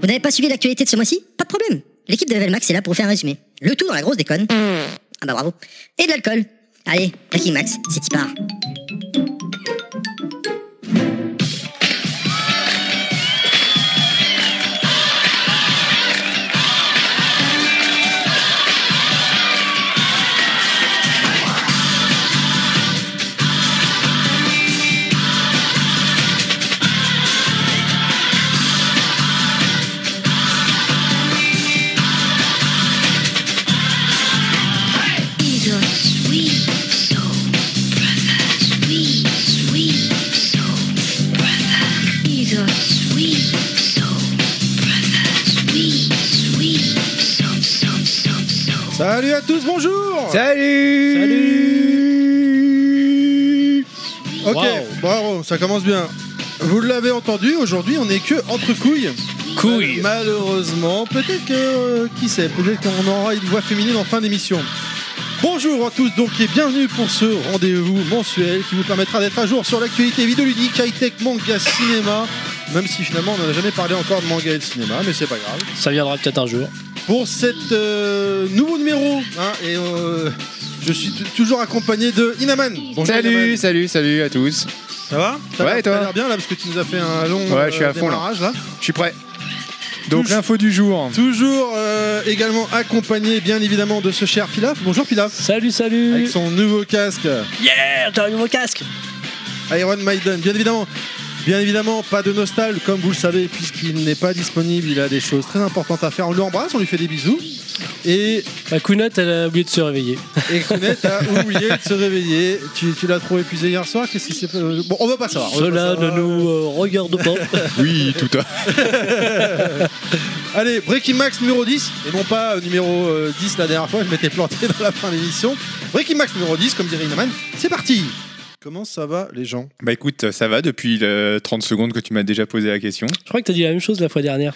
Vous n'avez pas suivi l'actualité de ce mois-ci Pas de problème. L'équipe de Level Max est là pour vous faire un résumé. Le tout dans la grosse déconne. Ah bah bravo. Et de l'alcool. Allez, Breaking Max, c'est y part. He's a sweet soul, brother. Sweet, sweet soul, brother. He's a sweet soul, brother. Sweet, sweet soul, soul, soul, soul. Salut à tous, bonjour Salut Salut Ok, Wow. bravo, ça commence bien. Vous l'avez entendu, aujourd'hui on est que entre couilles. Couille Malheureusement, peut-être que, euh, qui sait, peut-être qu'on aura une voix féminine en fin d'émission. Bonjour à tous donc et bienvenue pour ce rendez-vous mensuel qui vous permettra d'être à jour sur l'actualité vidéoludique, high-tech, manga, cinéma. Même si finalement on n'en a jamais parlé encore de manga et de cinéma, mais c'est pas grave. Ça viendra peut-être un jour. pour cette euh, nouveau numéro. hein, et euh, je suis t- toujours accompagné de Inaman. Bonjour, Salut, Inaman. salut, salut à tous. ça va Ça Ouais, va, et toi T'as l'air bien là parce que tu nous as fait un long euh, Ouais, je suis à fond, là. démarrage, là. Je suis prêt. Donc Touche. l'info du jour. Toujours euh, également accompagné bien évidemment de ce cher Pilaf. Bonjour Pilaf. Salut, salut Avec son nouveau casque Yeah T'as un nouveau casque Iron Maiden, bien évidemment. Bien évidemment, pas de nostal, comme vous le savez, puisqu'il n'est pas disponible. Il a des choses très importantes à faire. On lui embrasse, on lui fait des bisous. Et La Kounet, elle a oublié de se réveiller. Et Kounet a oublié de se réveiller. Tu, tu l'as trop épuisé hier soir Qu'est-ce qui s'est passé Bon, on va pas savoir. on va Cela pas ne savoir. nous euh, regarde pas. Oui, tout à Allez, Breaking Max numéro 10, et non pas euh, numéro euh, 10 la dernière fois, je m'étais planté dans la fin de l'émission. Breaking Max numéro 10, comme dirait Inaman, c'est parti Comment ça va les gens Bah écoute, ça va depuis le 30 secondes que tu m'as déjà posé la question. Je crois que t'as dit la même chose la fois dernière.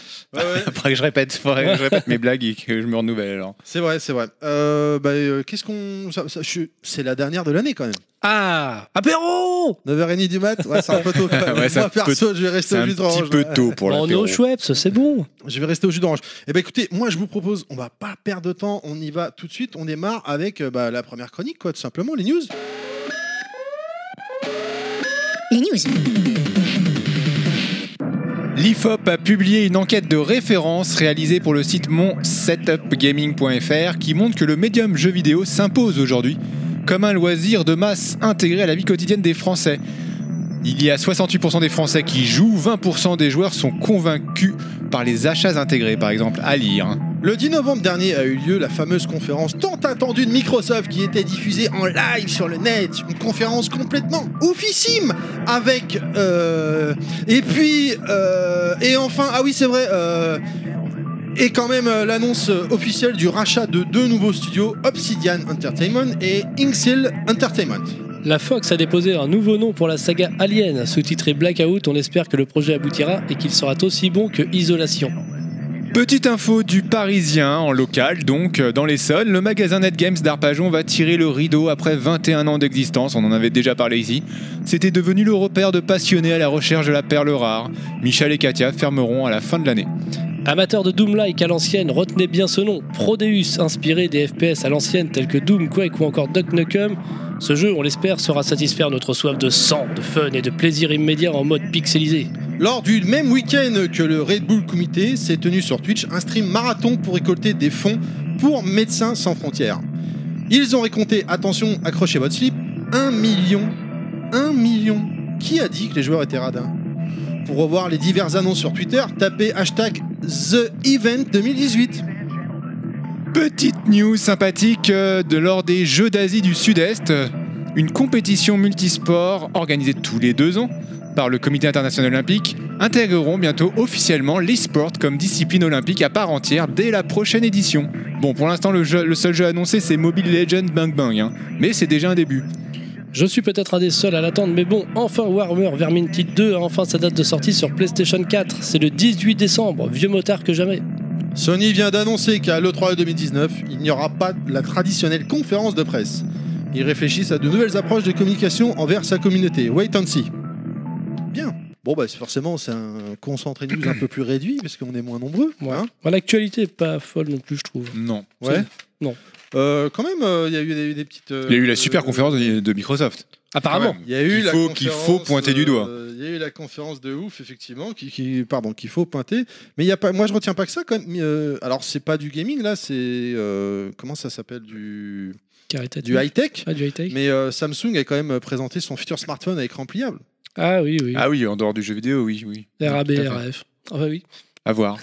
Après que je répète, faudrait que je répète mes blagues et que je me renouvelle hein. alors. C'est vrai, c'est vrai. Euh, bah, euh, Qu'est-ce qu'on. ça- ça- je suis- C'est la dernière de l'année quand même. Ah Apéro 9h30 du mat, ouais, c'est un peu tôt. quand même. Ouais, c'est Moi un peu- perso, je vais C'est rester au un jus d'orange. petit peu tôt pour On est au l'apéro. Oh Schweppes, c'est bon. Je vais rester au jus d'orange. Eh ben écoutez, moi je vous propose, on va pas perdre de temps, on y va tout de suite. On démarre avec euh, bah, la première chronique, quoi, tout simplement, les news. Les news. L'IFOP a publié une enquête de référence réalisée pour le site monsetupgaming.fr qui montre que le médium jeu vidéo s'impose aujourd'hui comme un loisir de masse intégré à la vie quotidienne des Français. Il y a 68% des Français qui jouent, 20% des joueurs sont convaincus par les achats intégrés, par exemple à lire. Le 10 novembre dernier a eu lieu la fameuse conférence tant attendue de Microsoft qui était diffusée en live sur le net. Une conférence complètement oufissime avec. euh, et puis. euh, et enfin, ah oui, c'est vrai. euh, et quand même euh, l'annonce euh, officielle du rachat de deux nouveaux studios, Obsidian Entertainment et Inksil Entertainment. La Fox a déposé un nouveau nom pour la saga Alien, sous-titré Blackout. On espère que le projet aboutira et qu'il sera aussi bon que Isolation. Petite info du Parisien, en local donc, euh, dans l'Essonne, le magasin NetGames d'Arpajon va tirer le rideau après 21 ans d'existence, on en avait déjà parlé ici. C'était devenu le repère de passionnés à la recherche de la perle rare. Michel et Katia fermeront à la fin de l'année. Amateur de Doom-like à l'ancienne, retenez bien ce nom, Prodeus, inspiré des FPS à l'ancienne tels que Doom, Quake ou encore Duck Nukem. Ce jeu, on l'espère, saura satisfaire notre soif de sang, de fun et de plaisir immédiat en mode pixelisé. Lors du même week-end que le Red Bull Comité s'est tenu sur Twitch un stream marathon pour récolter des fonds pour Médecins sans frontières. Ils ont récompté, attention, accrochez votre slip, 1 million. 1 million. Qui a dit que les joueurs étaient radins Pour revoir les diverses annonces sur Twitter, tapez hashtag TheEvent2018. Petite news sympathique euh, de lors des Jeux d'Asie du Sud-Est, euh, une compétition multisport organisée tous les deux ans par le Comité international olympique intégreront bientôt officiellement l'e-sport comme discipline olympique à part entière dès la prochaine édition. Bon, pour l'instant, le, jeu- le seul jeu annoncé, c'est Mobile Legends Bang Bang, hein. mais c'est déjà un début. Je suis peut-être un des seuls à l'attendre, mais bon, enfin Warhammer Vermintide 2 a enfin sa date de sortie sur PlayStation 4. C'est le 18 décembre, vieux motard que jamais. Sony vient d'annoncer qu'à l'E3 2019, il n'y aura pas la traditionnelle conférence de presse. Ils réfléchissent à de nouvelles approches de communication envers sa communauté. Wait and see. Bien. Bon, bah, c'est forcément, c'est un concentré news un peu plus réduit, parce qu'on est moins nombreux. Ouais. hein. Bah, L'actualité est pas folle non plus, je trouve. Non. ouais. Non. Euh, quand même, euh, il y a eu des, des petites. euh, Il y a eu la super euh, conférence de, de Microsoft. Apparemment. Quand même. Il y a eu Ah Qu'il la faut- qu'il conférence, faut pointer du doigt. euh, Il y a eu la conférence de ouf, effectivement, qui, qui- pardon, qu'il faut pointer. Mais il y a pas, moi, je retiens pas que ça. Quand même, euh, alors, c'est pas du gaming là, c'est euh, comment ça s'appelle du Caritatif. du high tech. Ah, du high-tech. Mais euh, Samsung a quand même présenté son futur smartphone à écran pliable. Ah oui, oui. Ah oui, en dehors du jeu vidéo, oui, oui. RAB, Tout à fait. RAF. Ah bah oui. À voir.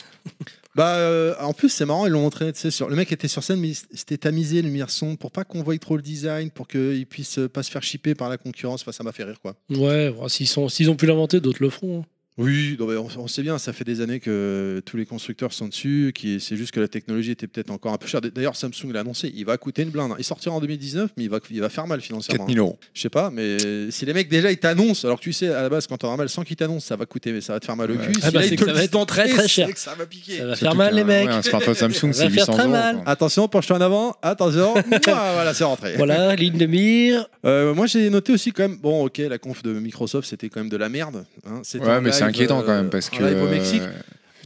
Bah, euh, en plus, c'est marrant, ils l'ont montré. tu sais, Sur... Le mec était sur scène, mais il s- c'était tamisé, lumière son, pour pas qu'on voie trop le design, pour qu'il puisse euh, pas se faire chipper par la concurrence. Enfin, ça m'a fait rire, quoi. Ouais, bon, s'ils sont- s'ils ont pu l'inventer, d'autres le feront. hein. Oui, non, mais on, on sait bien, ça fait des années que tous les constructeurs sont dessus, qui, c'est juste que la technologie était peut-être encore un peu chère. D'ailleurs, Samsung l'a annoncé, il va coûter une blinde. Il sortira en 2019, mais il va, il va faire mal financièrement. 4000 euros. Je sais pas, mais si les mecs déjà ils t'annoncent, alors que tu sais à la base quand t'auras mal, sans qu'ils t'annoncent, ça va coûter, mais ça va te faire mal au Ouais. cul. Ah Si bah, là, ils c'est te que le ça va disent être très, très d'entrée, cher. c'est que Ça va piquer. Ça va Surtout faire mal, qu'un- les mecs. ouais, un smartphone Samsung, Ça c'est va faire 800 très euros. mal. quoi. Attention, penche-toi en avant, attention, Mouah, voilà, c'est rentré. Voilà, ligne de mire. Euh, moi j'ai noté aussi quand même, bon ok, la conf de Microsoft c'était quand même de la merde. hein. C'était Ouais, un mais c'est live, inquiétant euh, quand même parce un que live au euh, Mexique.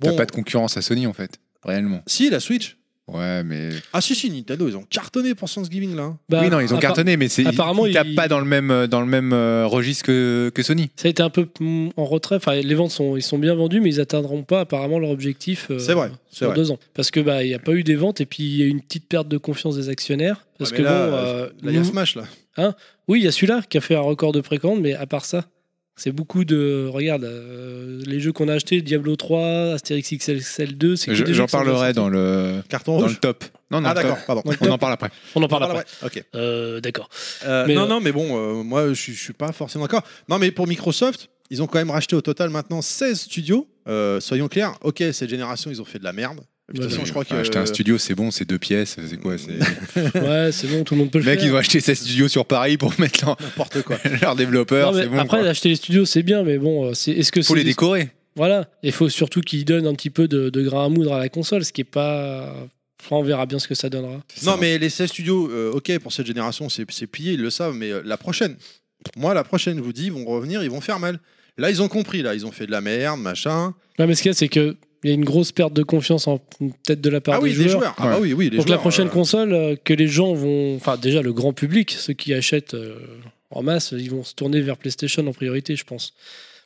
t'as Bon. pas de concurrence à Sony en fait, réellement. Si, la Switch. Ouais, mais Ah si si Nintendo ils ont cartonné pour Thanksgiving là. hein. Bah, oui, non, ils ont appar- cartonné, mais c'est apparemment, ils, ils tapent ils- pas dans le même euh, dans le même euh, registre que, que Sony. Ça a été un peu mm, en retrait. Enfin, les ventes sont, ils sont bien vendus, mais ils atteindront pas apparemment leur objectif. euh, C'est vrai, c'est Sur vrai. deux ans. Parce que bah il n'y a pas eu des ventes et puis il y a eu une petite perte de confiance des actionnaires. Parce Ouais, que mais là, bon, euh, Là il y a nous- Smash là. oui, il y a celui-là qui a fait un record de précommande, mais à part ça, c'est beaucoup de. Regarde, euh, les jeux qu'on a achetés, Diablo 3, Astérix XL 2, c'est que Je- des jeux J'en qui sont parlerai sortis. dans le Carton dans le rouge. top. Oh, Non, non, hein, ah le top. d'accord, pardon. On en parle après. On en parle Voilà, après. ouais, ok. Euh, D'accord. Euh, Mais, non, euh, non, mais bon, euh, moi, je suis- je suis pas forcément d'accord. Non, mais pour Microsoft, ils ont quand même racheté au total maintenant 16 studios. Euh, soyons clairs, ok, cette génération, ils ont fait de la merde. De toute Ouais, façon, mais je crois que. euh, Acheter un studio, c'est bon, c'est deux pièces, c'est quoi c'est- Ouais, c'est bon, tout le monde peut le Les mecs, faire. ils ont acheté 16 studios sur Paris pour mettre leur, N'importe quoi. leur développeur, Non, mais c'est bon. après, quoi. acheter les studios, c'est bien, mais bon, euh, c'est- est-ce que faut c'est les Ah, décorer. Voilà, il faut surtout qu'ils donnent un petit peu de, de grain à moudre à la console, ce qui est pas. Enfin, on verra bien ce que ça donnera. non, mais les 16 studios, euh, ok, pour cette génération, c'est c'est plié, ils le savent, mais euh, la prochaine, moi, la prochaine, je vous dis, ils vont revenir, ils vont faire mal. Là, ils ont compris, là, ils ont fait de la merde, machin. Non, mais ce qu'il y a, c'est qu'il y a une grosse perte de confiance en peut-être de la part ah oui, des joueurs. des joueurs. Ah bah oui, oui, les Donc joueurs. la prochaine euh, console euh, que les gens vont, enfin déjà le grand public, ceux qui achètent euh, en masse, ils vont se tourner vers PlayStation en priorité, je pense.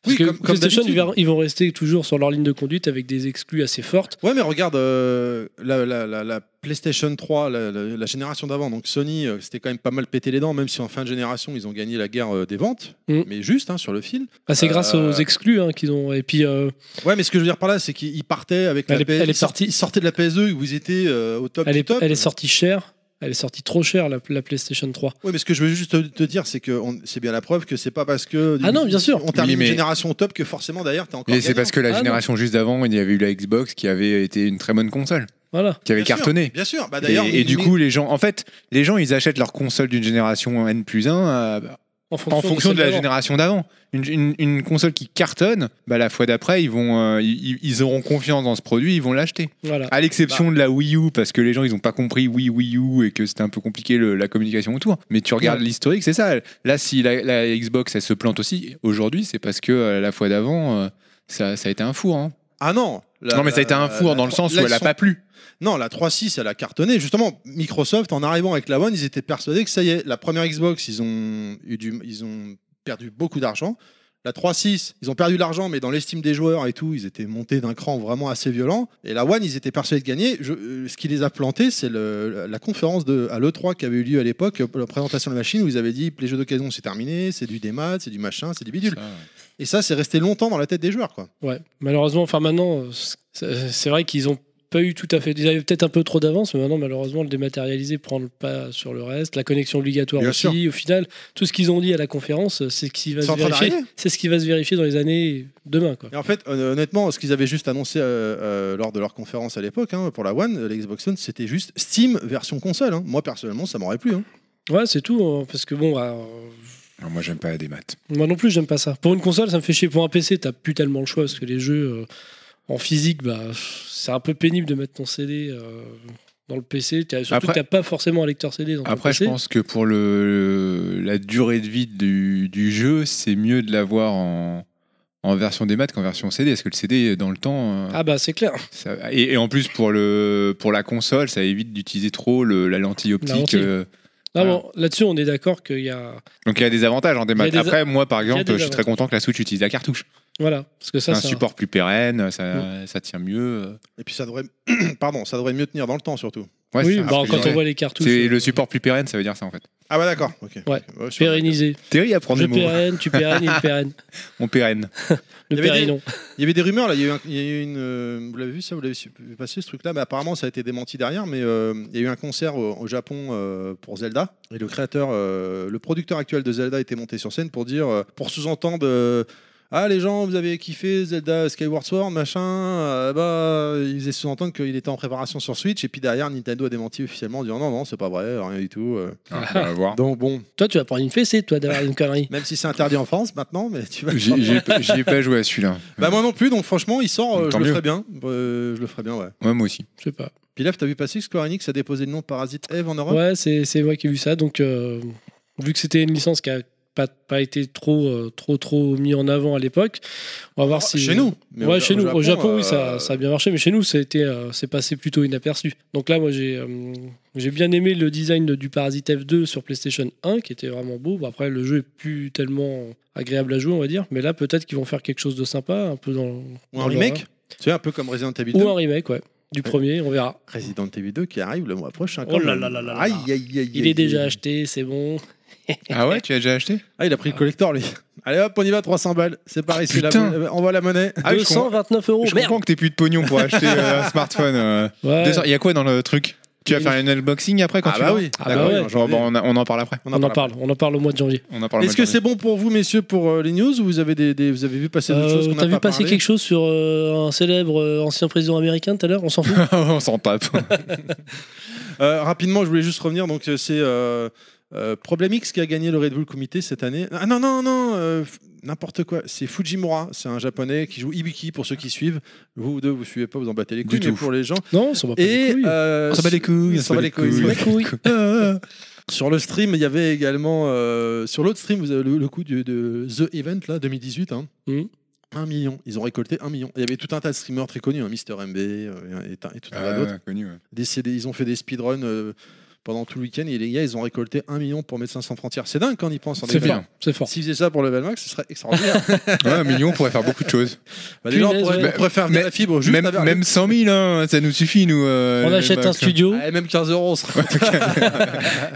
Parce Oui, que comme- comme PlayStation, ils d'habitude. vont- ils vont rester toujours sur leur ligne de conduite avec des exclus assez fortes. Ouais, mais regarde euh, la, la- la- la PlayStation 3, la, la- la génération d'avant. Donc Sony, euh, c'était quand même pas mal pété les dents, même si en fin de génération, ils ont gagné la guerre euh, des ventes, Mm. mais juste hein, sur le fil. Ah, c'est Euh, grâce aux exclus hein, qu'ils ont. Et puis euh, Ouais, mais ce que je veux dire par là, c'est qu'ils partaient avec Elle la est- elle est PS, partie- ils sortaient de la PS2 où ils étaient euh, au top elle, du est, top. elle est sortie chère, elle est sortie trop chère la, la PlayStation 3. Ouais, mais ce que je veux juste te, te dire, c'est que on- c'est bien la preuve que c'est pas parce que Ah non, bien sûr. on termine Oui, mais- une génération au top que forcément derrière t'es encore. Et c'est gagnant. parce que la Ah, non. génération juste avant, il y avait eu la Xbox qui avait été une très bonne console, Voilà. qui avait Bien sûr, cartonné. Bien sûr. Bah, Et, d'ailleurs, et du mais- coup, les gens, en fait, les gens, ils achètent leur console d'une génération N plus 1 En fonction, en fonction de, la celle d'avant. génération d'avant. Une, une- une console qui cartonne, bah, la fois d'après, ils, vont, euh, ils, ils auront confiance dans ce produit, ils vont l'acheter. Voilà. Ah, À l'exception bah. de la Wii U, parce que les gens, ils n'ont pas compris oui, Wii U et que c'était un peu compliqué le- la communication autour. Mais tu regardes Ouais. l'historique, c'est ça. Là, si la, la Xbox, elle se plante aussi, aujourd'hui, c'est parce que euh, la fois d'avant, euh, ça, ça a été un four. hein. ah non. la- non, mais ça a été un la- four la- dans le sens où là, elle ils n'a sont- pas plu. Non, la 3.6, elle a cartonné. Justement, Microsoft, en arrivant avec la One, ils étaient persuadés que ça y est, la première Xbox, ils ont, eu du, ils ont perdu beaucoup d'argent. La 3.6, ils ont perdu de l'argent, mais dans l'estime des joueurs et tout, ils étaient montés d'un cran vraiment assez violent. Et la One, ils étaient persuadés de gagner. Je- euh, ce qui les a plantés, c'est le- la conférence de, à l'E3 qui avait eu lieu à l'époque, euh, la présentation de la machine, où ils avaient dit les jeux d'occasion, c'est terminé, c'est du démat, c'est du machin, c'est du bidule. Ah, Et ça, c'est resté longtemps dans la tête des joueurs, quoi. Ouais, malheureusement, enfin maintenant, euh, c'est c'est vrai qu'ils ont pas eu tout à fait. Ils avaient peut-être un peu trop d'avance, mais maintenant, malheureusement, le dématérialisé prend le pas sur le reste. La connexion obligatoire Bien aussi, au final, tout ce qu'ils ont dit à la conférence, euh, c'est ce qui va C'est se en train vérifier. d'arriver. C'est ce qui va se vérifier dans les années demain, quoi. Et en fait, hon- honnêtement, ce qu'ils avaient juste annoncé euh, euh, lors de leur conférence à l'époque hein, pour la One, euh, l'Xbox One, c'était juste Steam version console. hein. Moi, personnellement, ça m'aurait plu. hein. Ouais, c'est tout, hein, parce que bon, bah, euh, Non, moi, j'aime pas des maths. moi non plus, j'aime pas ça. Pour une console, ça me fait chier. Pour un PC, t'as plus tellement le choix parce que les jeux euh, en physique, bah, pff, c'est un peu pénible de mettre ton CD. euh, dans le PC, T'as- Après- surtout que t'as pas forcément un lecteur CD dans ton Après, PC. je pense que pour le, la durée de vie du, du jeu, c'est mieux de l'avoir en, en version des maths qu'en version CD. Parce que le CD, dans le temps, euh, Ah bah c'est clair. ça- et, et en plus pour le pour la console, ça évite d'utiliser trop le- la lentille optique. lentille. euh. Là, Voilà. bon, Là-dessus, on est d'accord qu'il y a... donc il y a des avantages en démat. Il y a des a- Après, moi par y a exemple, des je suis très avantages. content que la Switch utilise la cartouche. Voilà, parce que ça, Mm. C'est un ça- support plus pérenne, ça, ça tient mieux. Et puis ça devrait, pardon, ça devrait mieux tenir dans le temps surtout. Ouais, oui, c'est un bah, truc quand on genre- voit les cartouches, c'est euh, le support plus pérenne, ça veut dire ça en fait. Ah bah d'accord. Ok. Ouais. sur- pérennisé. Terry apprend Je des mots. pérenne, tu pérennes, il pérenne. On pérenne. Il y Le avait des- pérénon. Il y avait des rumeurs là. Il y a eu, un- il y a eu une. euh, vous l'avez vu ça Vous l'avez su- vu passer ce truc-là Mais apparemment ça a été démenti derrière. Mais euh, il y a eu un concert au, au Japon euh, pour Zelda et le créateur, euh, le producteur actuel de Zelda était monté sur scène pour dire, euh, pour sous-entendre. euh, ah les gens, vous avez kiffé Zelda Skyward Sword, machin. euh, bah, il faisait sous-entendre qu'il était en préparation sur Switch et puis derrière Nintendo a démenti officiellement en disant non non c'est pas vrai rien du tout. euh. Ah, on va voir. Donc bon, Toi, tu vas prendre une fessée, toi, derrière une connerie. même si c'est interdit en France maintenant, mais tu vas. J'ai- J'ai pas- j'y ai pas joué à celui-là. Bah moi non plus, donc franchement il sort, euh, je Tant le mieux. ferai bien, Euh, je le ferai bien ouais. Ouais, moi aussi. Je sais pas. Pilaf, t'as vu passer que Square Enix a déposé le nom Parasite Eve en Europe Ouais, c'est c'est moi qui ai vu ça. Donc, euh, vu que c'était une licence qui a pas, pas été trop, euh, trop, trop mis en avant à l'époque, on va voir si. Oh, Ah, Chez nous mais ouais, au- chez nous. au Japon, oui, ça, euh, ça a bien marché, mais chez nous, ça a été, euh, c'est passé plutôt inaperçu. Donc là, moi, j'ai euh, j'ai bien aimé le design de- du Parasite F2 sur PlayStation 1, qui était vraiment beau. Bon, après, le jeu est plus tellement agréable à jouer, on va dire. Mais là, peut-être qu'ils vont faire quelque chose de sympa, un peu dans. Ou dans un remake l'horreur. Tu sais, un peu comme Resident Evil 2. hein. Ou un remake, ouais. Du premier, on verra. Resident Evil 2 qui arrive le mois prochain. Oh quand là même. là là là là. Aïe, aïe, aïe, aïe, Il est aïe. déjà acheté, c'est bon. Ah ouais, tu l'as déjà acheté Ah, il a pris le collector, lui. Allez hop, on y va, 300 balles. C'est pareil, Ah, c'est la putain. euh, envoie la monnaie. Ah, je comprends, 229 euros, je Oh, merde. comprends que t'aies plus de pognon pour acheter euh, un smartphone. euh. Ouais. Deux cents- Il y a quoi dans le truc Tu vas Il y a faire un unboxing après quand Ah tu bah l'auras oui. Ah bah D'accord, ouais. genre, bon, on, a- on en parle après. On en parle, on en parle au mois de janvier. On en parle Est-ce que c'est bon pour vous, messieurs, pour euh, les news ou vous avez, des, des- vous avez vu passer d'autres choses Euh, qu'on T'as n'a vu pas passer parlé quelque chose sur euh, un célèbre euh, ancien président américain tout à l'heure On s'en fout. On s'en tape. Euh, rapidement, je voulais juste revenir. Donc, euh, c'est euh, euh, Problem X qui a gagné le Red Bull Comité cette année. Ah non, non, non, euh, f- n'importe quoi. C'est Fujimura. C'est un japonais qui joue Ibiki pour ceux qui suivent. Vous deux, vous suivez pas, vous en battez les couilles. Du mais tout. pour les gens. non, ça va pas. Et. euh, On s'en bat les couilles, on s'en bat les couilles. couilles. Euh, Sur le stream, il y avait également. euh, sur l'autre stream, vous avez le, le coup du- de The Event, là, 2018. Hein. Hum. Mhm. 1 million, ils ont récolté 1 million. Il y avait tout un tas de streamers très connus, hein, Mister MB euh, et, et tout un tas d'autres connu. ouais. des CD ils ont fait des speedruns euh, pendant tout le week-end et les gars ils ont récolté 1 million pour Médecins sans frontières. C'est dingue quand on y pense. en C'est effet. fort, c'est fort. S'ils faisaient ça pour Level Max, ce serait extraordinaire. Ouais, un million, on pourrait faire beaucoup de choses. bah, les gens Punaise, pourraient, ouais. on pourrait faire de Mais- la fibre juste Même, à Berlin. même 100 000, hein, ça nous suffit, nous. euh, On les achète un box. studio, Ouais, Ah, même 15 euros, on serait-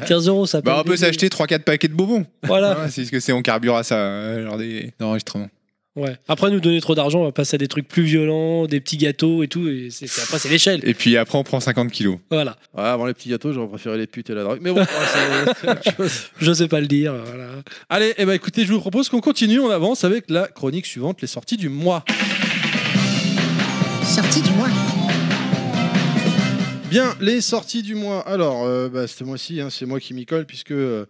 15 euros, ça Bah, on peut paye des- s'acheter 3-4 paquets de bonbons. Voilà. Ah, c'est ce que c'est, on carbure à ça, euh, lors des enregistrements. Ouais. Après, nous donner trop d'argent, on va passer à des trucs plus violents, des petits gâteaux et tout. Et c'est- c'est- après, c'est l'échelle. Et puis après, on prend 50 kilos. Voilà. Ouais, avant les petits gâteaux, j'aurais préféré les putes et la drogue. Mais bon, ouais, c'est- c'est autre chose. Je sais pas le dire. Voilà. Allez, eh ben, écoutez, je vous propose qu'on continue, on avance avec la chronique suivante, les sorties du mois. Sortie du mois. Bien, les sorties du mois. Alors, euh, bah, ce mois-ci, hein, c'est moi qui m'y colle puisque euh,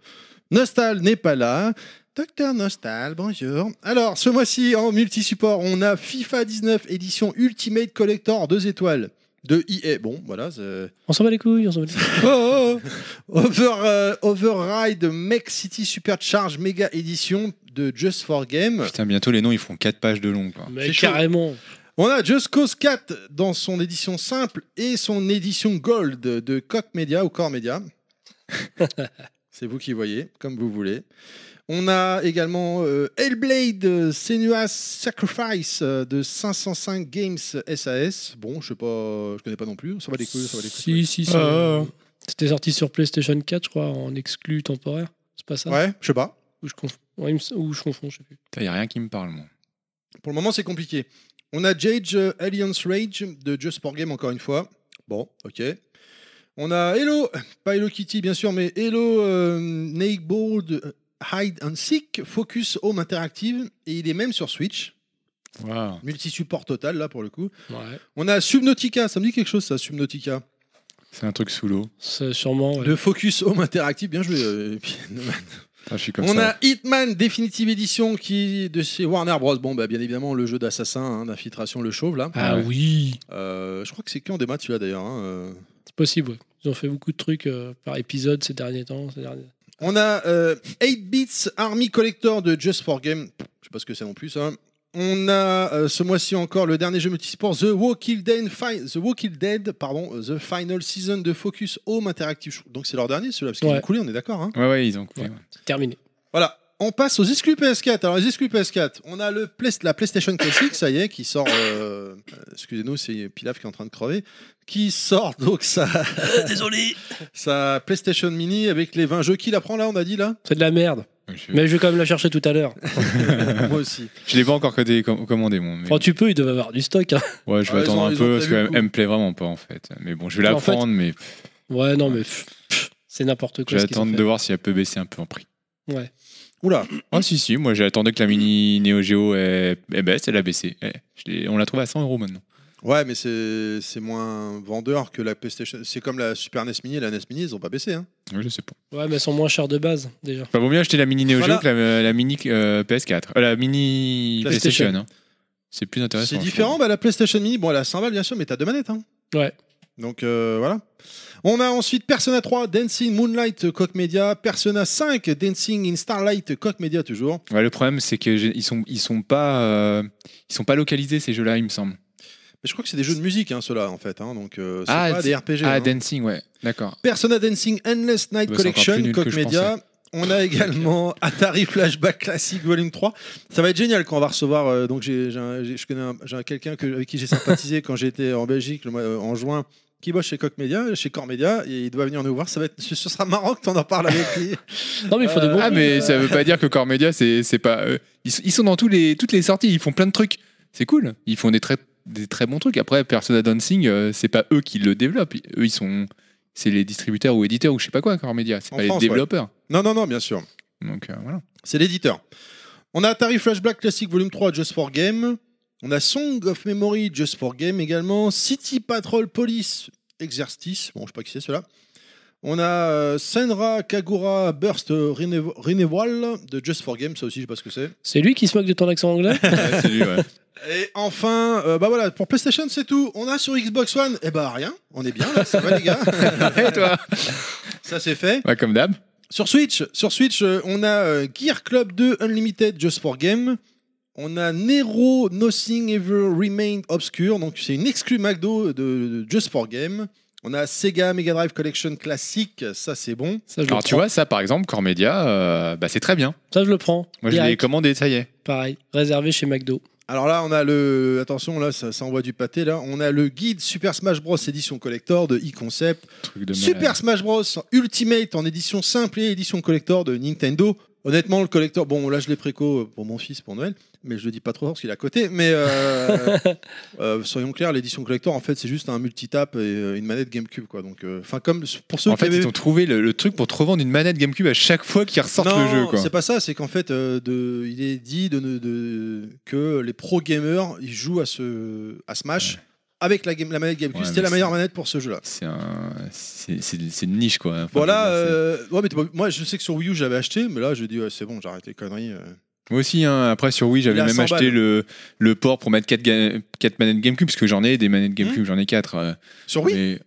Nostal n'est pas là. Docteur Nostal, bonjour. Alors, ce mois-ci, en multi-support, on a FIFA 19 édition Ultimate Collector 2 étoiles de EA. Bon, voilà. c'est- On s'en bat les couilles, on s'en bat les couilles. Oh, oh, oh. Over, euh, Override Mech City Supercharge Mega Édition de Just for Game. Putain, bientôt, les noms, ils font 4 pages de long. quoi. Mais C'est chaud. carrément. On a Just Cause 4 dans son édition simple et son édition gold de Coq Media ou Core Media. C'est vous qui voyez, comme vous voulez. On a également euh, Hellblade euh, Senua's Sacrifice euh, de 505 Games SAS. Bon, je sais pas, je connais pas non plus. Ça va les couilles, ça va les couilles. Euh. Si, si, ça- Ah. C'était sorti sur PlayStation 4, je crois, en exclu temporaire. C'est pas ça Ouais, je sais pas. Ou je confonds, ouais, il me s- ou je confonds, je sais plus. Putain, y a rien qui me parle, moi. Pour le moment, c'est compliqué. On a Jage euh, Alliance Rage de Just for Game, encore une fois. Bon, ok. On a Hello, pas Hello Kitty bien sûr, mais Hello euh, Neighbor de, euh, Hide and Seek, Focus Home Interactive, et il est même sur Switch, Waouh. multi-support total là pour le coup. Ouais. On a Subnautica, ça me dit quelque chose ça, Subnautica. C'est un truc sous l'eau. C'est sûrement. ouais. De Focus Home Interactive, bien joué. euh, et puis, Putain, je suis comme on ça. a Hitman Definitive Edition qui est de chez Warner Bros. Bon, bah, bien évidemment, le jeu d'assassin, hein, d'infiltration, le chauve là. Ah Ah ouais. oui Euh, je crois que c'est que en démat celui-là d'ailleurs. hein, euh. C'est possible, ouais. Ils ont fait beaucoup de trucs euh, par épisode ces derniers temps. Ces derniers... On a euh, 8 Bits Army Collector de Just for Game. Je sais pas ce que c'est non plus ça. on a euh, ce mois-ci encore le dernier jeu multisport, The Walking Dead, Fi- The Walking Dead, pardon, euh, The Final Season de Focus Home Interactive. Donc c'est leur dernier celui-là, parce qu'il Ouais. a coulé, on est d'accord. hein Ouais, ouais, ils ont coupé. Terminé. voilà, on passe aux exclus PS4. Alors, les exclus PS4, on a le Play- la PlayStation Classic, ça y est, qui sort. euh, euh, Excusez-nous, c'est Pilaf qui est en train de crever. Qui sort donc sa, Désolé. sa PlayStation Mini avec les 20 jeux. Qui la prend là, on a dit là C'est de la merde. Je, Mais je vais quand même la chercher tout à l'heure. Moi aussi. je l'ai pas encore codé- com- commandé, mon. mais- Quand tu peux, il devait avoir du stock. hein. Ouais, je vais Ah, ils attendre ont- un ils ont peu prévu parce le qu'elle coup. elle me plaît vraiment pas en fait. Mais bon, je vais la En fait, prendre, mais Ouais, non, mais pff, pff, c'est n'importe je quoi. vais ce qu'ils ont attendre fait. de voir si elle peut baisser un peu en prix. Ouais. Oula, Ah si, si, moi j'attendais que la mini Neo Geo elle, elle baisse, elle a baissé. Eh, je l'ai- on la trouve à 100 euros maintenant. ouais, mais c'est c'est moins vendeur que la PlayStation. C'est comme la Super NES Mini et la NES Mini, ils ont pas baissé. Hein. Ouais, je sais pas. Ouais, mais elles sont moins chères de base, déjà. Enfin, vaut mieux acheter la mini Neo Geo Voilà. que la, la mini euh, PS4. Euh, la mini PlayStation. PlayStation. hein. C'est plus intéressant. C'est je trouve. différent, bah, la PlayStation Mini, bon, elle a 100 balles bien sûr, mais t'as deux manettes. Hein. Ouais. Donc euh, voilà. On a ensuite Persona 3, Dancing Moonlight, Coq Media, Persona 5, Dancing in Starlight, Coq Media toujours. Ouais, le problème c'est que j'ai- ils sont ils sont pas euh, ils sont pas localisés ces jeux-là, il me semble. Mais je crois que c'est des jeux de musique, hein, ceux-là, en fait. hein, donc euh, c'est Ah, pas des RPG. ah, hein. Dancing, ouais, d'accord. Persona Dancing Endless Night Bah, c'est encore Collection, plus nul que Coq je Media. On a également Atari Flashback Classic Volume 3. Ça va être génial quand on va recevoir. euh, donc j'ai, j'ai un- j'ai- je connais un- j'ai un quelqu'un que, avec qui j'ai sympathisé quand j'étais en Belgique le mois- euh, en juin, qui bosse chez Coq Media, chez Core Media, et il doit venir nous voir. Ça va être, ce sera marrant que t'en en parles avec lui. Non, mais il faut des Euh, bons. Ah mais ça veut pas dire que Core Media c'est c'est pas euh, ils, sont- ils sont dans tous les toutes les sorties, ils font plein de trucs. C'est cool. Ils font des très des très bons trucs. Après Persona Dancing euh, c'est pas eux qui le développent, Ils- eux ils sont c'est les distributeurs ou éditeurs ou je sais pas quoi Core Media, c'est En pas France, les développeurs. Non, non, non, bien sûr. Donc euh, voilà. C'est l'éditeur. On a Atari Flashback Classic Volume 3 Just for Game. On a Song of Memory Just for Game également. City Patrol Police Exercice. Bon, je sais pas qui c'est cela. On a euh, Senra Kagura Burst Renew- Renewal de Just for Game. Ça aussi, je sais pas ce que c'est. C'est lui qui se moque de ton accent anglais Et enfin, euh, bah voilà, pour PlayStation, c'est tout. On a sur Xbox One, eh bah rien. On est bien là, ça va les gars. Et toi Ça c'est fait. Bah, comme d'hab. Sur Switch, sur Switch, euh, on a euh, Gear Club 2 Unlimited Just for Game. On a Nero Nothing Ever Remained Obscure, donc c'est une exclue McDo de, de Just for Game. On a Sega Mega Drive Collection classique, ça c'est bon. Ça, je le Alors tu prends. vois ça par exemple Core Media euh, bah c'est très bien. Ça, je le prends. Moi je l'ai Direct, commandé, ça y est. Pareil, réservé chez McDo. Alors là, on a le attention là, ça, ça envoie du pâté là. On a le guide Super Smash Bros édition collector de e-concept. Truc de Super malade. Smash Bros Ultimate en édition simple et édition collector de Nintendo. Honnêtement, le collector, bon, là je l'ai préco euh, pour mon fils pour Noël, mais je le dis pas trop fort parce qu'il est à côté. Mais euh, euh, soyons clairs, l'édition collector, en fait, c'est juste un multitap et euh, une manette GameCube, quoi. Donc, euh, enfin, comme pour ceux En qui fait, avaient- ils ont trouvé le, le truc pour te revendre une manette GameCube à chaque fois qu'ils ressortent non, le jeu. Quoi. c'est pas ça. C'est qu'en fait, euh, de, il est dit de, ne- de- que les pro gamers ils jouent à ce à Smash avec la, game- la manette GameCube. Ouais, C'était mais la c'est- meilleure manette pour ce jeu-là. C'est un... c'est- c'est- c'est une niche quoi. Enfin, Voilà, c'est- euh, ouais, mais t'as pas- moi je sais que sur Wii U j'avais acheté, mais là je dis ouais, c'est bon, j'arrête les conneries. euh. Moi aussi, hein, après sur Wii, Il est j'avais à même 100 acheté balles. le, le port pour mettre 4, manettes GameCube, parce que j'en ai des manettes GameCube, j'en ai 4. Mhm. Sur Wii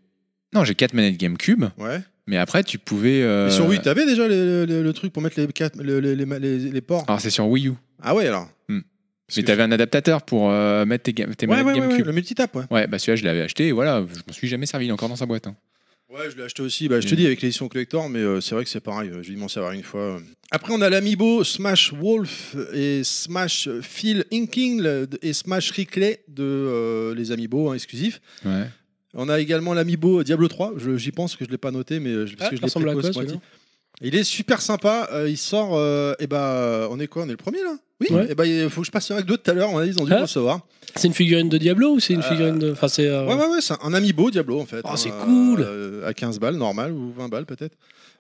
Non, j'ai 4 manettes GameCube, Ouais. mais après tu pouvais. euh, Mais sur Wii, t'avais déjà le, le- le truc pour mettre les, quatre- le- le- les, ma- les- les ports Alors c'est sur Wii U. Ah ouais, alors. Hmm. Parce Mais que- t'avais un adaptateur pour euh, mettre tes, ga- tes Ouais, manettes ouais, ouais, ouais, GameCube. le multitap, ouais. Ouais, bah celui-là, je l'avais acheté et voilà, je m'en suis jamais servi, il est encore dans sa boîte. hein. Ouais, je l'ai acheté aussi, bah, je te Hmm. dis, avec l'édition collector, mais euh, c'est vrai que c'est pareil, euh, je vais m'en servir une fois. euh. Après, on a l'Amiibo Smash Wolf et Smash Phil Inking le- et Smash Rickley de euh, les Amiibo hein, exclusifs. Ouais. On a également l'Amiibo Diablo 3, je- j'y pense que je l'ai pas noté, mais euh, je- parce Ah, que je l'ai ça ressemble à préco quoi, ce mois-ci. celui-là Il est super sympa. euh, il sort. et ben, euh, on est quoi On est le premier là Oui. Ouais. Et ben, il faut que je passe avec d'autres tout à l'heure. On a dit, ils ont dû Ah. le recevoir. C'est une figurine de Diablo ou c'est une Euh, figurine de. Enfin, c'est. euh, Ouais, ouais, ouais. C'est un amiibo Diablo en fait. hein, Oh, c'est cool. euh, à 15 balles, normal, ou 20 balles peut-être.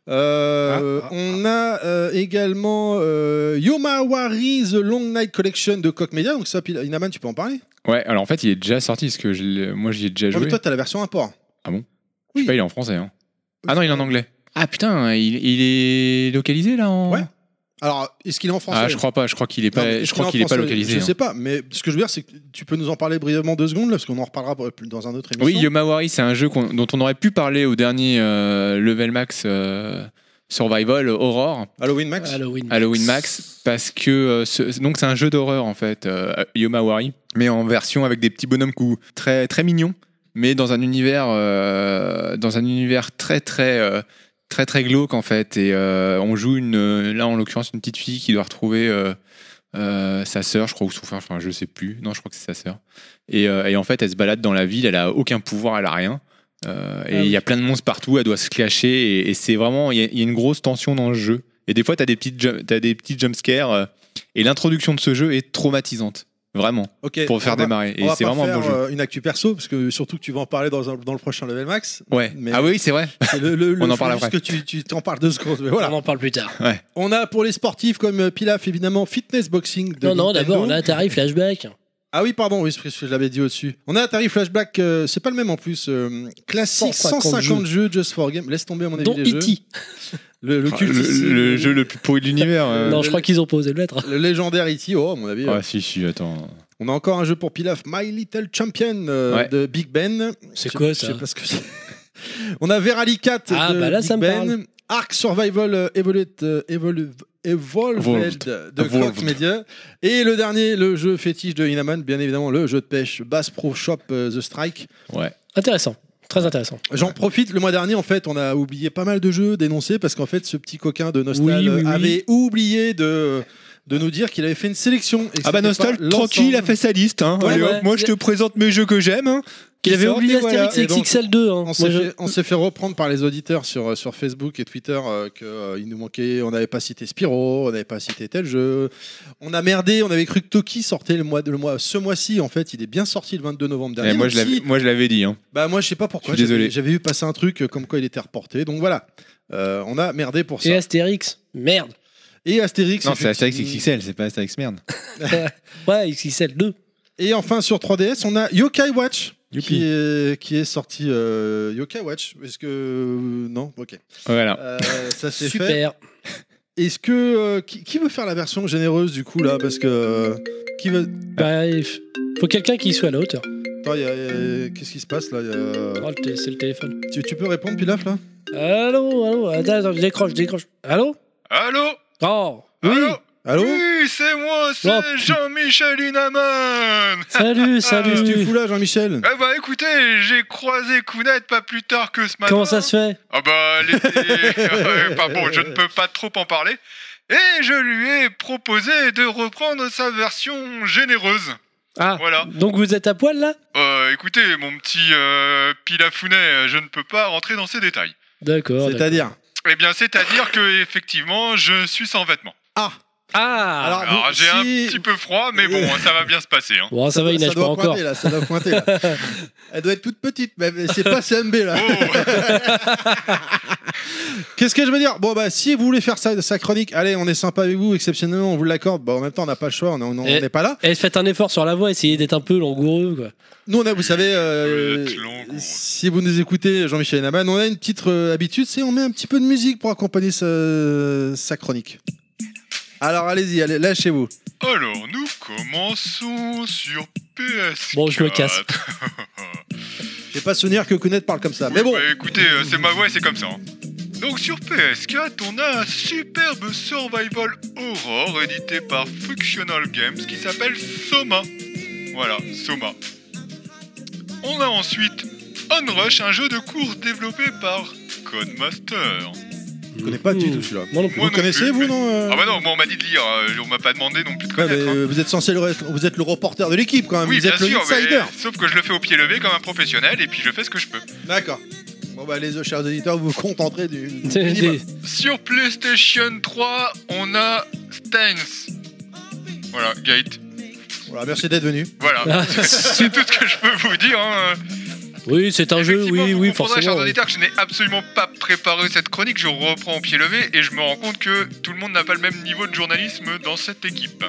Euh, Ah, ah, on a euh, également euh, Yomawari The Long Night Collection de Coq Media. Donc ça, Pil- Inaman, tu peux en parler Ouais, alors en fait, il est déjà sorti, parce que je l'ai- moi j'y ai déjà Ouais, joué. Ah, mais Toi, t'as la version import. Je sais oui. pas, il est en français. hein. Ah non, il est en anglais. Ah putain, il, il est localisé là en. Ouais. Alors, est-ce qu'il est en français Ah, je crois pas, je crois qu'il est Non, mais pas, est-ce je crois en qu'il est pas français localisé. Je hein. sais pas, mais ce que je veux dire, c'est que tu peux nous en parler brièvement deux secondes, là, parce qu'on en reparlera dans un autre émission. Oui, Yomawari, c'est un jeu qu'on- dont on aurait pu parler au dernier euh, Level Max euh, Survival Horror, Halloween Max Halloween Max. Halloween Max, parce que euh, ce- donc c'est un jeu d'horreur en fait, euh, Yomawari, mais en version avec des petits bonhommes cou très très mignons, mais dans un univers euh, dans un univers très très euh, très très glauque en fait. Et euh, on joue une euh, là en l'occurrence une petite fille qui doit retrouver euh, euh, sa sœur, je crois ou son frère, enfin je sais plus. Non, je crois que c'est sa sœur. Et, euh, et en fait, elle se balade dans la ville, elle a aucun pouvoir, elle a rien. Euh, et il Ah y a plein de monstres partout, elle doit se cacher et, et c'est vraiment il y, a- il y a une grosse tension dans le jeu. Et des fois, t'as des petites ju- t'as des petits jumpscares euh, et l'introduction de ce jeu est traumatisante, vraiment, Ok. pour faire on va- démarrer. on Et va c'est pas vraiment un bon faire, jeu. euh, une actu perso parce que surtout que tu vas en parler dans, un- dans le prochain level max. Ouais. mais- Ah oui, c'est vrai. C'est le, le- le- On en je parle veux juste après. que tu tu t'en parles deux secondes. Mais On voilà. en parle plus tard. On a pour les sportifs comme euh, Pilaf évidemment fitness boxing. De non, non, Nintendo. d'abord, on a Atari Flashback. Ah oui, pardon, oui, c'est parce que je l'avais dit au-dessus. On a Atari Flashback, euh, c'est pas le même en plus. euh, classique 150 150, jeux. Just for Game. Laisse tomber à mon avis Dont E les jeux. E.T. Le, le Ah, culte ici, le, le jeu le plus pourri de l'univers. euh. Non, je crois qu'ils ont posé le lettre. le légendaire E.T. Oh, à mon avis. euh. Ah si si, attends. On a encore un jeu pour Pilaf, My Little Champion euh, Ouais. de Big Ben. C'est Je- quoi, Je ça sais pas ce que c'est. On a Veralicat Ah, de bah là, Big ça me Ben. parle. Arc Survival euh, Evolute, euh, Evolu- Evolved, Evolved. de Clock Evolved. Media. Et le dernier, le jeu fétiche de Inaman, bien évidemment, le jeu de pêche Bass Pro Shop euh, The Strike. Ouais. Intéressant. Très intéressant. J'en profite, le mois dernier, en fait, on a oublié pas mal de jeux dénoncés parce qu'en fait, ce petit coquin de Nostal Oui, oui, oui. avait oublié de, de nous dire qu'il avait fait une sélection. et que Ah bah c'était Nostal, pas tranquille, a l'ensemble. fait sa liste. hein. Ouais, Allez, hop, ouais. moi je te présente mes jeux que j'aime. hein, qui Il avait sortent, oublié et voilà. Astérix Et donc, XXL2. hein. On Moi, s'est je- fait, on s'est fait reprendre par les auditeurs sur, euh, sur Facebook et Twitter euh, que euh, il nous manquait, on n'avait pas cité Spyro, on n'avait pas cité tel jeu. On a merdé, on avait cru que Toki sortait le mois, le mois, ce mois-ci en fait, il est bien sorti le 22 novembre Eh, dernier. moi, même je l'avais, si- moi je l'avais dit. hein. bah moi je sais pas pourquoi, Je suis désolé. j'avais j'avais vu passer un truc euh, comme quoi il était reporté, donc voilà. Euh, on a merdé pour ça. Et Astérix. Merde. Et Astérix. Non, c'est Astérix effectivement. XXL, c'est pas Astérix merde. Ouais, XXL2. Et enfin sur 3DS, on a Yokai Watch. Qui Youpi. est, qui est sorti euh, Yokai Watch Est-ce que. Non Ok. Voilà. Euh, ça c'est fait. Super. Est-ce que euh, qui, qui veut faire la version généreuse du coup là parce que euh, qui veut Bref. Faut quelqu'un qui soit à la hauteur. Attends, il y a- il y a- qu'est-ce qui se passe là Il y a- Oh, le té- c'est le téléphone. tu, tu peux répondre Pilaf là Allô, allô. Attends, attends, je décroche, je décroche. Allô Allô Oh Allô Oui, c'est moi, c'est Oh, putain. Jean-Michel Inaman Salut, Ah, Qu'est-ce que tu salut. fous là Jean-Michel Eh bah écoutez, j'ai croisé Kounet pas plus tard que ce matin. Comment ça se fait Ah bah, elle était- Ouais, bah bon, je ne peux pas trop en parler. Et je lui ai proposé de reprendre sa version généreuse. Ah, Voilà. donc vous êtes à poil là Euh, écoutez, mon petit euh, pilafounet, je ne peux pas rentrer dans ces détails. D'accord. d'accord. C'est-à-dire Eh bien, c'est-à-dire que effectivement, je suis sans vêtements. Ah Ah Alors, Alors, vous- j'ai un si- petit peu froid, mais bon, ça va bien se passer. Hein. Bon, ça, va, il ça nage pas doit encore. pointer là, ça doit pointer là. Elle doit être toute petite, mais mais c'est pas CMB là. Oh, Qu'est-ce que je veux dire Bon bah si vous voulez faire sa, sa chronique, allez on est sympa avec vous, exceptionnellement on vous l'accorde. Bon en même temps on n'a pas le choix, on on- on Et- n'est pas là. Eh, faites un effort sur la voix, essayez d'être un peu langoureux, quoi. Nous, on a, vous savez, euh, Vous êtes long, si vous nous écoutez, Jean-Michel Naman, on a une petite euh, habitude, c'est on met un petit peu de musique pour accompagner sa, sa chronique. Alors allez-y, allez, lâchez-vous. alors, nous commençons sur PS4. Bon, je me casse. J'ai pas souvenir que Kounet parle comme ça, Ah, mais bon. Bah, écoutez, euh, c'est ma voix et c'est comme ça. hein. Donc sur PS4, on a un superbe survival horror édité par Functional Games qui s'appelle Soma. Voilà, Soma. On a ensuite Onrush, un jeu de course développé par Codemaster. Je connais pas du tout celui-là. Moi non plus. Moi Vous non connaissez, plus, vous, mais- non euh Ah bah non, moi on m'a dit de lire, euh, on m'a pas demandé non plus de Ouais, mais, connaître. hein. euh, Vous êtes censé le, re- vous êtes le reporter de l'équipe quand même, Oui, vous bien êtes le sûr, mais- insider. sauf que je le fais au pied levé comme un professionnel et puis je fais ce que je peux. D'accord. Bon bah les chers auditeurs, vous vous contenterez du. du Des- minimum. des- Sur PlayStation 3, on a Stains. Voilà, Gate. Voilà, merci d'être venu. Ah, Voilà. C'est tout ce que je peux vous dire. hein. Oui, c'est un jeu, Effectivement, oui, vous oui, comprendrez, chers forcément. auditeurs, que je n'ai absolument pas préparé cette chronique. Je reprends au pied levé et je me rends compte que tout le monde n'a pas le même niveau de journalisme dans cette équipe.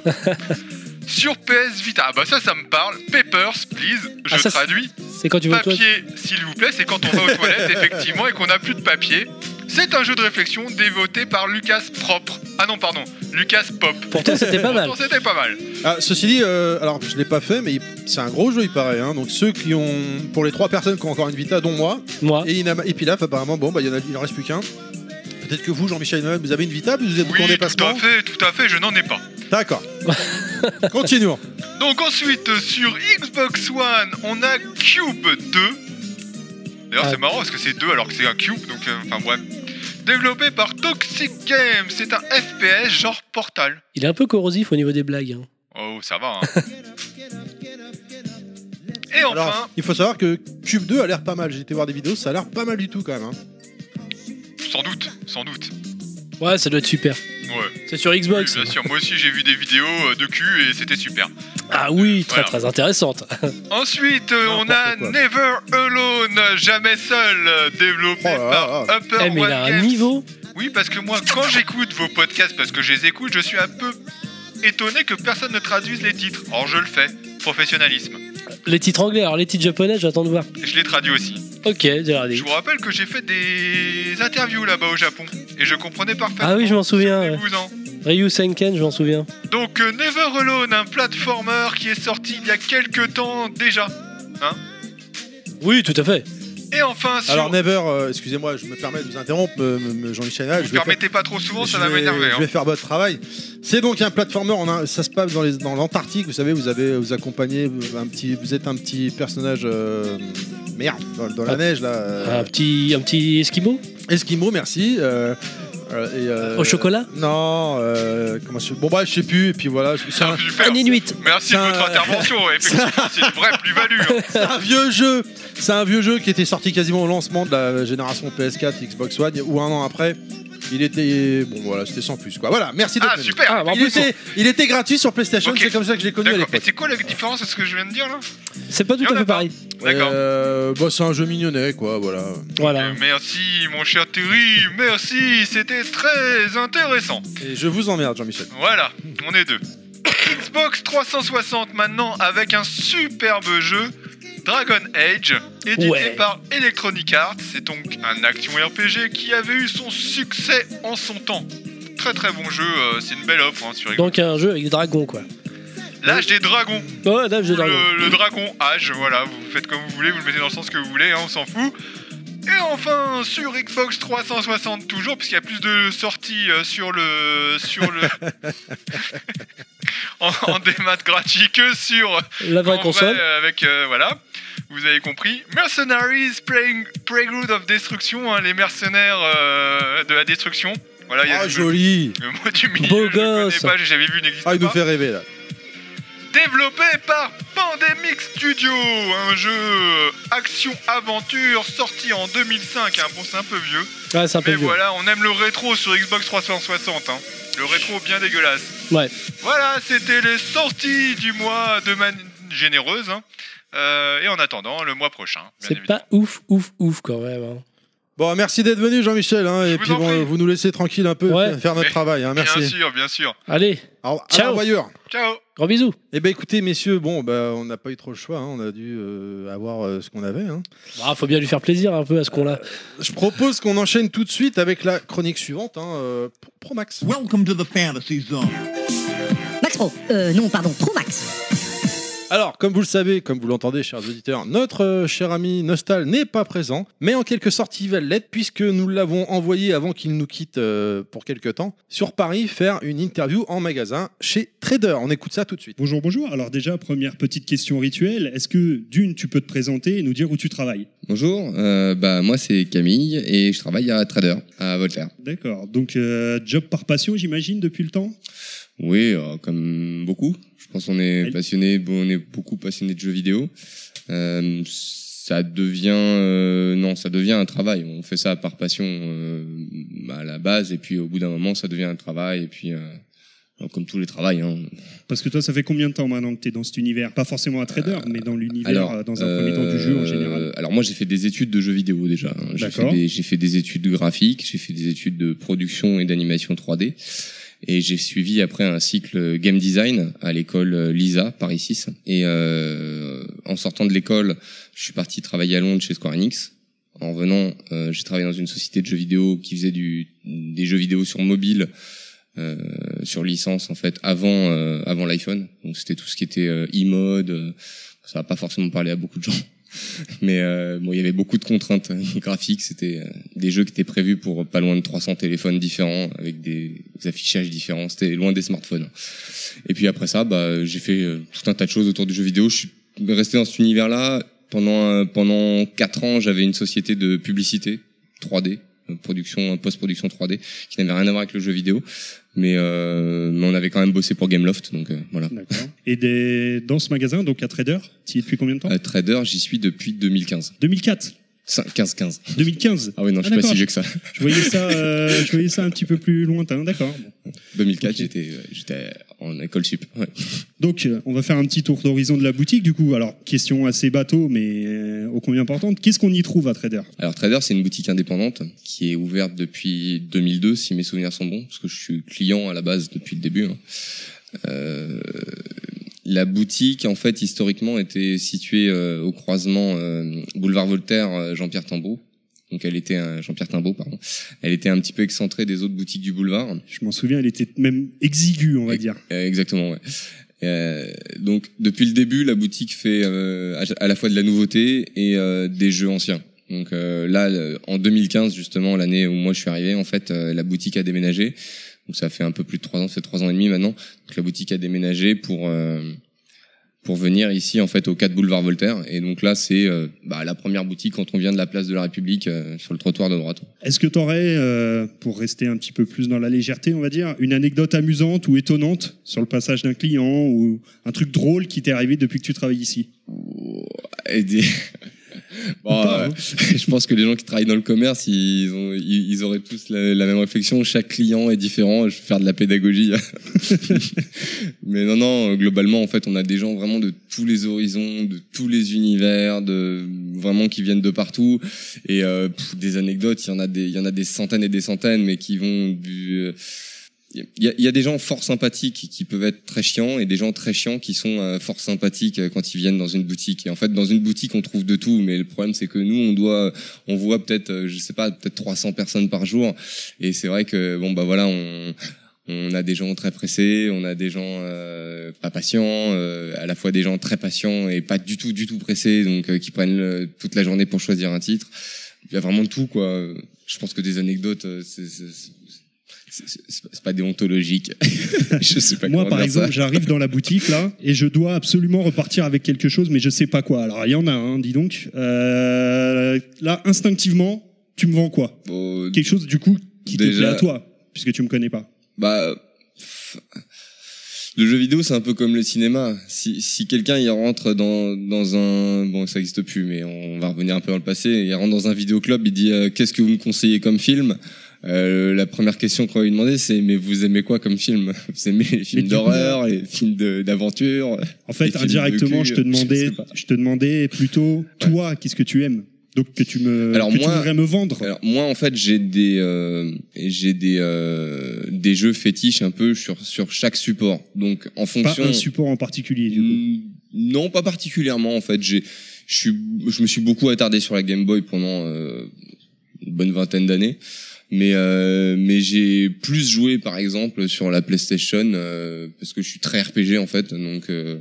Sur PS Vita, ah bah ça, ça me parle. Papers, please. Je Ah, ça, c'est- traduis. C'est quand tu vas toi. Papier, s'il vous plaît, c'est quand on va aux toilettes, effectivement, et qu'on n'a plus de papier. C'est un jeu de réflexion dévoté par Lucas Propre. Ah non, pardon, Lucas Pop. Pourtant, c'était pas mal. Pourtant, c'était pas mal. Ah, ceci dit, euh, alors je l'ai pas fait, mais il- c'est un gros jeu, il paraît. hein. Donc ceux qui ont, pour les trois personnes qui ont encore une Vita, dont moi, Moi. et, Inama, et Pilaf, apparemment, bon, bah, il y en a- il en reste plus qu'un. Peut-être que vous, Jean-Michel Noël, vous avez une Vita, puis vous êtes beaucoup en Oui, tout dépassement. à fait, tout à fait, je n'en ai pas. D'accord. Continuons. Donc ensuite, euh, sur Xbox One, on a Cube 2. D'ailleurs, Ah. c'est marrant parce que c'est 2 alors que c'est un cube, donc euh, enfin bref. Développé par Toxic Games, c'est un FPS genre Portal. Il est un peu corrosif au niveau des blagues. hein. Oh, ça va. hein. Et enfin, Alors, il faut savoir que Cube 2 a l'air pas mal. J'ai été voir des vidéos, ça a l'air pas mal du tout quand même. hein. sans doute, sans doute. Ouais, ça doit être super. Ouais, C'est sur oui, Xbox. bien sûr. Moi aussi, j'ai vu des vidéos euh, de cul et c'était super. Ah oui, très Voilà. très intéressante. Ensuite, euh, on a N'importe quoi. Never Alone, jamais seul, euh, développé Oh là là. par Upper Eh, mais il One a un Games. niveau. Oui, parce que moi, quand j'écoute vos podcasts, parce que je les écoute, je suis un peu étonné que personne ne traduise les titres. Or, je le fais. Professionnalisme. Les titres anglais, alors les titres japonais, j'attends de voir. Et Je les traduis aussi. Ok, j'ai regardé. Je vous rappelle que j'ai fait des interviews là-bas au Japon. Et je comprenais parfaitement. Ah oui, je m'en souviens. ouais. Souvenez-vous-en. Ryu Senken, je m'en souviens. Donc euh, Never Alone, un platformer qui est sorti il y a quelques temps déjà. Oui, tout à fait. Et enfin, sur... Alors, Never, euh, excusez-moi, je me permets de vous interrompre, me- me- me- Jean-Michel Noël. vous je vais faire- permettez pas trop souvent, ça je va vais- m'énerver. hein. Je vais faire votre travail. C'est donc un platformer. On a, ça se passe dans, les- dans l'Antarctique. Vous savez, vous avez vous accompagnez vous- un petit. Vous êtes un petit personnage. euh, merde, dans, dans la Ah. neige là. euh, Un petit, un petit Eskimo Esquimau, merci. euh, euh, et, euh, au chocolat Non. euh, comment je... Bon bah, je sais plus. Et puis voilà. je- C'est un, hein. Super. Un Inuit. Merci de Ça- votre intervention. Effectivement, c'est une vraie plus-value. hein. c'est un vieux jeu. C'est un vieux jeu qui était sorti quasiment au lancement de la génération PS4, Xbox One ou un an après. Il était bon voilà, c'était sans plus quoi. Voilà, merci de Ah, super. Ah, en il, plus, était, il était gratuit sur PlayStation, Ok. c'est comme ça que je l'ai connu à D'accord. l'époque. Et c'est quoi la différence de ce que je viens de dire là c'est pas tout y en à a fait pas. pareil. D'accord. Euh, bah, c'est un jeu mignonnet, quoi, voilà. Voilà. Euh, Merci mon cher Terry, merci, c'était très intéressant. Et je vous emmerde, Jean-Michel. Voilà, on est deux. Xbox 360 maintenant avec un superbe jeu, Dragon Age, édité Ouais. par Electronic Arts. C'est donc un action RPG qui avait eu son succès en son temps. Très très bon jeu, euh, c'est une belle offre hein, sur Xbox. Donc un jeu avec des dragons, quoi. L'âge des dragons, Ouais, là, j'ai des dragons. le, le dragon âge, voilà, vous faites comme vous voulez, vous le mettez dans le sens que vous voulez, hein, on s'en fout. Et enfin, sur Xbox 360 toujours, puisqu'il y a plus de sorties euh, sur le... Sur le en, en démat gratuit que sur... La vraie en vrai, console. euh, avec, euh, voilà, vous avez compris. Mercenaries, Playing- Playground of Destruction, hein, les mercenaires euh, de la destruction. Voilà, il y a Ah, le- joli le mot du milieu, Beau je le connais gosse. pas, j'ai jamais vu, n'existe Ah, il nous pas fait rêver, là. développé par Pandemic Studio, un jeu action-aventure sorti en 2005. hein. Bon, c'est un peu vieux, Ouais, Ah, c'est un peu mais vieux. voilà, on aime le rétro sur Xbox 360. hein. Le rétro bien dégueulasse. Ouais. Voilà, c'était les sorties du mois de manière généreuse. hein. Euh, et en attendant, le mois prochain. bien C'est évidemment. pas ouf, ouf, ouf quand même. hein. Bon, merci d'être venu, Jean-Michel, hein, Je et vous puis en bon, prie. euh, vous nous laissez tranquille un peu Ouais. faire notre Mais- travail, hein, Bien merci. sûr, bien sûr. Allez, Alors, Ciao. Ciao. Ciao. gros bisous. Eh ben, écoutez, messieurs, bon, bah, on n'a pas eu trop le choix, hein, on a dû euh, avoir euh, ce qu'on avait. hein. Bah, faut bien lui faire plaisir un peu à ce qu'on Euh, l'a. Je propose qu'on enchaîne tout de suite avec la chronique suivante, hein, euh, Pro- Promax. Welcome to the fantasy zone. Max Pro, euh, non, pardon, Pro Max. Alors, comme vous le savez, comme vous l'entendez, chers auditeurs, notre euh, cher ami Nostal n'est pas présent, mais en quelque sorte, il va l'être puisque nous l'avons envoyé avant qu'il nous quitte euh, pour quelques temps sur Paris faire une interview en magasin chez Trader. On écoute ça tout de suite. Bonjour, bonjour. Alors déjà, première petite question rituelle. Est-ce que d'une, tu peux te présenter et nous dire où tu travailles Bonjour, euh, bah, moi c'est Camille et je travaille à Trader, à Voltaire. D'accord. Donc, euh, job par passion, j'imagine, depuis le temps Oui, euh, comme beaucoup. Je pense qu'on est Elle- passionné, bon, on est beaucoup passionné de jeux vidéo. Euh, ça devient, euh, non, ça devient un travail. On fait ça par passion euh, à la base et puis au bout d'un moment, ça devient un travail et puis euh, comme tous les travails. Hein, Parce que toi, ça fait combien de temps maintenant que tu es dans cet univers Pas forcément un trader, mais dans l'univers, euh, dans un premier temps du jeu en euh, général. Alors moi j'ai fait des études de jeux vidéo déjà. hein. J'ai fait, D'accord. des- j'ai fait des études graphiques, j'ai fait des études de production et d'animation 3D. Et j'ai suivi après un cycle game design à l'école euh, Lisa Paris 6. Et euh, en sortant de l'école, je suis parti travailler à Londres chez Square Enix. En revenant, euh, j'ai travaillé dans une société de jeux vidéo qui faisait du, des jeux vidéo sur mobile, euh, sur licence en fait, avant euh, avant l'iPhone. Donc c'était tout ce qui était euh, e-mode. euh, ça va pas forcément parler à beaucoup de gens. Mais euh, bon, il y avait beaucoup de contraintes hein, graphiques. C'était euh, des jeux qui étaient prévus pour pas loin de 300 téléphones différents, avec des affichages différents. C'était loin des smartphones. Et puis après ça, bah, j'ai fait euh, tout un tas de choses autour du jeu vidéo. Je suis resté dans cet univers-là pendant euh, pendant quatre ans. J'avais une société de publicité 3D, euh, production euh, post-production 3D, qui n'avait rien à voir avec le jeu vidéo. Mais, euh, mais on avait quand même bossé pour Gameloft, donc euh, voilà. D'accord. Et des... dans ce magasin, donc à Trader, tu es depuis combien de temps Euh, trader, j'y suis depuis 2015. 2004, 15-15. 2015. Ah oui, non, Ah, je suis pas d'accord. si vieux que ça. Je voyais ça, euh, je voyais ça un petit peu plus lointain, d'accord. Bon. 2004, Ok. j'étais euh, j'étais en école sup. Ouais. Donc, euh, on va faire un petit tour d'horizon de la boutique, du coup. Alors, question assez bateau, mais euh, ô combien importante. Qu'est-ce qu'on y trouve à Trader Alors Trader, c'est une boutique indépendante qui est ouverte depuis 2002, si mes souvenirs sont bons, parce que je suis client à la base depuis le début. hein. Euh, la boutique, en fait, historiquement, était située euh, au croisement euh, boulevard Voltaire, euh, Jean-Pierre Tambeau. Donc elle était un- Jean-Pierre Timbaud, pardon. Elle était un petit peu excentrée des autres boutiques du boulevard. Je m'en souviens, elle était même exiguë, on va Et- dire. Euh, Exactement, ouais. Euh, donc depuis le début, la boutique fait euh, à- à la fois de la nouveauté et euh, des jeux anciens. Donc euh, là, euh, en 2015 justement, l'année où moi je suis arrivé, en fait, euh, la boutique a déménagé. Donc ça fait un peu plus de trois ans, ça fait trois ans et demi maintenant. Donc la boutique a déménagé pour euh, pour venir ici en fait au 4 boulevard Voltaire. Et donc là, c'est euh, bah, la première boutique quand on vient de la place de la République euh, sur le trottoir de droite. Est-ce que tu aurais, pour rester un petit peu plus dans la légèreté, on va dire, une anecdote amusante ou étonnante sur le passage d'un client ou un truc drôle qui t'est arrivé depuis que tu travailles ici Et des- Bon, pas, euh, hein. je pense que les gens qui travaillent dans le commerce, ils, ont, ils, ils auraient tous la, la même réflexion. Chaque client est différent. Je vais faire de la pédagogie. Mais non, non. Globalement, en fait, on a des gens vraiment de tous les horizons, de tous les univers, de vraiment qui viennent de partout. Et euh, pff, des anecdotes, il y en a des, il y en a des centaines et des centaines, mais qui vont du euh, il y a, il y a des gens fort sympathiques qui peuvent être très chiants et des gens très chiants qui sont euh, fort sympathiques euh, quand ils viennent dans une boutique. Et en fait, dans une boutique, on trouve de tout, mais le problème c'est que nous, on doit, on voit peut-être, euh, je sais pas, peut-être 300 personnes par jour. Et c'est vrai que bon bah voilà, on on a des gens très pressés, on a des gens euh, pas patients, euh, à la fois des gens très patients et pas du tout du tout pressés, donc euh, qui prennent le- toute la journée pour choisir un titre. Il y a vraiment de tout quoi. Je pense que des anecdotes, euh, c'est c'est- c'est- c'est- c'est- c'est pas- c'est pas déontologique. je sais pas Moi, comment par dire ça. exemple, j'arrive dans la boutique là et je dois absolument repartir avec quelque chose, mais je sais pas quoi. Alors, il y en a, hein, dis donc. Euh, là, instinctivement, tu me vends quoi Bon, Quelque chose, du coup, qui te Déjà- plaît à toi, puisque tu me connais pas. Bah, pff, le jeu vidéo, c'est un peu comme le cinéma. Si, si quelqu'un y rentre dans, dans un... Bon, ça existe plus, mais on va revenir un peu dans le passé. Il rentre dans un vidéoclub, il dit euh, Qu'est-ce que vous me conseillez comme film Euh, la première question qu'on va lui demander, c'est mais vous aimez quoi comme film Vous aimez les Mais films du coup, d'horreur, les films de- d'aventure En Les fait, films de indirectement, cul, je te je demandais, sais pas. je, te demandais plutôt, toi, qu'est-ce que tu aimes Donc que tu me, Alors, que tu moi- voudrais me vendre. Alors moi en fait j'ai des euh, j'ai des euh, des jeux fétiches un peu sur sur chaque support. Donc en pas fonction un support en particulier. Du coup. Mm, Non, pas particulièrement en fait. J'ai, je suis, je me suis beaucoup attardé sur la Game Boy pendant euh, une bonne vingtaine d'années, mais euh, mais j'ai plus joué par exemple sur la PlayStation euh, parce que je suis très RPG en fait, donc. euh,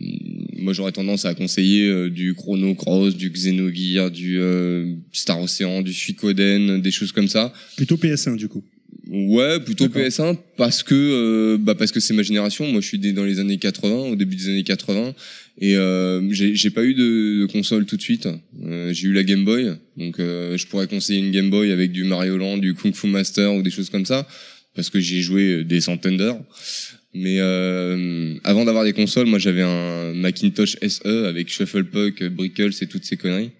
mm, moi, j'aurais tendance à conseiller euh, du Chrono Cross, du Xenogear, du euh, Star Ocean, du Suikoden, des choses comme ça. Plutôt PS1 du coup. Ouais, plutôt D'accord. PS1 parce que euh, bah parce que c'est ma génération. Moi, je suis né dans les années 80, au début des années 80, et euh, j'ai j'ai pas eu de, de console tout de suite. Euh, j'ai eu la Game Boy, donc euh, je pourrais conseiller une Game Boy avec du Mario Land, du Kung Fu Master ou des choses comme ça, parce que j'y ai joué euh, des centaines d'heures. Mais euh, avant d'avoir des consoles, moi j'avais un Macintosh SE avec Shuffle Puck, Brickles et toutes ces conneries.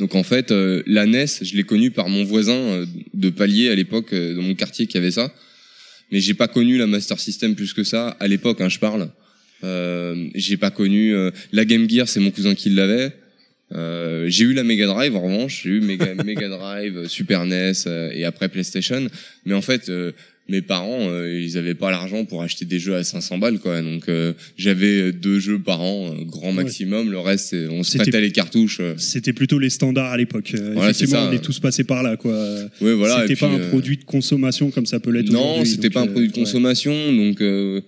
Donc en fait, euh, la NES, je l'ai connue par mon voisin euh, de palier à l'époque euh, dans mon quartier qui avait ça. Mais j'ai pas connu la Master System plus que ça à l'époque, hein, je parle. Euh, j'ai pas connu euh, la Game Gear, c'est mon cousin qui l'avait. Euh, j'ai eu la Mega Drive en revanche, j'ai eu Mega, Mega Drive, euh, Super NES euh, et après PlayStation. Mais en fait, euh, mes parents, euh, ils avaient pas l'argent pour acheter des jeux à 500 balles, quoi. Donc euh, j'avais euh, deux jeux par an, euh, grand maximum. Le reste, c'est- on se C'était- prêtait les cartouches. euh, C'était plutôt les standards à l'époque. Euh, Voilà, c'est Effectivement, ça. on est tous passés par là quoi. Ouais, voilà. et c'était pas puis, un euh, produit de consommation comme ça peut l'être. Non, aujourd'hui, c'était donc, pas un euh, produit de ouais. consommation, donc euh,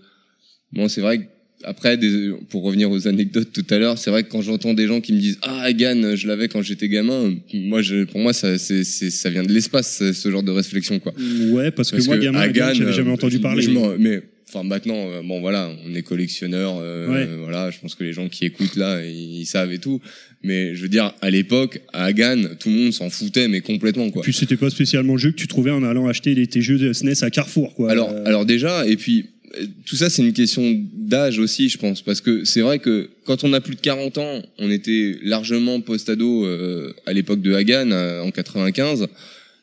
bon, c'est vrai que après, des- pour revenir aux anecdotes tout à l'heure, c'est vrai que quand j'entends des gens qui me disent Ah, Hagan, je l'avais quand j'étais gamin, moi, je, pour moi, ça, c'est, c'est- ça vient de l'espace, ce- ce genre de réflexion, quoi. Ouais, parce, que moi, gamin, Hagan, j'avais jamais euh, entendu parler. je m'en- mais enfin, maintenant, euh, bon, voilà, on est collectionneur, euh, Ouais. voilà, je pense que les gens qui écoutent là, ils, ils savent et tout. Mais je veux dire, à l'époque, à Hagan, tout le monde s'en foutait, mais complètement, quoi. Puis c'était pas spécialement le jeu que tu trouvais en allant acheter les- tes jeux de SNES à Carrefour, quoi. Alors, Euh, alors déjà, et puis euh, tout ça, c'est une question d'âge aussi, je pense, parce que c'est vrai que quand on a plus de 40 ans, on était largement post-ado euh, à l'époque de Hagan euh, en 95.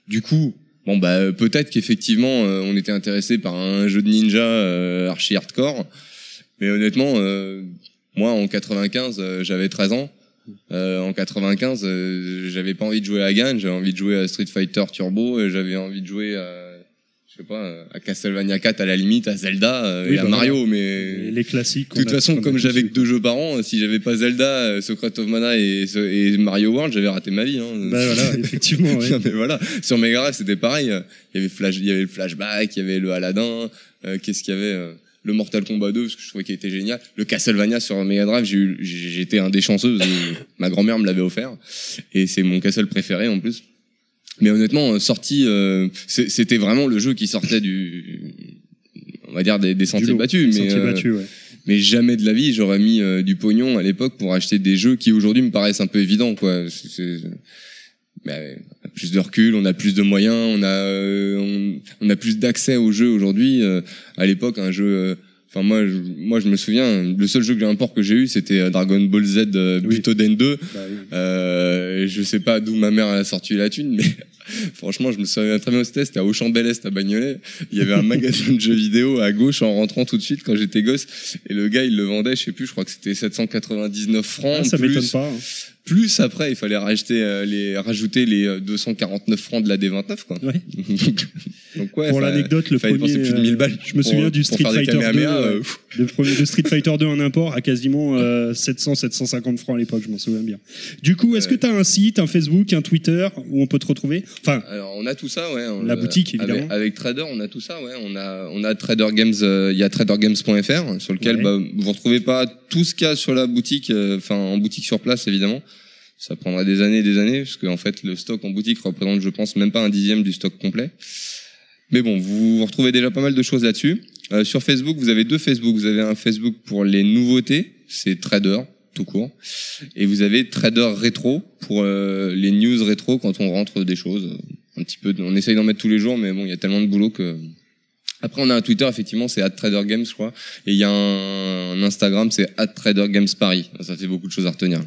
Du coup, bon bah euh, peut-être qu'effectivement, euh, on était intéressé par un jeu de ninja euh, archi hardcore, mais honnêtement, euh, moi en 95, euh, j'avais 13 ans. Euh, en 95, euh, j'avais pas envie de jouer à Hagan, j'avais envie de jouer à Street Fighter Turbo, euh, j'avais envie de jouer à je sais pas, euh, à Castlevania 4 à la limite, à Zelda euh, Oui, et à bah Mario, les mais les classiques. de toute façon, comme j'avais que deux deux jeux par an, euh, si j'avais pas Zelda, euh, Secret of Mana et, et Mario World, j'avais raté ma vie. Hein. Bah voilà, effectivement, ouais. Non, mais voilà, sur Mega Drive, c'était pareil. Il y avait Flash, il y avait le Flashback, il y avait le Aladdin. euh, Qu'est-ce qu'il y avait euh, Le Mortal Kombat 2, parce que je trouvais qu'il était génial. Le Castlevania sur Mega Drive, j'ai eu- j'ai- j'étais un des chanceux. parce que ma grand-mère me l'avait offert, et c'est mon Castle préféré en plus. Mais honnêtement, euh, sorti, euh, c'est- c'était vraiment le jeu qui sortait du, on va dire des, des sentiers lot, battus. mais, sentiers euh, battus, ouais. mais jamais de la vie, j'aurais mis euh, du pognon à l'époque pour acheter des jeux qui aujourd'hui me paraissent un peu évidents, quoi. C'est- c'est- Mais, euh, on a plus de recul, on a plus de moyens, on a, euh, on, on a plus d'accès aux jeux aujourd'hui. euh, à l'époque, un jeu. euh, Enfin moi, je, moi je me souviens, le seul jeu que j'ai un port que j'ai eu, c'était euh, Dragon Ball Z euh, Oui. Butoden 2. Bah oui. Euh, je sais pas d'où ma mère a sorti la thune, mais franchement, je me souviens très bien, c'était c'était à Auchan-Bel-Est, à Bagnolet. Il y avait un magasin de jeux vidéo à gauche en rentrant tout de suite quand j'étais gosse. Et le gars, il le vendait, je sais plus, je crois que c'était 799 francs. Ah, ça m'étonne plus, pas. hein. plus après, il fallait racheter, euh, les, rajouter les euh, 249 francs de la D29, quoi. Ouais. Donc ouais, pour fa- l'anecdote, le fallait premier, euh, dépenser plus de 1000 balles. je me pour- euh, souviens du pour Street faire des Fighter 2, Kamehameha, ouais. euh, le premier de Street Fighter 2 en import à quasiment euh, 700-750 francs à l'époque, je m'en souviens bien. Du coup, est-ce que Ouais. tu as un site, un Facebook, un Twitter où on peut te retrouver Enfin, Alors Euh, on a tout ça, ouais. on La a- boutique, évidemment. Avec, avec Trader, on a tout ça, ouais. On a, on a Trader Games. euh, Il y a TraderGames.fr sur lequel Ouais. bah, vous retrouvez pas tout ce qu'il y a sur la boutique, euh, enfin en boutique sur place, évidemment. Ça prendra des années et des années, parce qu'en fait, le stock en boutique représente, je pense, même pas un dixième du stock complet. Mais bon, vous, vous retrouvez déjà pas mal de choses là-dessus. Euh, sur Facebook, vous avez deux Facebook. Vous avez un Facebook pour les nouveautés, c'est Trader, tout court. Et vous avez Trader Rétro pour euh, les news rétro quand on rentre des choses. Un petit peu, de- on essaye d'en mettre tous les jours, mais bon, il y a tellement de boulot que. Après, on a un Twitter, effectivement, c'est @tradergames, je crois. Et il y a un, un Instagram, c'est @tradergamesparis. Ça fait beaucoup de choses à retenir.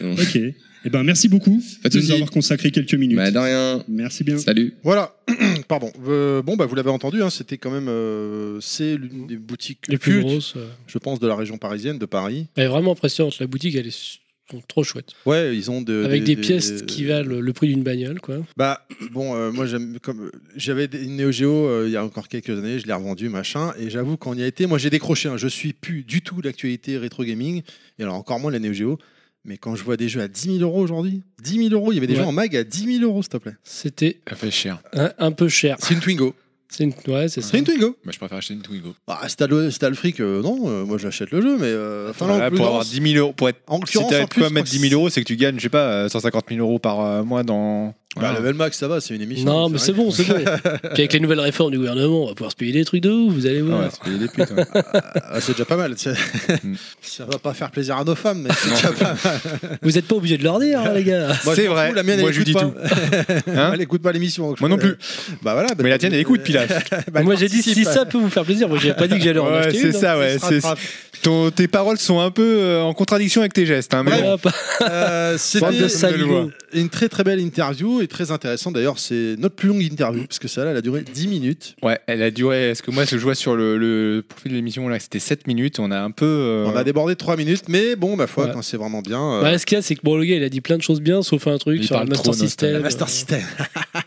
ok. Eh ben, merci beaucoup Pas de de nous souci. Bah, avoir consacré quelques minutes. Mais de rien. Merci bien. Salut. Voilà, pardon. Euh, bon, bah, vous l'avez entendu, hein, c'était quand même. euh, c'est l'une des boutiques Les plus cultes, grosses. euh. je pense, de la région parisienne, de Paris. Elle est vraiment impressionnante. La boutique, elle est s- sont trop chouette. Ouais, ils ont de- Avec des pièces qui valent le prix d'une bagnole, quoi. Bah, bon, euh, moi, j'aime. comme euh, J'avais des- une Neo Geo euh, il y a encore quelques années, je l'ai revendue, machin. Et j'avoue qu'on y a été. Moi, j'ai décroché. hein, je suis plus du tout l'actualité rétro gaming. Et alors, encore moins la Neo Geo. Mais quand je vois des jeux à 10 000 euros aujourd'hui, 10 000 euros, il y avait des Ouais. gens en mag à 10 000 euros, s'il te plaît. C'était Ça fait cher. un, un peu cher. C'est une Twingo. C'est une... Ouais, c'est ça. C'est une Twingo. Moi, je préfère acheter une Twingo. Bah, si t'as le, si t'as le fric, euh, non, euh, moi j'achète le jeu, mais. euh, enfin, là, en Voilà, pour plus, avoir non, 10 000 euros, pour être. En Si l'occurrence, t'as en de quoi plus, mettre je 10 crois 000 euros, c'est que tu gagnes, je sais pas, euh, 150 000 euros par euh, mois dans. que- Bah, Voilà. level max, ça va, c'est une émission. Non, mais c'est rien. bon, c'est bon. Puis avec les nouvelles réformes du gouvernement, on va pouvoir se payer des trucs de ouf, vous allez Ah voir. ouais, euh, c'est payer des putes, ouais. Ah, c'est déjà pas mal. c'est- Mm. ça va pas faire plaisir à nos femmes, mais c'est déjà pas mal. Vous êtes pas obligé de leur dire, hein, les gars. Moi, je C'est m'en vrai. fous, La mienne, elle Moi, je lui dis écoute tout. pas. Hein Elle écoute Bah, pas l'émission. donc je Moi non peux- plus. Bah voilà. bah, Mais la tienne, elle écoute, Pilaf. bah, elle Moi, j'ai dit participe. si ça peut vous faire plaisir. Moi, j'ai pas dit que j'allais en Ouais, acheter. c'est une, hein. ça, ouais. Elle se c'est- rattrape. ton- tes paroles sont un peu euh, en contradiction avec tes gestes. Hein, mais Ouais, bon. pas- Euh, Bande C'était de salauds. une très très belle interview et très intéressante. D'ailleurs, c'est notre plus longue interview parce que celle-là, elle a duré 10 minutes. Ouais, elle a duré. Est-ce que moi, ce que je vois sur le, le profil de l'émission, là, c'était 7 minutes. On a un peu. euh, On a débordé 3 minutes, mais bon, ma foi, Ouais. quand c'est vraiment bien. euh, Bah, ce qu'il y a, c'est que bon, le gars, il a dit plein de choses bien, sauf un truc Il sur le parle trop, Master non, System. c'est La Master Euh, System.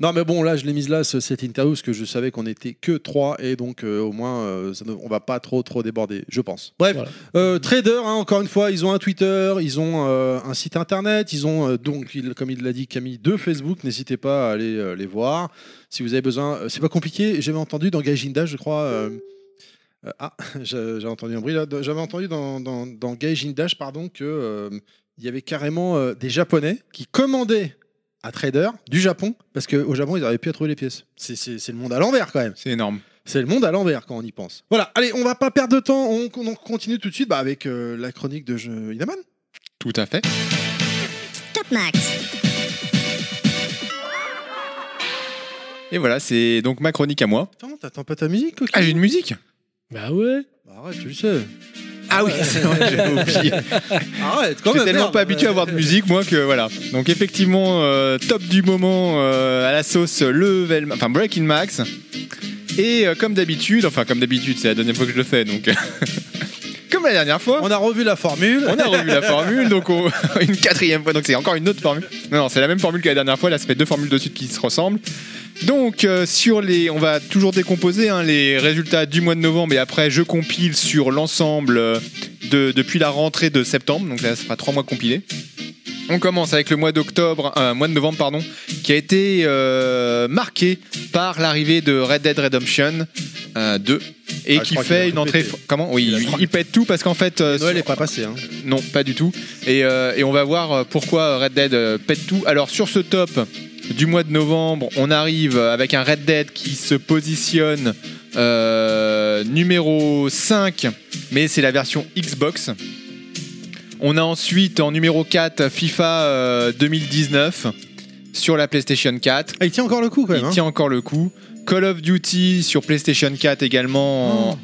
Non, mais bon, là, je l'ai mise là, ce- cette interview, parce que je savais qu'on était que trois, et donc euh, au moins, euh, ça ne- on va pas trop, trop déborder, je pense. Bref, Voilà. euh, Trader, hein, encore une fois, ils ont un Twitter, ils ont euh, un site internet, ils ont euh, donc, il- comme il l'a dit Camille, deux Facebook, n'hésitez pas à aller euh, les voir. Si vous avez besoin, euh, c'est pas compliqué, j'avais entendu dans Gaijinda, je crois. euh, Euh, ah, je- j'ai entendu un bruit là. De- J'avais entendu dans, dans, dans Gaijin Dash, pardon, que euh, il y avait carrément euh, des Japonais qui commandaient à Trader du Japon parce qu'au Japon, ils n'arrivaient plus à trouver les pièces. C'est- C'est c'est le monde à l'envers quand même. C'est énorme. C'est le monde à l'envers quand on y pense. Voilà, allez, on va pas perdre de temps. On, on continue tout de suite bah, avec euh, la chronique de jeu Inaman. Tout à fait. Top Max. Et voilà, c'est donc ma chronique à moi. Attends, t'attends pas ta musique coquille Ah, j'ai une musique Bah ouais. Bah, Arrête, tu le sais. Ah oui, c'est vrai, j'avais oublié. Arrête, quand Je même. suis tellement merde. pas habitué à avoir de musique, moi, que voilà. Donc, effectivement, euh, top du moment euh, à la sauce level, enfin Breaking Max. Et euh, comme d'habitude, enfin, comme d'habitude, c'est la deuxième fois que je le fais, donc. comme la dernière fois. On a revu la formule. On a revu la formule, donc on- une quatrième fois, donc c'est encore une autre formule. Non, non, c'est la même formule que la dernière fois, là ça fait deux formules de suite qui se ressemblent. Donc euh, sur les, on va toujours décomposer hein, les résultats du mois de novembre et après je compile sur l'ensemble euh, de, depuis la rentrée de septembre, donc là ça fera trois mois compilés. On commence avec le mois d'octobre, euh, mois de novembre pardon, qui a été euh, marqué par l'arrivée de Red Dead Redemption euh, 2 et Ah, je qui crois qu'il a fait une tout entrée. pété. Comment Oui, Il a il, tout il pète tout parce qu'en fait euh, Noël est pas passé. Hein. non, pas du tout. Et, euh, et on va voir euh, pourquoi Red Dead euh, pète tout. Alors sur ce top du mois de novembre, on arrive euh, avec un Red Dead qui se positionne euh, numéro 5, mais c'est la version Xbox. On a ensuite en numéro 4 FIFA euh, 2019 sur la PlayStation 4. Ah, il tient encore le coup quand même. Il hein. tient encore le coup. Call of Duty sur PlayStation 4 Hmm. également en-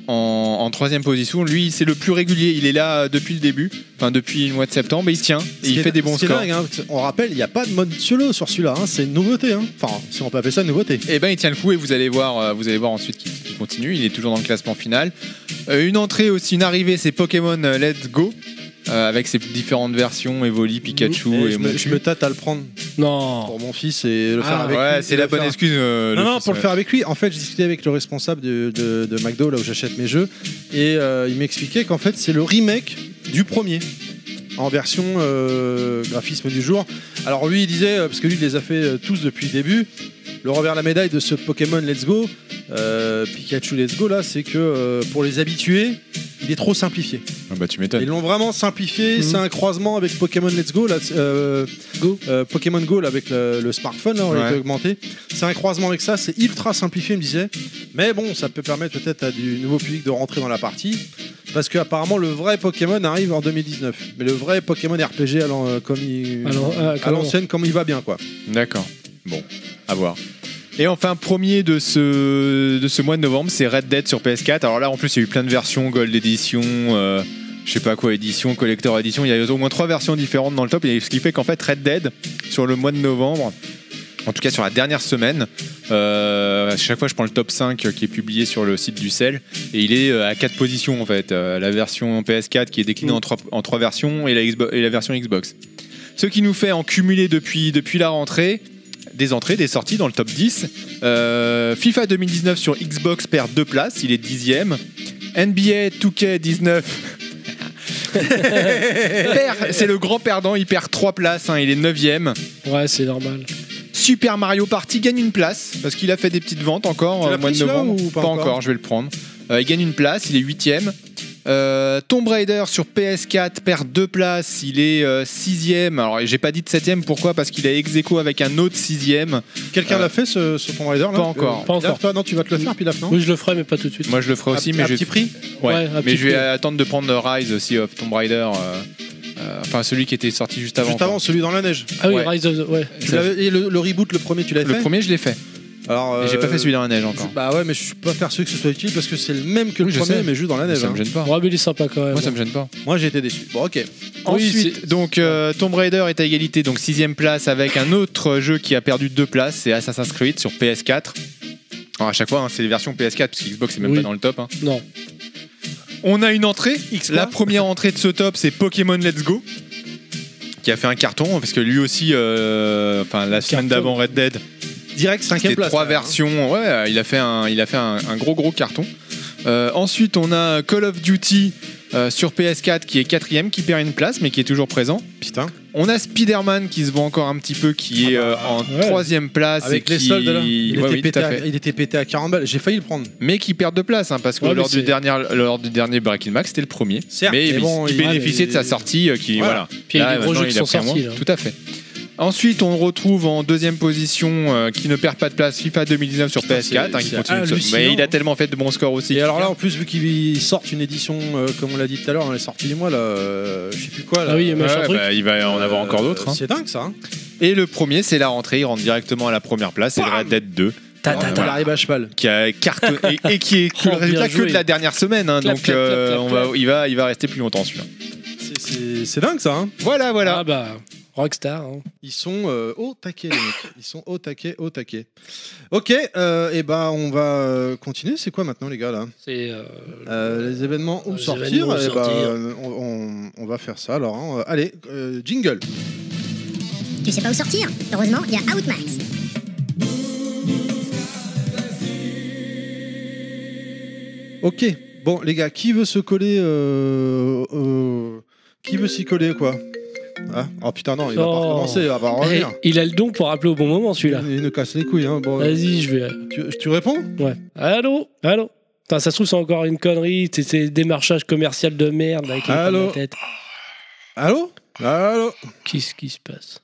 en, en troisième position. Lui, c'est le plus régulier. Il est là euh, depuis le début, enfin depuis le mois de septembre. Et il se tient. Ce Et il qui est- fait des bons ce qui est scores. dingue, hein, on rappelle, il n'y a pas de mode solo sur celui-là. hein, c'est une nouveauté. hein. Enfin, si on peut appeler ça une nouveauté. Et ben, il tient le coup. Et vous allez voir, euh, vous allez voir ensuite qu'il qu'il continue. Il est toujours dans le classement final. Euh, une entrée aussi, une arrivée, c'est Pokémon euh, Let's Go. euh, avec ses différentes versions, Evoli, Pikachu Et et, Eh, je, me, Mon- je me tâte à le prendre Non. pour mon fils et le faire Ah, avec Ouais, lui, c'est et la le bonne faire- excuse. euh, Non, non, fils, pour ouais. le faire avec lui. En fait, je discutais avec le responsable de, de, de McDo, là où j'achète mes jeux, et euh, il m'expliquait qu'en fait, c'est le remake du premier, en version euh, graphisme du jour. Alors lui, il disait, euh, parce que lui, il les a fait euh, tous depuis le début, le revers de la médaille de ce Pokémon Let's Go, euh, Pikachu Let's Go, là, c'est que euh, pour les habitués, il est trop simplifié. Ah bah, tu Ils m'étonnes. l'ont vraiment simplifié. C'est un croisement avec Pokémon Let's Go, là, euh, euh, Pokémon Go là, avec le, le smartphone, là, on l'a Ouais. augmenté. C'est un croisement avec ça. C'est ultra simplifié, il me disait. Mais bon, ça peut permettre peut-être à du nouveau public de rentrer dans la partie. Parce que apparemment le vrai Pokémon arrive en 2019. Mais le vrai Pokémon RPG, alors, euh, comme il- Alors, ah, à comment l'ancienne, comme il va bien, quoi. D'accord. Bon, à voir. Et enfin, premier de ce, de ce mois de novembre, c'est Red Dead sur PS4. Alors là, en plus, il y a eu plein de versions, Gold Edition, euh, je sais pas quoi, Edition, Collector Edition. Il y a eu au moins trois versions différentes dans le top. Et ce qui fait qu'en fait, Red Dead, sur le mois de novembre, en tout cas sur la dernière semaine, euh, à chaque fois, je prends le top 5 qui est publié sur le site du sel. Et il est euh, à quatre positions, en fait. Euh, la version PS4 qui est déclinée en, trois, en trois versions et la, Xbo- et la version Xbox. Ce qui nous fait en cumulé depuis, depuis la rentrée des entrées, des sorties dans le top 10. Euh, FIFA 2019 sur Xbox perd deux places, il est dixième. NBA 2K19 perd, c'est le grand perdant, il perd trois places, hein, il est neuvième. Ouais, c'est normal. Super Mario Party gagne une place parce qu'il a fait des petites ventes encore Tu l'as euh, au mois pris, de celui-là, novembre. ou pas encore je vais le prendre. Euh, il gagne une place, il est huitième. Euh, Tomb Raider sur PS4 perd deux places, il est euh, sixième. Alors j'ai pas dit de septième, pourquoi Parce qu'il est ex aequo avec un autre sixième. Quelqu'un Euh, l'a fait ce, ce Tomb Raider là pas encore. Pas Pilaf, encore. toi, non, tu vas te le faire, Pilaf, non Oui, je le ferai, mais pas tout de suite. Moi je le ferai À- aussi, à mais je petit prix Ouais, Ouais, un mais petit je vais peu. attendre de prendre Rise aussi of Tomb Raider. euh, euh, enfin, celui qui était sorti juste avant. Juste avant, celui dans la neige. Ah oui, Ouais. Rise of the. Ouais. Tu l'avais- et le, le reboot, le premier, tu l'as Le fait premier, je l'ai fait. Alors, Et j'ai pas euh, fait celui dans la neige encore. Je- Bah ouais, mais je suis pas persuadé que ce soit utile parce que c'est le même que Oui, le je premier, sais. mais juste dans la neige. ça hein. me gêne pas. Bravo, il est sympa quand même. Moi, ça me gêne pas. Moi j'ai été déçu. Bon, ok. Oui, Ensuite, donc euh, Tomb Raider est à égalité, donc sixième place avec un autre jeu qui a perdu deux places, c'est Assassin's Creed sur PS4. Alors à chaque fois, hein, c'est les versions PS4 parce que Xbox est même Oui. pas dans le top. hein. Non. On a une entrée. La première entrée de ce top, c'est Pokémon Let's Go, qui a fait un carton parce que lui aussi, euh, enfin la semaine carton. d'avant Red Dead, Direct C'était cinquième place. trois là, versions. Ouais, il a fait un, il a fait un, un gros gros carton. Euh, ensuite, on a Call of Duty euh, sur PS4 qui est quatrième, qui perd une place, mais qui est toujours présent. hein. Putain. On a Spider-Man qui se voit encore un petit peu, qui est euh, en ouais. troisième place. Avec et les qui- soldes là il, Ouais, était oui, tout pété à à, fait. il était pété à 40 balles, j'ai failli le prendre. Mais qui perd de place, hein, parce que Ouais, mais lors, du c'est- dernier, lors du dernier Breaking Max, c'était le premier. Certes, mais mais il, bon, il il- bénéficiait de sa sortie. euh, qui, Voilà. voilà. Puis il y a Là, des gros maintenant, jeux qui il a sont pris un sortis. mois. là. Tout à fait. Ensuite, on retrouve en deuxième position, euh, qui ne perd pas de place, FIFA 2019 sur PS4. hein, Ah, qui c'est continue de se- hallucinant, Mais il a hein. tellement fait de bons scores aussi. Et alors là, en plus, vu qu'ils sortent une édition, euh, comme on l'a dit tout à l'heure, elle est sortie du mois, là, euh, je sais plus quoi. Là, Ah oui, Ouais, machin truc. bah, il va en avoir encore Euh, d'autres. hein. C'est dingue ça. hein. Et le premier, c'est la rentrée. Il rentre directement à la première place. C'est le Red Dead 2. Ta, Alors, ta, ta. Il arrive à cheval. qui a carton et, et qui est que Oh, le résultat bien joué. que de la dernière semaine. hein, Clap, donc clap, clap, euh, clap, on clap. va, il va, il va rester plus longtemps celui-là. C'est- C'est c'est dingue ça. hein. Voilà, voilà. Ah bah, Rockstar. hein. Ils sont euh, au taquet, les mecs. Ils sont au taquet, au taquet. Ok, euh, et bah on va euh, continuer. C'est quoi maintenant, les gars là C'est euh, Euh, Les événements où Les sortir. événements où eh ben, sortir. euh, on, on- on va faire ça alors. hein. Allez, euh, jingle. Tu sais pas où sortir Heureusement, il y a Outmax. Ok. Bon, les gars, qui veut se coller euh, euh, Qui veut s'y coller, quoi Ah, Oh putain, non, il va pas Oh. recommencer, il va pas Eh, Eh. revenir. il a le don pour rappeler au bon moment celui-là. Il, il nous casse les couilles. Hein. Bon, Vas-y, je vais. tu, tu réponds Ouais. Allô Allô Putain, ça se trouve, c'est encore une connerie. C'est c'est démarchage commercial de merde avec les Allô pommes de tête. Allô Allô Qu'est-ce qui se passe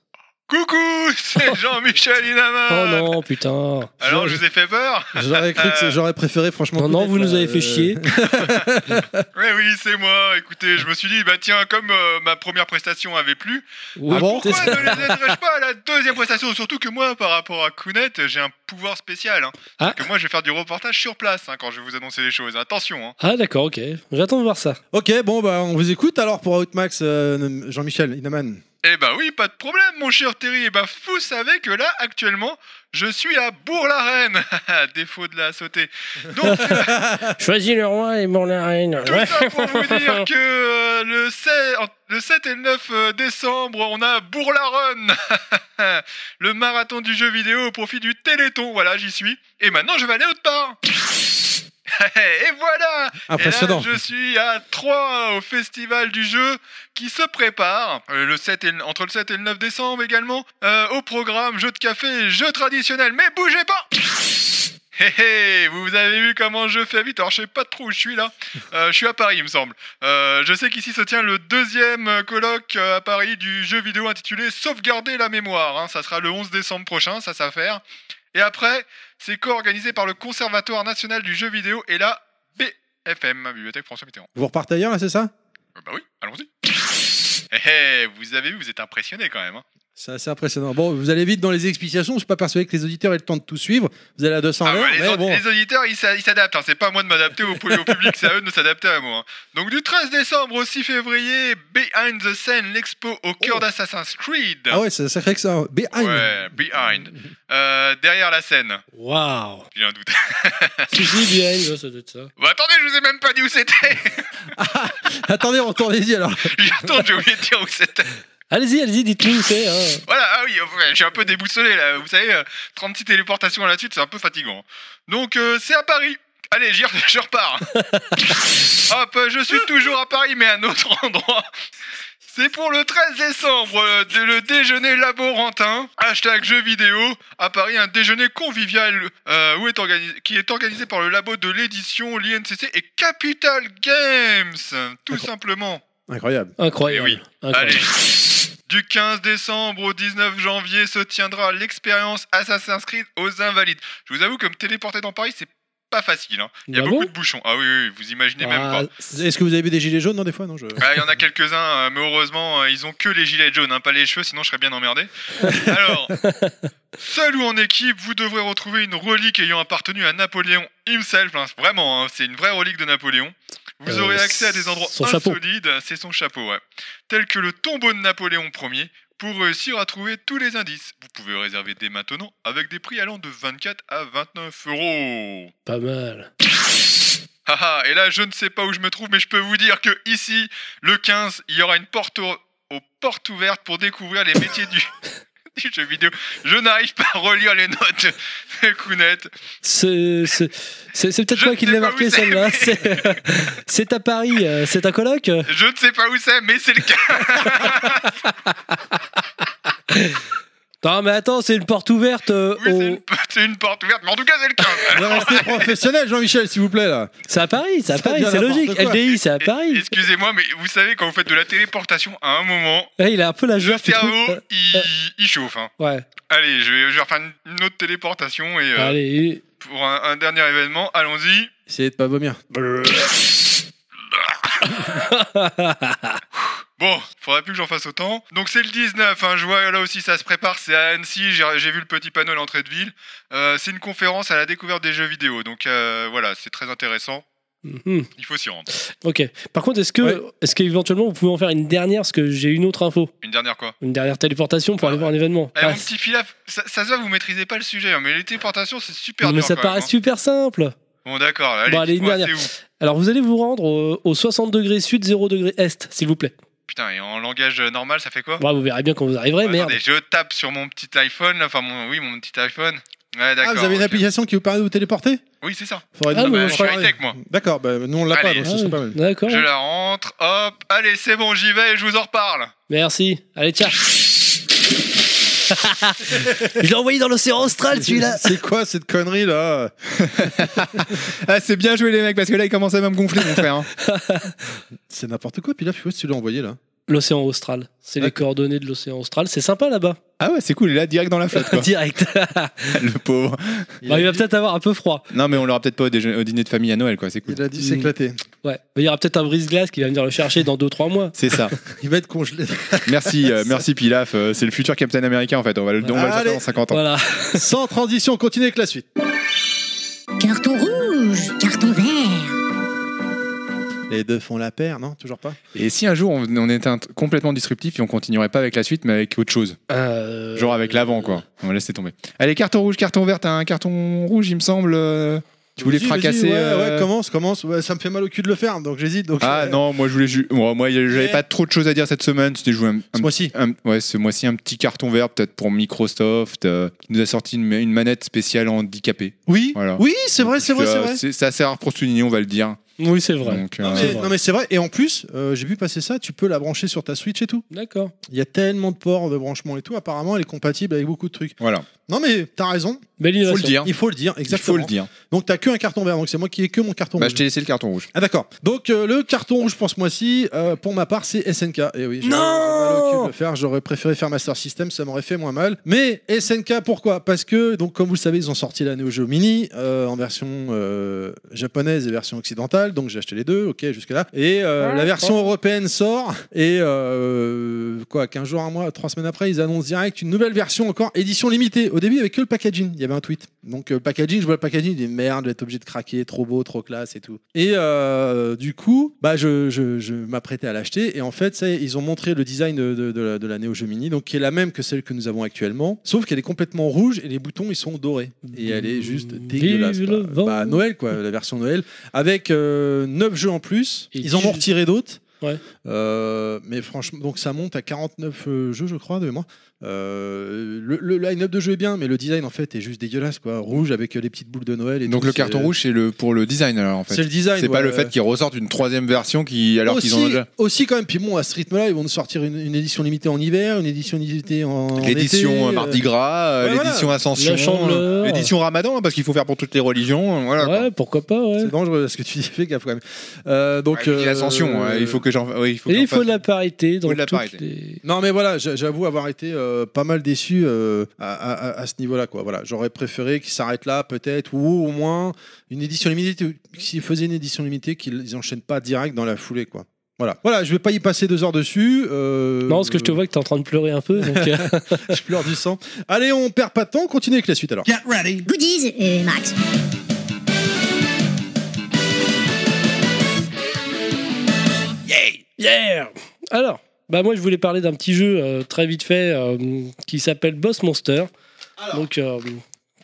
Coucou, c'est Jean-Michel Inama. Oh non, putain. Alors, je vous ai fait peur J'aurais cru que c'est- j'aurais préféré, franchement. Non, non, connaître, vous nous là, avez fait euh, chier. Ah, Oui, Eh oui, c'est moi. Écoutez, je me suis dit, bah tiens, comme euh, ma première prestation avait plu, Oui, c'est Ah, pourquoi ça. ne les aiderais-je pas à la deuxième prestation Surtout que moi, par rapport à Kounet, j'ai un pouvoir spécial. Hein. Ah. Que moi, je vais faire du reportage sur place hein, quand je vais vous annoncer les choses. Attention, hein. Ah d'accord, ok. J'attends de voir ça. Ok, bon, bah, on vous écoute alors pour Outmax, euh, Jean-Michel Inaman. Eh bah oui, pas de problème, mon cher Terry. Eh bah, vous savez que là, actuellement, je suis à Bourg-la-Reine. À Défaut de la sauter. Donc, Choisis le roi et bon la reine. Tout Ouais. ça pour vous dire que euh, le, 16 en- le 7 et le 9 euh, décembre, on a Bourg-la-Reine, le marathon du jeu vidéo au profit du Téléthon. Voilà, j'y suis. Et maintenant, je vais aller autre part. et voilà Impressionnant. et Eh là, je suis à 3 au festival du jeu qui se prépare euh, le 7 et le- entre le 7 et le 9 décembre également euh, au programme jeu de café et jeu traditionnel mais bougez pas Hé hé, vous avez vu comment je fais vite, alors je sais pas trop où je suis là. Euh, je suis à Paris, il me semble. Euh, je sais qu'ici se tient le deuxième euh, colloque euh, à Paris du jeu vidéo intitulé Sauvegarder la mémoire. hein. Ça sera le 11 décembre prochain, ça, ça va faire. Et après, c'est co-organisé par le Conservatoire national du jeu vidéo et la BFM, Bibliothèque François Mitterrand. Vous repartez ailleurs, là, c'est ça Euh, bah oui, allons-y. Hé hé, vous avez vu, vous êtes impressionné quand même. hein. C'est assez impressionnant. Bon, vous allez vite dans les explications. Je suis pas persuadé que les auditeurs aient le temps de tout suivre. Vous allez à 200 Ah l'heure, ouais, les, mais aud- bon. les auditeurs, ils s'a- ils s'adaptent. hein. C'est pas à moi de m'adapter au, au public, c'est à eux de s'adapter à moi. hein. Donc du 13 décembre au 6 février, Behind the Scene, l'expo au cœur Oh. d'Assassin's Creed. Ah ouais, c'est sacré que ça. hein. Behind. Ouais, behind. Euh, derrière la scène, Waouh. j'ai un doute. Si si, bien, ouais, ça doit être ça. Bah, attendez, je vous ai même pas dit où c'était. Attendez, retournez-y alors. J'entends, j'ai oublié de dire où c'était. Allez-y, allez-y, dites-nous où c'est. hein. Voilà, ah oui, ouais, je suis un peu déboussolé là. Vous savez, euh, 36 téléportations à la suite, c'est un peu fatigant. Donc, euh, c'est à Paris. Allez, j'y re- je repars. Hop, euh, je suis toujours à Paris, mais à un autre endroit. C'est pour le 13 décembre, euh, de- le déjeuner laborantin, hashtag jeux vidéo, à Paris, un déjeuner convivial euh, où est organisé- qui est organisé par le labo de l'édition, l'INCC et Capital Games, tout D'accord. simplement. Incroyable. Incroyable. Eh oui. Incroyable. Allez. Du 15 décembre au 19 janvier se tiendra l'expérience Assassin's Creed aux Invalides. Je vous avoue que me téléporter dans Paris, c'est pas facile. hein. Il y a Ah beaucoup bon de bouchons. Ah oui, oui, oui, vous imaginez même Ah, pas. c'est- Est-ce que vous avez vu des gilets jaunes Non, des fois, non. Je... Ah, Il y en a quelques-uns, euh, mais heureusement, euh, ils ont que les gilets jaunes, hein, pas les cheveux, sinon je serais bien emmerdé. Alors, seul ou en équipe, vous devrez retrouver une relique ayant appartenu à Napoléon himself. hein. Vraiment, hein, c'est une vraie relique de Napoléon. Vous Euh, aurez accès à des endroits son chapeau. insolites, c'est son chapeau, ouais. Tel que le tombeau de Napoléon Ier, pour réussir à trouver tous les indices. Vous pouvez réserver dès maintenant avec des prix allant de 24 à 29 euros. Pas mal. Haha, Ah, et là, je ne sais pas où je me trouve, mais je peux vous dire que ici, le 15, il y aura une porte au- aux portes ouvertes pour découvrir les métiers du. du jeu vidéo. Je n'arrive pas à relire les notes de Kounet. C'est c'est- c'est- c'est peut-être Je moi ne qui sais l'ai pas marqué où c'est, celle-là. mais- C'est- C'est à Paris, euh, c'est un colloque Je ne sais pas où c'est, mais c'est le cas. Non mais attends, c'est une porte ouverte. euh, Oui, c'est au- une, c'est une porte ouverte, mais en tout cas, c'est le cas. On va rester professionnel, Jean-Michel, s'il vous plaît, là. C'est à Paris, c'est à Ça Paris, devient c'est n'importe logique. quoi. LDI, c'est à Et- Paris. Excusez-moi, mais vous savez, quand vous faites de la téléportation, à un moment, Ouais, il a un peu la le joie. ce cerveau, truc. Euh, il, il chauffe. hein. Ouais. Allez, je vais, je vais refaire une- une autre téléportation et euh, Allez. pour un, un dernier événement, allons-y. Essayez de pas vomir. Bon, faudrait plus que j'en fasse autant. Donc c'est le 19, hein, je vois là aussi ça se prépare, c'est à Annecy, j'ai j'ai vu le petit panneau à l'entrée de ville. Euh, c'est une conférence à la découverte des jeux vidéo, donc euh, voilà, c'est très intéressant, Mhm. il faut s'y rendre. Ok. Par contre, est-ce que, Ouais. est-ce qu'éventuellement vous pouvez en faire une dernière parce que j'ai une autre info, Une dernière quoi une dernière téléportation pour aller voir un événement. Eh, Ah, mon petit Pilaf, ça, ça se voit, vous maîtrisez pas le sujet, hein, mais les téléportations c'est super mais dur ça quand paraît même, hein. super simple. Bon d'accord, allez, Bon, allez, une dites-moi, dernière. c'est où Alors vous allez vous rendre au, au 60 degrés sud, 0 degré est, s'il vous plaît. Putain, et en langage euh, normal ça fait quoi Bon, vous verrez bien quand vous arriverez, Bah, Attendez, merde. je tape sur mon petit iPhone, là, enfin mon, oui, mon petit iPhone. Ouais, Ah, d'accord. vous avez une ok. application qui vous permet de vous téléporter Oui, c'est ça. Faudrait Ah, nous- mais Bah, on je suis fera- high-tech moi. D'accord, bah, nous on l'a pas, Allez. donc Ah, ce serait pas mal. D'accord. Je la rentre, hop, allez, c'est bon, j'y vais et je vous en reparle. Merci. Allez, tiens. je l'ai envoyé dans l'océan austral, Ah, celui-là. C'est quoi cette connerie là Ah, c'est bien joué, les mecs, parce que là, il commence à me gonfler, mon frère. hein. C'est n'importe quoi, puis là, tu vois, tu l'as envoyé là. L'océan austral. C'est les coordonnées de l'océan austral. C'est sympa là-bas. Ah ouais, c'est cool, il est là, direct dans la flotte, quoi. Direct. le pauvre. Bon, il va peut-être avoir un peu froid. Non, mais on l'aura peut-être pas au, déje- au dîner de famille à Noël, quoi, c'est cool. Il a Hmm. dit s'éclater. Ouais. Mais Il y aura peut-être un brise-glace qui va venir le chercher dans 2-3 mois. C'est ça. Il va être congelé. Merci, euh, merci Pilaf. euh, c'est le futur Captain Américain, en fait. On va le, on va le sortir Allez. dans 50 ans. Voilà. Sans transition, continuez avec la suite. Carton rouge, carton vert. Les deux font la paire, non Toujours pas Et si un jour on, on était un- complètement disruptif et on continuerait pas avec la suite, mais avec autre chose, Euh, genre avec l'avant, quoi. On va laisser tomber. Allez, carton rouge, carton vert. T'as un carton rouge, il me semble. euh, Tu voulais Vas-y, fracasser. vas-y, Ouais, euh, ouais, commence, commence. Ouais, ça me fait mal au cul de le faire, donc j'hésite. Donc Ah euh, non, moi je voulais ju- moi, moi, j'avais Ouais. pas trop de choses à dire cette semaine. C'était jouer un, un- Ce mois-ci. un- ouais, ce mois-ci un petit carton vert peut-être pour Microsoft euh, qui nous a sorti une, une manette spéciale handicapée. Oui, Voilà. oui, c'est vrai, c'est vrai, Euh, c'est vrai. C'est assez rare pour souligner, on va le dire. Oui, c'est vrai. Donc, Non euh, mais, vrai. non, mais c'est vrai et en plus euh, j'ai vu passer ça tu peux la brancher sur ta Switch et tout D'accord. il y a tellement de ports de branchement et tout apparemment elle est compatible avec beaucoup de trucs voilà, non mais t'as raison Belle faut innovation. le dire. il faut le dire Il faut exactement le dire. donc t'as que un carton vert donc c'est moi qui ai que mon carton Bah, rouge je t'ai laissé le carton rouge. ah d'accord donc euh, le carton rouge pour ce mois-ci euh, pour ma part c'est SNK et oui j'ai Non mal au cul de le faire j'aurais préféré faire Master System ça m'aurait fait moins mal mais SNK pourquoi parce que donc comme vous le savez ils ont sorti la Neo Geo Mini euh, en version euh, japonaise et version occidentale donc j'ai acheté les deux ok jusque là et euh, la version européenne sort et euh, quoi 15 jours un mois trois semaines après ils annoncent direct une nouvelle version encore édition limitée au début avec que le packaging il y avait un tweet donc euh, le packaging je vois le packaging je dis merde je vais être obligé de craquer trop beau trop classe et tout et euh, du coup bah je, je, je m'apprêtais à l'acheter et en fait ça y est, ils ont montré le design de, de- de la, de la Neo Geo Mini donc qui est la même que celle que nous avons actuellement sauf qu'elle est complètement rouge et les boutons ils sont dorés et elle est juste Vive dégueulasse le quoi. vent. Bah, Noël quoi la version Noël avec 9 jeux en plus Et ils en dix ont jeux. retiré d'autres Ouais. Euh, mais franchement, donc ça monte à 49 euh, jeux, je crois, de mémoire. Euh, le, le line-up de jeu est bien, mais le design en fait est juste dégueulasse, quoi. Rouge avec euh, les petites boules de Noël. Et Donc tout, le c'est- carton rouge, c'est le, pour le design, alors en fait. c'est le design. C'est pas ouais. le fait qu'ils ressortent une troisième version qui, alors aussi, qu'ils ont déjà. aussi quand même. Puis bon, à ce rythme-là, ils vont nous sortir une, une édition limitée en hiver, une édition limitée en. en été, L'édition euh, euh, Mardi Gras, euh, ouais, voilà. l'édition Ascension, La Chandeleur. euh, l'édition Ramadan, hein, parce qu'il faut faire pour toutes les religions. euh, Voilà, quoi. Ouais, pourquoi pas, ouais. C'est dangereux ce que tu dis, fais gaffe quand même. Euh, donc. Ouais, puis l'ascension, euh, ouais, hein, il faut que j'en. ouais, il faut que Et j'en il faut fasse. de la parité dans Faut de la toutes parité. les- Non mais voilà, j'a- j'avoue avoir été euh, pas mal déçu euh, à, à- à- à ce niveau-là quoi. Voilà, j'aurais préféré qu'ils s'arrêtent là peut-être ou au moins une édition limitée. S'ils faisaient une édition limitée, qu'ils enchaînent pas direct dans la foulée quoi. Voilà, voilà, je vais pas y passer deux heures dessus. euh, Non, parce que je te vois que t'es en train de pleurer un peu, donc euh, je pleure du sang. Allez, on perd pas de temps, on continue avec la suite alors. Get ready. Goodies et Max. Yeah Alors, bah moi je voulais parler d'un petit jeu euh, très vite fait euh, qui s'appelle Boss Monster. Donc euh,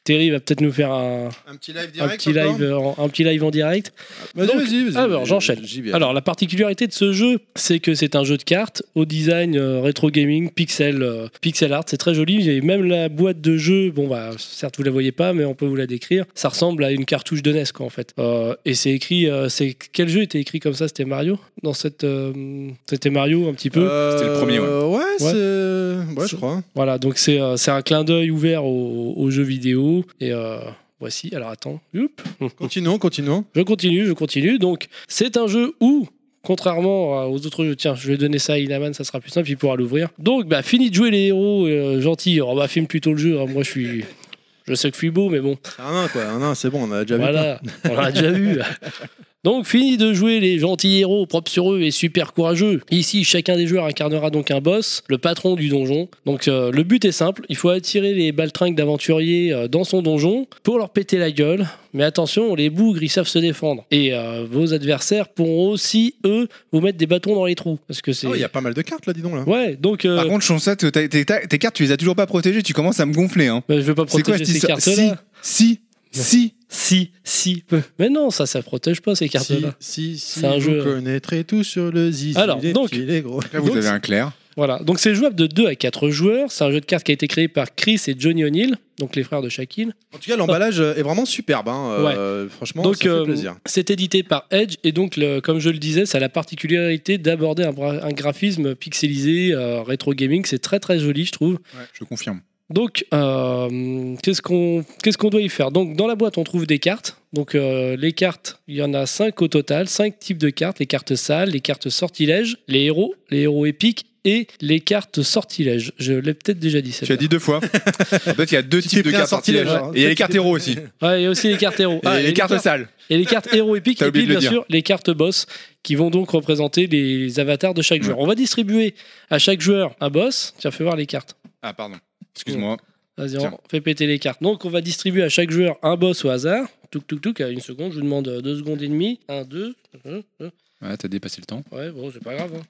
Terry va peut-être nous faire un, Un petit live un direct. petit live, euh, en- un petit live en direct. Vas-y, Donc, vas-y, vas-y. alors, j'enchaîne. J'y vais. Alors, la particularité de ce jeu, c'est que c'est un jeu de cartes au design euh, rétro gaming, pixel, euh, pixel art. C'est très joli. Et même la boîte de jeu, bon, bah, certes, vous la voyez pas, mais on peut vous la décrire. Ça ressemble à une cartouche de NES, quoi, en fait. Euh, et c'est écrit. euh, c'est Quel jeu était écrit comme ça C'était Mario Dans cette. euh, C'était Mario, un petit peu. C'était le premier, ouais. Euh, Ouais, c'est. Ouais, je crois. Voilà, donc c'est euh, c'est un clin d'œil ouvert aux, aux jeux vidéo. Et. euh, Voici, alors attends, Youp. Continuons, continuons. je continue, je continue. Donc, c'est un jeu où, contrairement à- aux autres jeux, tiens, je vais donner ça à Inaman, ça sera plus simple, il pourra l'ouvrir. Donc, bah, fini de jouer les héros, euh, gentil, on va filme plutôt le jeu. hein, moi, je suis. Je sais que je suis beau, mais bon, Ah non, quoi. Ah non, c'est bon, on a déjà vu. voilà, on l'a déjà vu. Donc, fini de jouer les gentils héros propres sur eux et super courageux. Ici, chacun des joueurs incarnera donc un boss, le patron du donjon. Donc, euh, le but est simple il faut attirer les baltringues d'aventuriers euh, dans son donjon pour leur péter la gueule. Mais attention, les bougres, ils savent se défendre. Et euh, vos adversaires pourront aussi, eux, vous mettre des bâtons dans les trous. Parce que c'est. Ah ouais, Il y a pas mal de cartes là, dis donc là. Ouais, donc. euh, Oh, Par contre, Chancette, t'as- t'es- t'as- tes cartes, tu les as toujours pas protégées, tu commences à me gonfler. Hein. bah, je veux pas C'est protéger quoi cette ces histoire cartes-là. Si, si, si. si, si. Mais non, ça, ça protège pas ces Si, cartes-là. si, si, C'est un vous jeu. hein. connaîtrez tout sur le zizi. Alors, les donc- petits, les gros. Là, vous Donc, avez un clair. Voilà, donc c'est jouable de 2 à 4 joueurs. C'est un jeu de cartes qui a été créé par Chris et Johnny O'Neill, donc les frères de Shaquille. En tout cas, l'emballage euh, est vraiment superbe. hein, euh, Franchement, donc ça fait euh, plaisir. c'est édité par Edge et donc le- comme je le disais, ça a la particularité d'aborder un, bra- un graphisme pixelisé, euh, rétro gaming. C'est très très joli, je trouve. Je confirme. Donc, euh, qu'est-ce qu'on qu'est-ce qu'on doit y faire Donc, dans la boîte, on trouve des cartes. Donc, euh, les cartes, il y en a cinq au total, cinq types de cartes les cartes sales, les cartes sortilèges, les héros, les héros épiques et les cartes sortilèges. Je l'ai peut-être déjà dit. Tu as celle-là. dit deux fois. en fait, il y a deux Tu t'es types de pris un cartes sortilège, sortilèges. hein. Et il y a les cartes héros aussi. Ouais, il y a aussi les cartes héros. Ah, et les cartes sales. et les cartes héros épiques, T'as et puis oublié de le bien dire. sûr les cartes boss qui vont donc représenter les avatars de Mm. chaque joueur. On va distribuer à chaque joueur un boss. Tiens, fais voir les cartes. Ah, pardon. Excuse-moi. Vas-y, Tiens. on fait péter les cartes. Donc, on va distribuer à chaque joueur un boss au hasard. Touc, touc, touc, à une seconde. Je vous demande euh, deux secondes et demie. Un, deux. euh, euh, Ouais, t'as dépassé le temps. Ouais, bon, c'est pas grave. hein.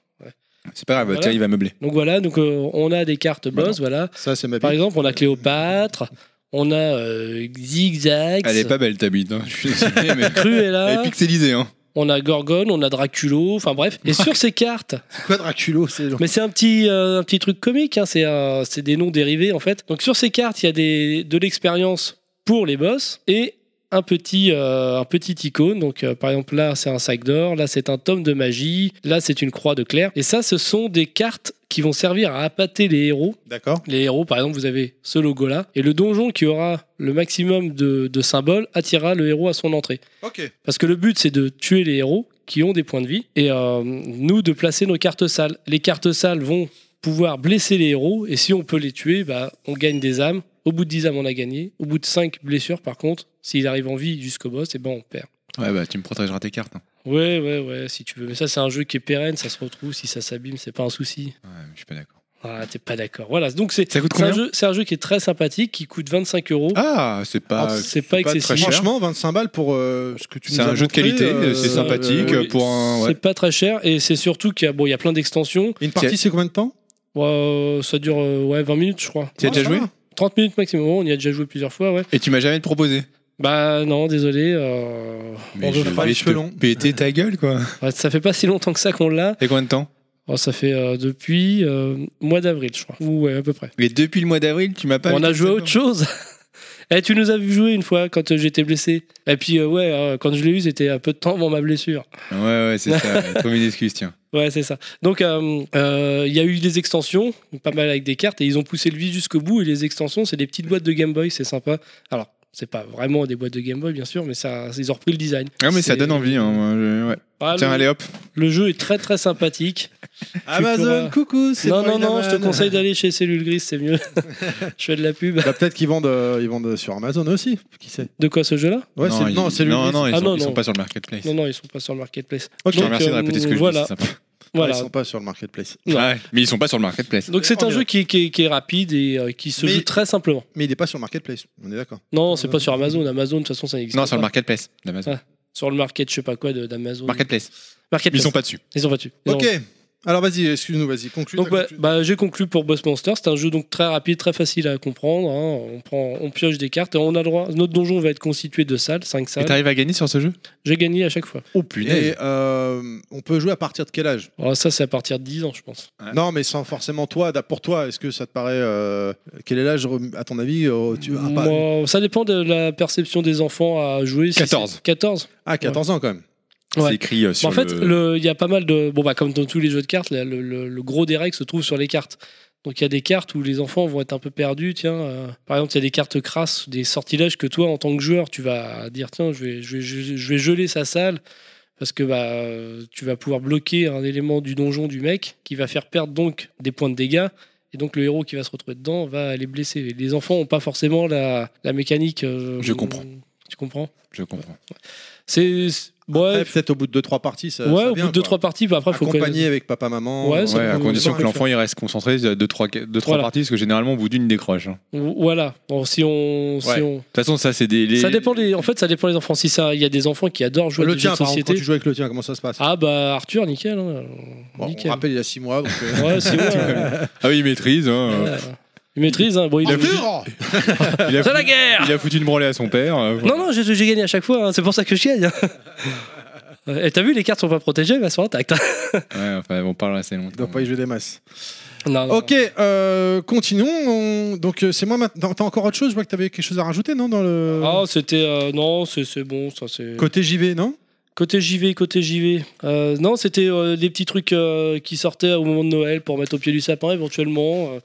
C'est pas grave, Voilà. tiens, il va meubler. Donc, voilà. Donc, euh, on a des cartes Bah boss. Voilà. Ça, c'est ma Par bite. exemple, on a Cléopâtre. On a euh, Zigzag. Elle est pas belle ta bite, hein. je suis désolé, mais elle Cruella. est pixelisée. Hein. On a Gorgone. On a Draculo. Enfin, bref. Et sur ces cartes, Quoi, Draculo c'est- Mais c'est un petit, euh, un petit truc comique, hein, c'est euh, c'est des noms dérivés en fait. Donc sur ces cartes, il y a des, de l'expérience pour les boss et un petit, euh, un petit icône. Donc euh, par exemple là, c'est un sac d'or, là c'est un tome de magie, là c'est une croix de clair. Et ça, ce sont des cartes qui vont servir à appâter les héros. D'accord. Les héros, par exemple, vous avez ce logo-là. Et le donjon qui aura le maximum de, de symboles attirera le héros à son entrée. Ok. Parce que le but, c'est de tuer les héros qui ont des points de vie et euh, nous de placer nos cartes sales. Les cartes sales vont pouvoir blesser les héros et si on peut les tuer, bah, on gagne des âmes. Au bout de 10 âmes, on a gagné. Au bout de 5 blessures, par contre, s'il arrive en vie jusqu'au boss, et ben on perd. Ouais, bah tu me protégeras tes cartes. hein. Ouais, ouais, ouais, si tu veux. Mais ça, c'est un jeu qui est pérenne, ça se retrouve. Si ça s'abîme, c'est pas un souci. Ouais, mais je suis pas d'accord. Ah, t'es pas d'accord. Voilà, donc c'est Ça coûte c'est un, combien jeu- c'est un jeu qui est très sympathique, qui coûte 25 euros. Oh, Ah, c'est pas. c'est pas très excessif. cher. Franchement, 25 balles pour euh, ce que tu C'est nous as un jeu de montré, qualité, euh, c'est sympathique euh, oui. pour un. C'est Ouais. pas très cher et c'est surtout qu'il y, a- bon, il y a plein d'extensions. Une partie, c'est combien de temps Ouais, ça dure euh, ouais, 20 minutes, je crois. Tu as Ah, déjà ça joué va. 30 minutes maximum, on y a déjà joué plusieurs fois, ouais. Et tu m'as jamais proposé. Bah non, désolé. euh, on veut pas. les cheveux longs. péter ta gueule quoi. Ouais, Ça fait pas si longtemps que ça qu'on l'a. Et combien de temps Oh, ça fait euh, depuis euh, mois d'avril, je crois. Ou ouais, à peu près. Mais depuis le mois d'avril, tu m'as pas. on mis a cette joué à note. autre chose. Eh, tu nous as vu jouer une fois quand euh, j'étais blessé. Et puis, euh, ouais, euh, quand je l'ai eu, c'était un peu de temps avant ma blessure. Ouais, ouais, c'est ça. ouais. Trouve une excuse, tiens. Ouais, c'est ça. Donc, euh, euh, il y a eu des extensions, pas mal avec des cartes, et ils ont poussé le vice jusqu'au bout. Et les extensions, c'est des petites boîtes de Game Boy, c'est sympa. Alors, c'est pas vraiment des boîtes de Game Boy, bien sûr, mais ça, ils ont repris le design. Ah, mais ça C'est- donne envie. Hein. moi, je- ouais. Ah, Tiens, le, allez hop. le jeu est très très sympathique. Amazon, pour, coucou, c'est non, moi, non, non, je te Inaman. conseille d'aller chez Cellule Grise, c'est mieux. je fais de la pub. Bah, Peut-être qu'ils vendent, euh, ils vendent sur Amazon aussi, qui sait. De quoi ce jeu-là Ouais, c'est- ils- non, c'est lui. non, non, ils Ah, sont, non, ils sont non. pas sur le marketplace. Non, non, ils sont pas sur le marketplace. Je te Donc, remercie de euh, répéter ce que voilà, je dis, c'est sympa. Voilà. Ils sont pas sur le marketplace. Non. Ouais, mais ils sont pas sur le marketplace. Donc c'est On un dirait. jeu qui, est- qui est- qui est rapide et euh, qui se Mais- joue très simplement. Mais il est pas sur le marketplace, on est d'accord. Non, c'est pas sur Amazon. Amazon, de toute façon, ça n'existe Non, pas. sur le marketplace d'Amazon. Ah. Sur le market, je sais pas quoi, de- d'Amazon. Marketplace. Marketplace. Ils sont pas dessus. Ils sont pas dessus. Ils ont- Ok, Alors vas-y, excuse-nous, vas-y, conclue. Donc ta bah, conclu- bah, j'ai conclu pour Boss Monster. C'est un jeu donc très rapide, très facile à comprendre. hein. On prend, on pioche des cartes et on a le droit. Notre donjon va être constitué de salles, 5 Et salles. t'arrives à gagner sur ce jeu J'ai gagné à chaque fois. Oh Et euh, on peut jouer à partir de quel âge Alors ça, c'est à partir de 10 ans, je pense. Ouais. Non, mais sans forcément toi. d'a- Pour toi, est-ce que ça te paraît euh, Quel est l'âge, rem- à ton avis euh, tu... ah, pas- Moi, ça dépend de la perception des enfants à jouer. Si 14. c'est- 14. Ah, 14 ans quand même. Ouais. C'est écrit euh, Bon, sur Bah, en fait, le... le- il y a pas mal de. Bon, bah, comme dans tous les jeux de cartes, là, le, le- le gros des règles se trouve sur les cartes. Donc, il y a des cartes où les enfants vont être un peu perdus. Tiens, euh, par exemple, il y a des cartes crasses, des sortilèges que toi, en tant que joueur, tu vas dire tiens, je vais, je vais, je, je vais geler sa salle parce que bah, euh, tu vas pouvoir bloquer un élément du donjon du mec qui va faire perdre donc des points de dégâts. Et donc, le héros qui va se retrouver dedans va les blesser. Et les enfants n'ont pas forcément la, la mécanique. euh, Je comprends. Tu comprends Je comprends. C'est. c'est- Après, Ouais, Peut-être au bout de 2-3 parties. Euh, Ça, ouais, ça au vient, bout de quoi. 2-3 parties, bah, après, faut connaître. Accompagné avec papa, maman. Ouais, euh, ça Ouais, à peut- condition ça que l'enfant il reste concentré de 2-3 Voilà. parties, parce que généralement au bout d'une il décroche. hein. Voilà. Bon, si on, Ouais. si on... De toute façon, ça c'est des. les- Ça dépend des... En fait, ça dépend des enfants. Si ça, il y a des enfants qui adorent jouer à Le des jeux tien, de par contre, quand société. tu joues avec le tien, comment ça se passe Ah bah Arthur, nickel. hein. Bon, On nickel. rappelle, il y a 6 mois. donc, euh, Ouais, c'est vrai. Ah oui, il maîtrise. hein, euh, Ouais. Il maîtrise. Hein. Bon, il a voulu- Arthur il, a C'est la foutu, guerre. il a foutu une branlée à son père. euh, voilà. Non, non, j'ai j'ai gagné à chaque fois. hein. C'est pour ça que je gagne. hein. Et t'as vu, les cartes sont pas protégées, mais elles sont intactes. hein. Ouais, enfin, on parle assez Il longtemps. doit pas y jouer des masses. Non, non. Ok, euh, continuons. on- Donc, euh, c'est moi maintenant. T'as encore autre chose Je vois que t'avais quelque chose à rajouter, non Dans le Ah, c'était euh, non, c'est c'est bon, ça c'est. côté JV, non Côté JV, côté JV. Euh, non, c'était euh, des petits trucs euh, qui sortaient au moment de Noël pour mettre au pied du sapin éventuellement. Euh,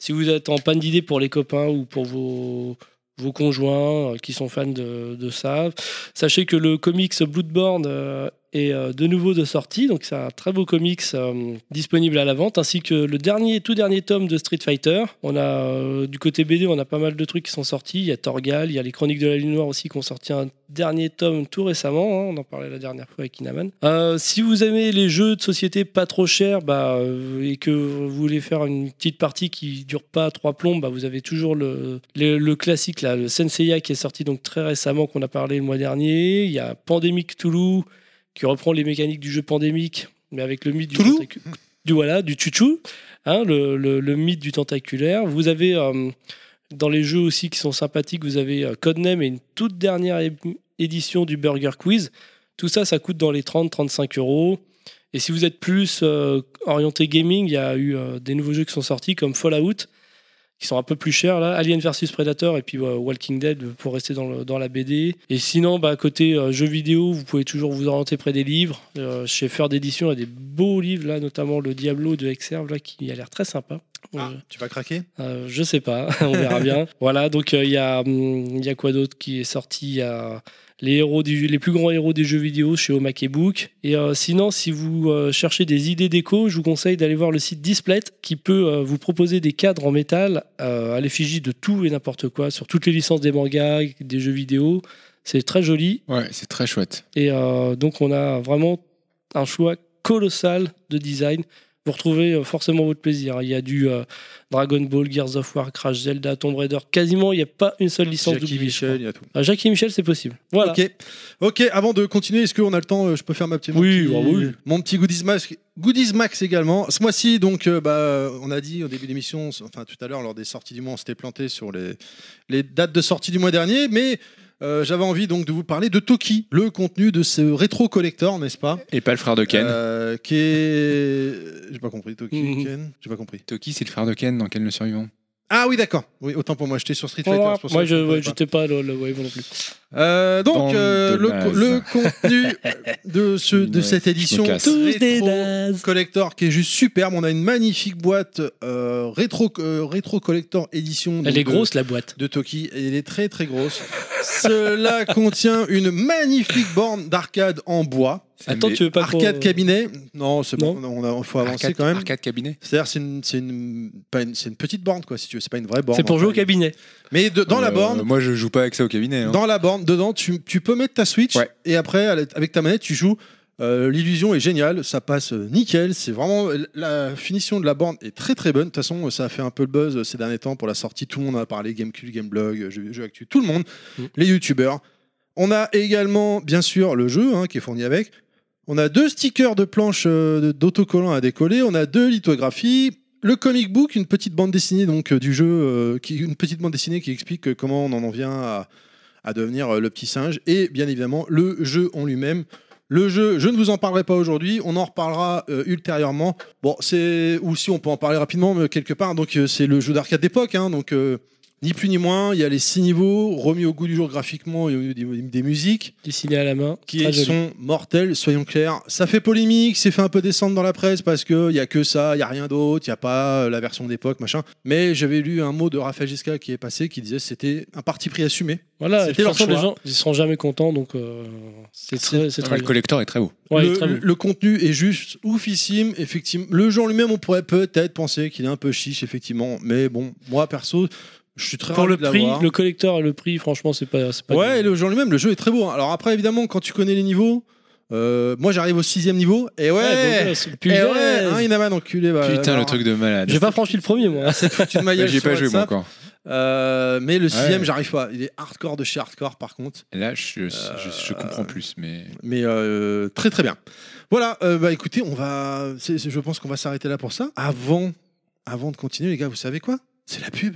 si vous êtes en panne d'idées pour les copains ou pour vos, vos conjoints euh, qui sont fans de, de ça, sachez que le comics Bloodborne euh, est euh, de nouveau de sortie. Donc c'est un très beau comics euh, disponible à la vente, ainsi que le dernier, tout dernier tome de Street Fighter. On a euh, du côté BD, on a pas mal de trucs qui sont sortis. Il y a Torgal, il y a les Chroniques de la Lune Noire aussi qui ont sorti un dernier tome tout récemment. hein. on en parlait la dernière fois avec Inaman. Euh, si vous aimez les jeux de société pas trop chers bah, euh, et que vous voulez faire une petite partie qui dure pas trois plombs, bah, vous avez toujours le, le, le classique là, le Senseiya qui est sorti donc très récemment qu'on a parlé le mois dernier. Il y a Pandemic Toulouse qui reprend les mécaniques du jeu pandémique, mais avec le mythe du Toulouse tentacu- du voilà, du chuchu, hein, le, le- le mythe du tentaculaire. Vous avez euh, dans les jeux aussi qui sont sympathiques, vous avez euh, Codename et une toute dernière é- édition du Burger Quiz. Tout ça, ça coûte dans les 30-35 euros. Et si vous êtes plus euh, orienté gaming, il y a eu euh, des nouveaux jeux qui sont sortis comme Fallout, qui sont un peu plus chers là, Alien vs Predator et puis euh, Walking Dead pour rester dans, le- dans la BD. Et sinon, bah, côté euh, jeux vidéo, vous pouvez toujours vous orienter près des livres. Euh, chez Feur d'édition, il y a des beaux livres là, notamment le Diablo de Exerve là, qui a l'air très sympa. Euh, Ah, Tu vas craquer euh, je sais pas, on verra bien. Voilà, donc euh, il y, a, hum, il y a quoi d'autre qui est sorti Il y a les, héros du- les plus grands héros des jeux vidéo chez Omak et Book. Et euh, sinon, si vous euh, cherchez des idées déco, je vous conseille d'aller voir le site Displet qui peut euh, vous proposer des cadres en métal euh, à l'effigie de tout et n'importe quoi, sur toutes les licences des mangas, des jeux vidéo. C'est très joli. Ouais, c'est très chouette. Et euh, donc, on a vraiment un choix colossal de design. Vous retrouvez euh, forcément votre plaisir. Il y a du euh, Dragon Ball, Gears of War, Crash, Zelda, Tomb Raider. Quasiment, il n'y a pas une seule licence Jackie d'oublier. Michel, il y a tout. Jackie Michel, c'est possible. Voilà. Ok. Ok, avant de continuer, est-ce qu'on a le temps euh, Je peux faire ma petite. mon Oui, petit- bah oui. Mon petit goodies max, goodies max également. Ce mois-ci, donc, euh, bah, on a dit au début de l'émission, enfin tout à l'heure, lors des sorties du mois, on s'était planté sur les, les dates de sortie du mois dernier, mais. euh, J'avais envie donc de vous parler de Toki, le contenu de ce rétro collector, n'est-ce pas Et pas le frère de Ken. Euh, Qui est. J'ai pas compris, Toki, Mhm. Ken J'ai pas compris. Toki, c'est le frère de Ken dans Ken le survivant. Ah oui, d'accord. Oui, autant pour moi, j'étais sur Street Fighter. Moi, c'est pour ça moi, que je comprenais ouais, pas. j'étais pas le, le Wave non plus. Euh, donc, Bande euh, de le, co- nazes. le contenu de, ce, de Ouais, cette je me édition casse. Tous des rétro nazes. collector qui est juste superbe. On a une magnifique boîte euh, rétro, euh, rétro collector édition. donc, Elle est de- grosse, la boîte. de Toki, et elle est très très grosse. Cela contient une magnifique borne d'arcade en bois, Attends, tu veux pas euh, qu'on- arcade cabinet. Non, c'est bon, on a, faut avancer Arcade- quand même. Arcade cabinet. C'est-à-dire, c'est une, c'est une, pas une- c'est une petite borne quoi, si tu veux. C'est pas une vraie borne. C'est pour en jouer au fait. cabinet. Mais de- dans la Euh, borne, Moi, je joue pas avec ça au cabinet. hein. dans la borne, dedans, tu, tu peux mettre ta Switch Ouais. et après, à la- avec ta manette, tu joues. Euh, L'illusion est géniale, ça passe euh, nickel. C'est vraiment euh, la finition de la borne est très très bonne. De toute façon, euh, ça a fait un peu le buzz euh, ces derniers temps pour la sortie. Tout le monde en a parlé, GameCube, GameBlog, euh, jeux, jeux actu, tout le monde, Mm. les YouTubers. On a également, bien sûr, le jeu hein, qui est fourni avec. On a deux stickers de planches euh, de- d'autocollants à décoller. On a deux lithographies. Le comic book, une petite bande dessinée donc euh, du jeu, euh, qui, une petite bande dessinée qui explique euh, comment on en vient à, à devenir euh, le petit singe. Et bien évidemment, le jeu en lui-même. Le jeu, je ne vous en parlerai pas aujourd'hui, on en reparlera euh, ultérieurement. Bon, c'est. Ou si on peut en parler rapidement, mais quelque part. Donc, euh, c'est le jeu d'arcade d'époque, hein, donc euh, ni plus ni moins. Il y a les six niveaux, remis au goût du jour graphiquement et au niveau des- des musiques Dessiné à la main. qui Très joli. sont mortels, soyons clairs. Ça fait polémique, c'est fait un peu descendre dans la presse parce qu'il n'y a que ça, il n'y a rien d'autre, il n'y a pas euh, la version d'époque, machin. Mais j'avais lu un mot de Raphaël Giscard qui est passé qui disait que c'était un parti pris assumé. Voilà, C'était de toute leur façon, les choix. gens ils seront jamais contents, donc euh, c'est très, c'est très le bien. collector est très beau. Ouais, il est le, très beau. le contenu est juste oufissime, effectivement. Le jeu en lui-même, on pourrait peut-être penser qu'il est un peu chiche, effectivement. Mais bon, moi perso, je suis très Pour ravi le de prix, l'avoir. le collector et le prix, franchement, c'est pas, c'est pas. Ouais, et du- le jeu en lui-même, le jeu est très beau. hein. Alors après, évidemment, quand tu connais les niveaux, euh, moi j'arrive au sixième niveau, et ouais, Ouais, Ah, bon, c'est- Eh punaise. ouais, hein, Inaman enculé. bah, Putain, alors, le truc de malade. J'ai pas franchi le premier, moi. C'est foutu de ma Là, gueule J'ai sur pas joué moi WhatsApp. encore. Euh, mais le sixième, Ouais. j'arrive pas. Il est hardcore de chez hardcore par contre, Là, je, je, je comprends plus, mais mais euh, très très bien. Voilà, euh, bah écoutez, on va, c'est- c'est- je pense qu'on va s'arrêter là pour ça. Avant, avant de continuer, les gars, vous savez quoi C'est la pub.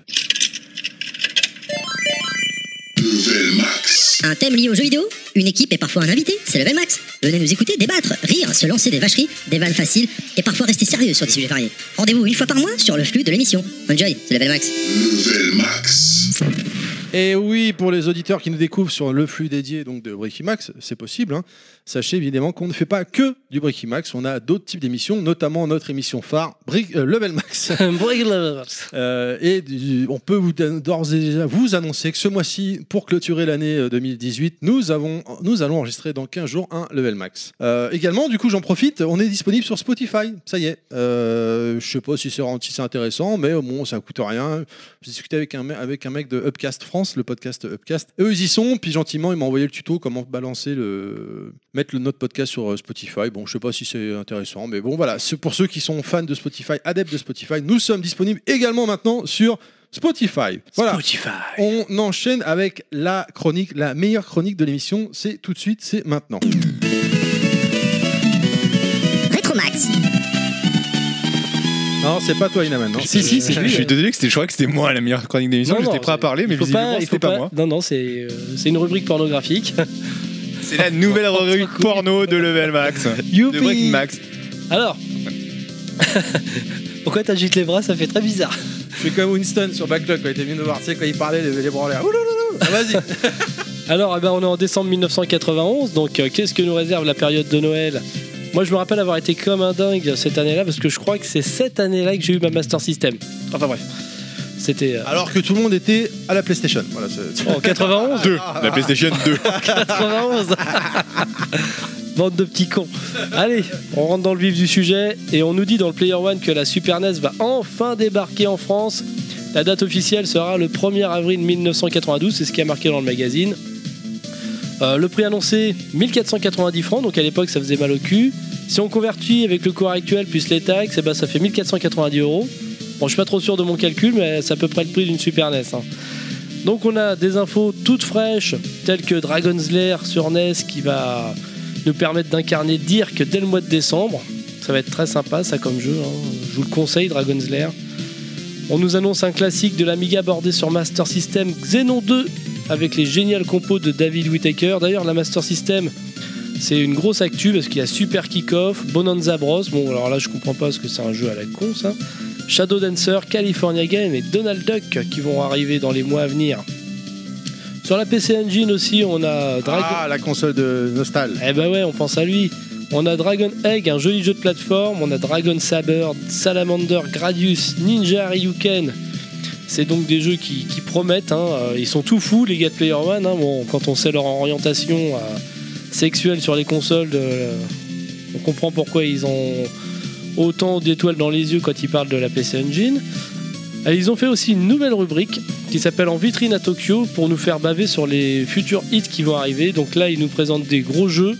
Un thème lié aux jeux vidéo, une équipe et parfois un invité, c'est Level Max. Venez nous écouter, débattre, rire, se lancer des vacheries, des vannes faciles et parfois rester sérieux sur des sujets variés. Rendez-vous une fois par mois sur le flux de l'émission. Enjoy, c'est Level Max. Et oui, pour les auditeurs qui nous découvrent sur le flux dédié donc de Bricky Max, c'est possible. hein. Sachez évidemment qu'on ne fait pas que du Bricky Max. On a d'autres types d'émissions, notamment notre émission phare, Brick- euh, Level Max. Euh, et du- on peut vous don- d'ores et déjà vous annoncer que ce mois-ci, pour clôturer l'année euh, 2018, nous, avons, nous allons enregistrer dans 15 jours un Level Max. Euh, également, du coup, j'en profite, on est disponible sur Spotify, ça y est. Euh, je sais pas si c'est si c'est intéressant, mais euh, bon, ça coûte rien. J'ai discuté avec un, me- avec un mec de Upcast France, le podcast Upcast. Eux, ils y sont, puis gentiment, ils m'ont envoyé le tuto comment balancer le. mettre le, notre podcast sur euh, Spotify. Bon, je sais pas si c'est intéressant, mais bon, voilà. C'est pour ceux qui sont fans de Spotify, adeptes de Spotify, nous sommes disponibles également maintenant sur Spotify. Voilà. On enchaîne avec la chronique, la meilleure chronique de l'émission. C'est tout de suite, c'est maintenant. Rétromax. Non, c'est pas toi, Inaman. non si si, c'est je- lui. Je suis désolé que c'était, je crois que c'était moi la meilleure chronique d'émission. Non, non, J'étais prêt à c'est- parler, mais il faut visiblement il c'était faut pas moi. Non, non, c'est euh, c'est une rubrique pornographique. C'est la nouvelle rubrique porno de Level Max. De Youpi Breaking Max. Alors, pourquoi t'agites les bras Ça fait très bizarre. Je suis comme Winston sur Backlog quand il était venu nous voir. Tu sais, quand il parlait, les, les bras en l'air. Oulouloulou. Ah, Vas-y. Alors, eh ben, on est en décembre 1991, donc euh, qu'est-ce que nous réserve la période de Noël Moi, je me rappelle avoir été comme un dingue cette année-là, parce que je crois que c'est cette année-là que j'ai eu ma Master System. Enfin bref, c'était euh, Alors que tout le monde était à la PlayStation. Voilà, c'est- en 91 2. La PlayStation 2. 91 Bande de petits cons. Allez, on rentre dans le vif du sujet et on nous dit dans le Player One que la Super NES va enfin débarquer en France. La date officielle sera le 1er avril 1992, c'est ce qui a marqué dans le magazine. Euh, le prix annoncé 1490 francs, donc à l'époque ça faisait mal au cul. Si on convertit avec le cours actuel plus les taxes, eh ben, ça fait 1490 euros. Bon, je suis pas trop sûr de mon calcul, mais c'est à peu près le prix d'une Super NES. hein. Donc on a des infos toutes fraîches, telles que Dragon's Lair sur NES qui va nous permettre d'incarner Dirk dès le mois de décembre. Ça va être très sympa ça comme jeu, hein. je vous le conseille Dragon's Lair. On nous annonce un classique de l'Amiga bordé sur Master System Xenon 2 avec les géniales compos de David Whittaker. D'ailleurs la Master System c'est une grosse actu parce qu'il y a Super Kickoff, Bonanza Bros. Bon alors là je comprends pas parce que c'est un jeu à la con ça. Shadow Dancer, California Game et Donald Duck qui vont arriver dans les mois à venir. Sur la PC Engine aussi, on a Dragon. Ah, la console de Nostal. Eh ben ouais, on pense à lui. On a Dragon Egg, un joli jeu de plateforme. On a Dragon Saber, Salamander, Gradius, Ninja Ryuken. C'est donc des jeux qui, qui promettent. hein. Euh, Ils sont tout fous, les gars de Player One. hein. Bon, quand on sait leur orientation euh, sexuelle sur les consoles, euh, on comprend pourquoi ils ont autant d'étoiles dans les yeux quand ils parlent de la PC Engine. Et ils ont fait aussi une nouvelle rubrique qui s'appelle En vitrine à Tokyo pour nous faire baver sur les futurs hits qui vont arriver. Donc là, ils nous présentent des gros jeux.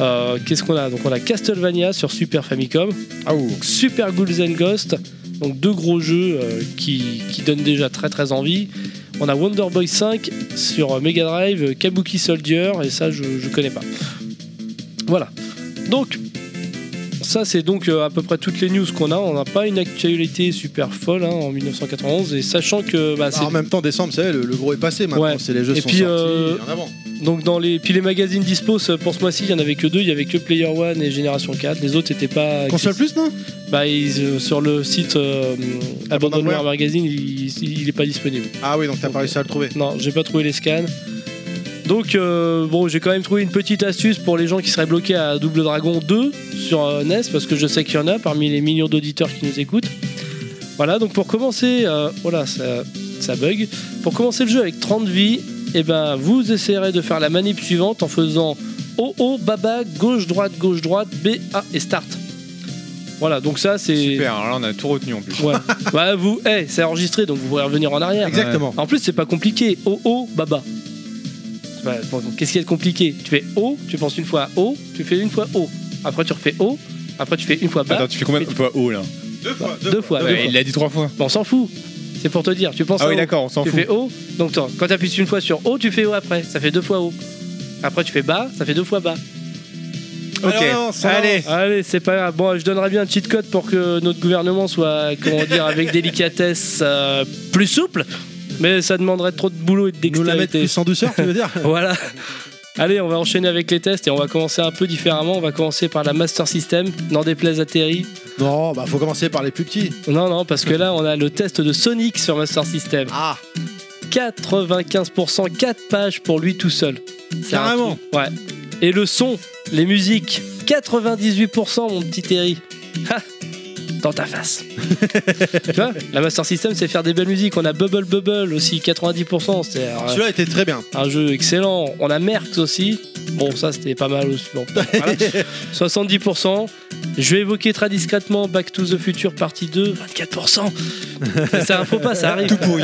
Euh, Qu'est-ce qu'on a Donc on a Castlevania sur Super Famicom, Ah, ouh. Super Ghouls and Ghost, donc deux gros jeux euh, qui, qui donnent déjà très très envie. On a Wonder Boy 5 sur euh, Mega Drive, euh, Kabuki Soldier, et ça je, je connais pas. Voilà. Donc, ça, c'est donc euh, à peu près toutes les news qu'on a. On n'a pas une actualité super folle hein, en 1991. Et sachant que. bah, c'est- Alors, Ah, en même temps, décembre, c'est le, le gros est passé maintenant. Ouais. C'est les jeux Et sont puis, sortis euh, en avant. donc dans les, puis les magazines dispos euh, pour ce mois-ci, il y en avait que deux. Il y avait que Player One et Génération 4. Les autres n'étaient pas. Console plus, non Bah, ils, euh, sur le site euh, Abandonware Abandonware. Magazine, il n'est pas disponible. Ah oui, donc t'as pas réussi à le trouver. Non, j'ai pas trouvé les scans. Donc euh, bon, j'ai quand même trouvé une petite astuce pour les gens qui seraient bloqués à Double Dragon 2 sur euh, NES parce que je sais qu'il y en a parmi les millions d'auditeurs qui nous écoutent. Voilà, donc pour commencer, euh, voilà, ça, ça bug. Pour commencer le jeu avec 30 vies, et ben vous essayerez de faire la manip suivante en faisant O O Baba gauche droite gauche droite B A et start. Voilà, donc ça c'est Super, alors là on a tout retenu en plus. Ouais. bah vous, eh, c'est enregistré donc vous pourrez revenir en arrière. Exactement. En plus, c'est pas compliqué. Oh oh, baba. C'est pas- bon, Qu'est-ce qu'il y a de compliqué Tu fais O, tu penses une fois à O, tu fais une fois O. Après, tu refais O. Après, tu fais une fois bas. Attends, tu fais combien de fois haut là Deux fois, deux, Ah fois. deux Ouais, fois. Il l'a dit trois fois. Bon, on s'en fout. C'est pour te dire. Tu penses Ah à oh. oui, O. d'accord, on s'en Tu fout. fais O. Donc, attends, quand tu appuies une fois sur O, tu fais O après. Ça fait deux fois O. Après, tu fais bas. Ça fait deux fois bas. Ok, Alors, on avance, on allez. Allez, c'est pas grave. Bon, je donnerai bien un cheat code pour que notre gouvernement soit, comment dire, avec délicatesse euh, plus souple. Mais ça demanderait trop de boulot et de Nous la mettre dextérité. plus sans douceur, tu veux dire Voilà. Allez, on va enchaîner avec les tests et on va commencer un peu différemment. On va commencer par la Master System. N'en déplaise à Terry. Non, bah faut commencer par les plus petits. Non, non, parce que là, on a le test de Sonic sur Master System. Ah, 95%, 4 pages pour lui tout seul. C'est un Carrément. truc. Ouais. Et le son, les musiques, 98%, mon petit Terry. Ha Dans ta face. tu vois, la Master System, c'est faire des belles musiques. On a Bubble Bubble aussi, 90%. C'est euh, celui-là était très bien. un jeu excellent. On a Merckx aussi. Bon, ça, c'était pas mal aussi. Bon, voilà. 70%. Je vais évoquer très discrètement Back to the Future partie 2, 24%. Mais C'est un faux pas, ça arrive. Tout pourri.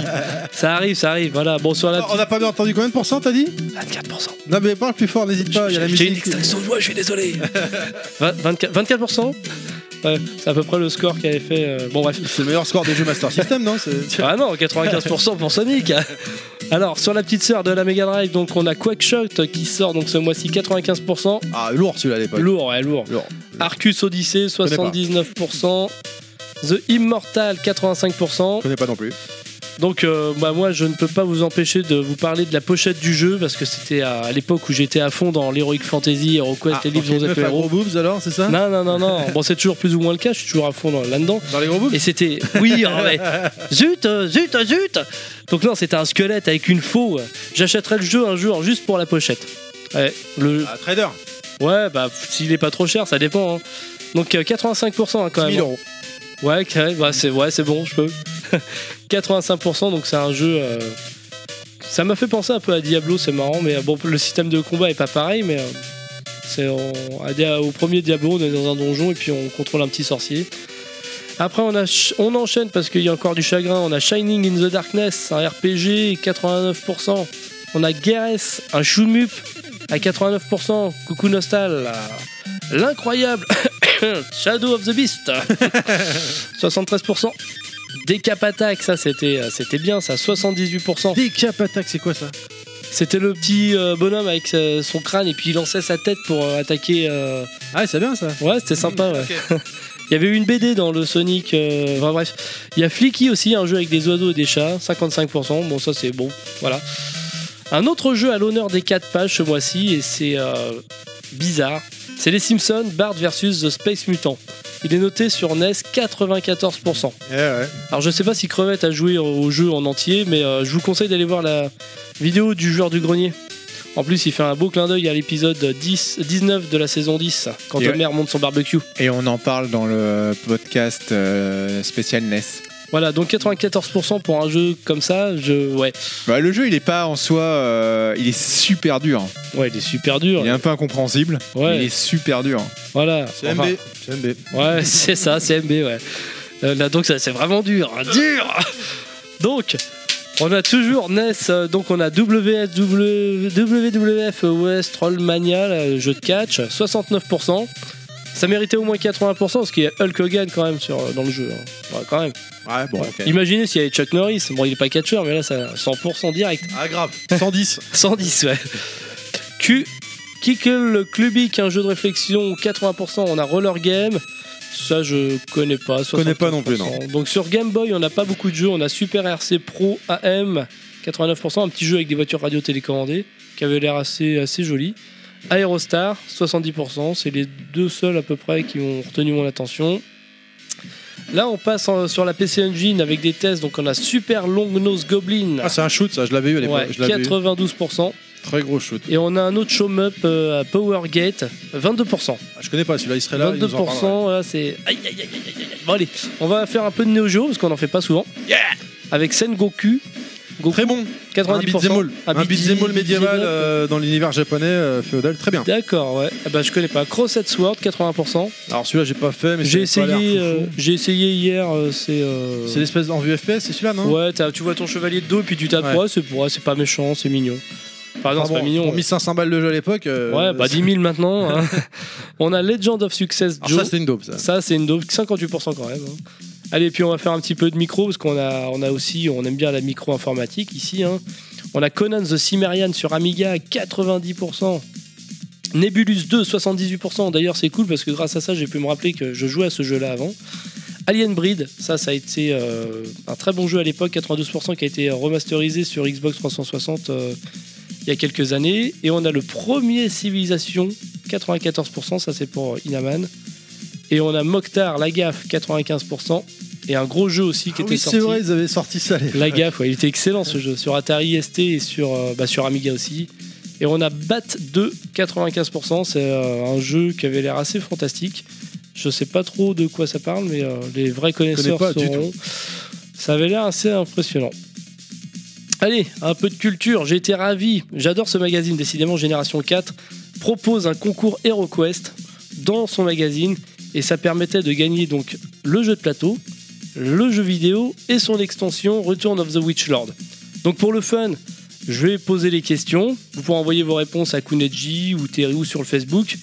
Ça arrive, ça arrive. Voilà, bon, sur la On n'a pas bien entendu combien de pourcents t'as dit 24%. Non mais parle plus fort, n'hésite Ah, pas, il y a la J'ai une musique. extraction de voix, je suis désolé. Vingt- 24%, 24% Ouais, C'est à peu près le score qu'avait fait. euh, Bon, bref. C'est le meilleur score des jeux Master System, non C'est- Ah non, 95% pour Sonic. Alors, sur la petite sœur de la Mega Drive, donc on a Quackshot qui sort donc ce mois-ci 95%. Ah, lourd celui-là à l'époque. Lourd, ouais, lourd. Lourd. Arcus Odyssey, 79%. The Immortal, 85%. Je connais pas non plus. Donc, euh, bah, moi, je ne peux pas vous empêcher de vous parler de la pochette du jeu, parce que c'était à, à l'époque où j'étais à fond dans l'Heroic Fantasy, HeroQuest, Ah, les livres donc, dont les j'ai fait meufs à héros. gros boobs alors, c'est ça Non, non, non, non. Bon, c'est toujours plus ou moins le cas, je suis toujours à fond dans- là-dedans. Dans les gros boobs Et c'était. Oui, oh, ouais. Zut, euh, zut, euh, zut Donc non, c'était un squelette avec une faux. J'achèterai le jeu un jour juste pour la pochette. Ouais, le... Ah, trader, ouais bah pff, s'il est pas trop cher, ça dépend. hein. Donc euh, 85% hein, 10 quand même. 000 euros. Ouais, ok, bah, c'est ouais, c'est bon, je peux. 85%, donc c'est un jeu. euh, Ça m'a fait penser un peu à Diablo, c'est marrant, mais euh, bon, le système de combat est pas pareil, mais. euh, C'est on- à Dia- au premier Diablo, on est dans un donjon et puis on contrôle un petit sorcier. Après, on, a ch- on enchaîne parce qu'il y a encore du chagrin. On a Shining in the Darkness, un RPG, 89%. On a Guerres, un Shumup à 89%. Coucou Nostal. à L'incroyable Shadow of the Beast. 73%. Decap Attack, ça c'était euh, c'était bien, ça 78%. Décap attaque, c'est quoi ça C'était le petit euh, bonhomme avec euh, son crâne et puis il lançait sa tête pour euh, attaquer. euh, Ah, c'est bien ça. Ouais, c'était sympa. Ouais. il y avait eu une BD dans le Sonic. euh, enfin, bref, il y a Flicky aussi, un jeu avec des oiseaux et des chats, 55%. Bon, ça c'est bon, voilà. Un autre jeu à l'honneur des 4 pages ce mois-ci et c'est euh, bizarre. C'est les Simpsons Bart versus The Space Mutant. Il est noté sur E NES 94%. Eh ouais. Alors je sais pas si Crevette a joué au jeu en entier, mais euh, je vous conseille d'aller voir la vidéo du joueur du grenier. En plus, il fait un beau clin d'œil à l'épisode 10 19 de la saison 10, quand Et ouais. Homer monte son barbecue. Et on en parle dans le podcast euh, spécial NES. Voilà, donc 94% pour un jeu comme ça, je... ouais. Bah, le jeu, il est pas en soi. euh, il est super hein. dur. Ouais, il est super dur. Il est un peu incompréhensible. mais Ouais, Il est super dur. voilà. C'est Enfin, MB. C'est MB. Ouais, c'est ça, CMB, ouais. Euh, là, donc, ça, c'est vraiment dur, hein, dur Donc, on a toujours NES, euh, donc on a WS, W- WWF OS Trollmania, là, le jeu de catch, 69%. Ça méritait au moins 80% parce qu'il y a Hulk Hogan quand même sur, euh, dans le jeu. hein. Ouais, quand même. Ouais, bon, ok. Imaginez s'il y avait Chuck Norris. Bon, il est pas catcheur, mais là, ça 100% direct. Ah, grave. 110. 110, ouais. Q, Kickle Clubic, un jeu de réflexion 80%, on a Roller Game. Ça, je connais pas. Je connais pas non plus, non. Donc sur Game Boy, on n'a pas beaucoup de jeux. On a Super RC Pro AM, 89%, un petit jeu avec des voitures radio télécommandées, qui avait l'air assez, assez joli. Aerostar, 70%, c'est les deux seuls à peu près qui ont retenu mon attention. Là, on passe en- sur la PC Engine avec des tests. Donc on a Super Long Nose Goblin, Ah, c'est un shoot, ça, je l'avais eu à l'époque. ouais, je l'avais eu. 92%. Très gros shoot. Et on a un autre show up euh, à Powergate, 22%. Ah, Je connais pas, celui-là, il serait là. il nous en 22%, voilà, c'est. Aïe, aïe, aïe, aïe, aïe, aïe. Bon, allez, on va faire un peu de Neo Geo, parce qu'on en fait pas souvent. Avec Sengoku. Goku, Très bon. Un 90%. beat'em all. Un beat'em Un all Ah, beat'em médiéval up. euh, dans l'univers japonais euh, féodal, très bien. D'accord, ouais. Eh ben, je connais pas. Crosshead Sword, 80%. Alors celui-là, j'ai pas fait, mais J'ai ça a pas essayé, l'air euh, foufou. j'ai essayé hier, euh, c'est. euh, C'est l'espèce d'en vue FPS, c'est celui-là, non Ouais, t'as- tu vois ton chevalier de dos, puis tu tapes. Ouais. Ouais, c'est ouais, c'est pas méchant, c'est mignon. Par exemple, Ah c'est Enfin pas bon, mignon. Pour 1500 balles de jeu à l'époque. euh, Ouais, bah 10 000 maintenant. hein. on a Legend of Success Alors Joe. ça, c'était une dope, ça. Ça, c'est une dope, 58% quand même. hein. Allez, puis on va faire un petit peu de micro, parce qu'on a, on a aussi, on aime bien la micro-informatique ici. hein. On a Conan the Cimmerian sur Amiga, à 90%. Nebulus 2, 78%. D'ailleurs, c'est cool, parce que grâce à ça, j'ai pu me rappeler que je jouais à ce jeu-là avant. Alien Breed, ça, ça a été euh, un très bon jeu à l'époque, 92%, qui a été remasterisé sur Xbox 360 euh, il y a quelques années. Et on a le premier Civilisation, 94%, ça c'est pour Inaman. Et on a Mokhtar, la gaffe, 95%. Et un gros jeu aussi qui Ah était oui, sorti. c'est vrai, ils avaient sorti ça. les- La gaffe, ouais, il était excellent ce jeu sur Atari ST et sur, euh, bah, sur Amiga aussi. Et on a Bat 2, 95%. C'est euh, un jeu qui avait l'air assez fantastique. Je sais pas trop de quoi ça parle, mais euh, les vrais connaisseurs pas du sauront. Ça avait l'air assez impressionnant. Allez, un peu de culture. J'ai été ravi. J'adore ce magazine. Décidément, Génération 4 propose un concours HeroQuest dans son magazine et ça permettait de gagner donc le jeu de plateau, le jeu vidéo et son extension Return of the Witchlord. Donc pour le fun, je vais poser les questions. Vous pourrez envoyer vos réponses à Kuneji ou Terry sur le Facebook.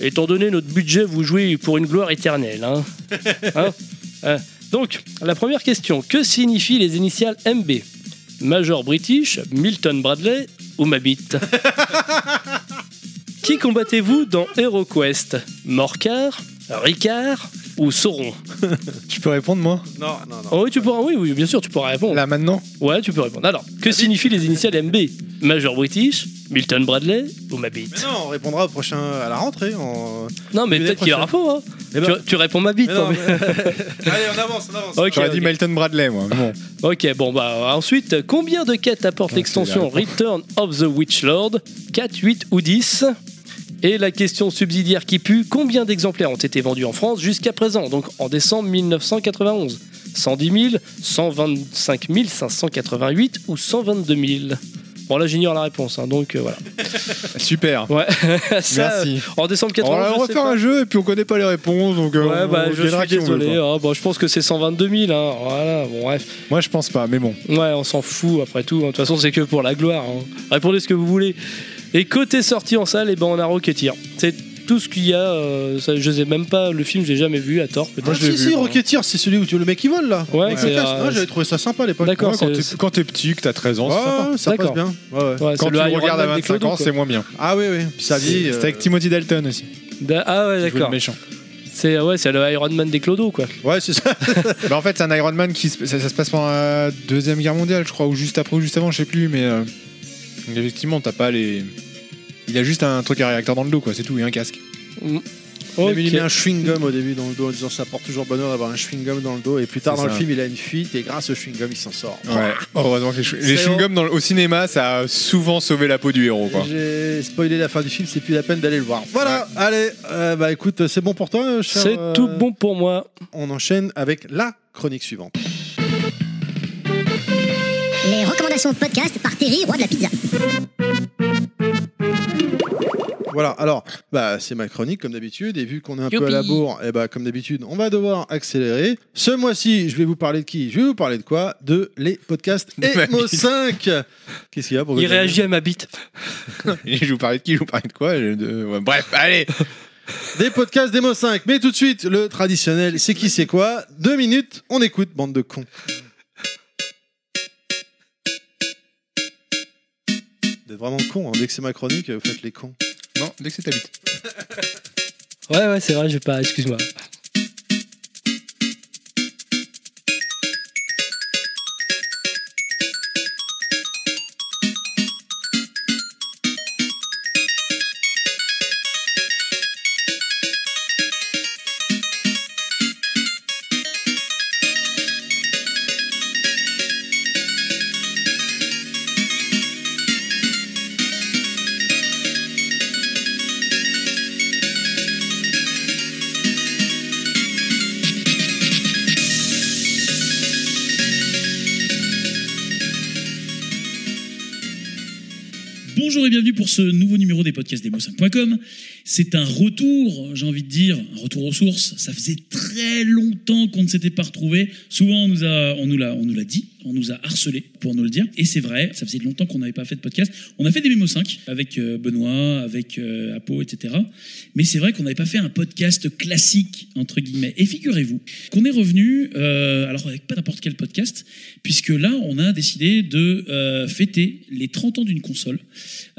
Étant donné notre budget, vous jouez pour une gloire éternelle. hein. Hein Euh, donc, la première question que signifient les initiales MB Major British, Milton Bradley ou Mabit Qui combattez-vous dans HeroQuest Morcar, Ricard ou Sauron Tu peux répondre, moi Non, non, non. Oh oui, tu pourras, oui, oui, bien sûr, tu pourras répondre. Là, maintenant Ouais, tu peux répondre. Alors, que signifient les initiales MB Major British, Milton Bradley ou Mabit Mais non, on répondra au prochain à la rentrée. En... Non, l'année mais peut-être qu'il aura faux, hein. Eh ben- tu, tu réponds Mabit. Mais non, hein, mais- Allez, on avance, on avance. mais- J'aurais Ok, dit ok. Milton Bradley, moi. mais Bon. Ok, bon, bah ensuite, combien de quêtes apporte Ah, l'extension Return of the Witchlord 4, 8 ou 10 Et la question subsidiaire qui pue, combien d'exemplaires ont été vendus en France jusqu'à présent Donc en décembre 1991 110 000, 125 588 ou 122 000 Bon là j'ignore la réponse, hein, donc euh, voilà. Super. Ouais, ça, Merci. euh, en décembre On 91, va- on je va sais faire pas. un jeu et puis on connaît pas les réponses. Donc euh, Ouais, on- bah on je verra qui suis on veut, désolé. quoi. hein. bon, je pense que c'est 122 000. hein. Voilà, bon, bref. Moi, je pense pas, bah, mais bon. Ouais, on s'en fout après tout. hein. De toute façon, c'est que pour la gloire. hein. Répondez ce que vous voulez. Et côté sortie en salle, eh ben, on a Rocketeer. C'est tout ce qu'il y a. euh, ça, je sais même pas, le film, j'ai jamais vu, à tort Ah, peut-être. je si, l'ai vu, si, pardon. Rocketeer, c'est celui où tu le mec qui vole là. Ouais, Avec le c'est, casque. euh, Ouais, j'avais trouvé ça sympa à l'époque. D'accord, Ouais, quand c'est- t'es- quand t'es petit, que t'as 13 ans, c'est sympa. Ouais, ça passe D'accord. bien. Ouais, ouais. Ouais, c'est Quand tu le le Iron regardes à Man des 25 clodos, ans, quoi. c'est moins bien. Ah oui, oui. Puis ça vieillit. C'était euh, avec Timothy Dalton aussi. Da- Ah ouais, qui jouait le d'accord. méchant. C'est ouais, c'est le Iron Man des clodos, quoi. Ouais, c'est ça. Bah, en fait, c'est un Iron Man qui se- ça, ça se passe pendant la deuxième guerre mondiale, je crois, ou juste après ou juste avant, je sais plus. Mais euh, donc, effectivement, t'as pas les. Il a juste un truc à réacteur dans le dos, quoi. C'est tout, et un casque. Même Il Ok. met un chewing-gum au début dans le dos en disant ça porte toujours bonheur d'avoir un chewing-gum dans le dos. Et plus tard C'est dans le ça. film, il a une fuite et grâce au chewing-gum, il s'en sort. Ouais. Ah, Oh, Heureusement que les, chou- les C'est chewing-gums dans le- au cinéma, ça a souvent sauvé la peau du héros, quoi. J'ai spoilé la fin du film, c'est plus la peine d'aller le voir. Voilà, allez, euh, bah écoute, c'est bon pour toi, euh, cher, C'est euh, tout bon pour moi. On enchaîne avec la chronique suivante. Les recommandations podcast par Terry, roi de la pizza. Voilà, alors, bah, c'est ma chronique comme d'habitude, et vu qu'on est un peu à Youpi. la bourre, et bah, comme d'habitude, on va devoir accélérer. Ce mois-ci, je vais vous parler de qui Je vais vous parler de quoi De les podcasts De ma Emo bite. 5 Qu'est-ce qu'il y a pour Il réagit à ma bite. Et je vous parlais de qui, je vous parlais de quoi je- de- ouais, Bref, allez Des podcasts d'Emo 5, mais tout de suite, le traditionnel, c'est qui, c'est quoi Deux minutes, on écoute, bande de cons. Vous êtes vraiment cons, hein. dès que c'est ma chronique, vous faites les cons. Non, dès que c'est ta bite. Ouais, ouais, c'est vrai, je vais pas, excuse-moi. Bonjour et bienvenue pour ce nouveau numéro des podcasts démo5.com. C'est un retour, j'ai envie de dire, un retour aux sources. Ça faisait très longtemps qu'on ne s'était pas retrouvé. Souvent, on nous a, on nous l'a, on nous l'a dit, on nous a harcelé pour nous le dire. Et c'est vrai, ça faisait longtemps qu'on n'avait pas fait de podcast. On a fait des mémos 5 avec euh, Benoît, avec euh, Apo, etc. Mais c'est vrai qu'on n'avait pas fait un podcast classique entre guillemets. Et figurez-vous qu'on est revenu, euh, alors avec pas n'importe quel podcast, puisque là, on a décidé de euh, fêter les 30 ans d'une console.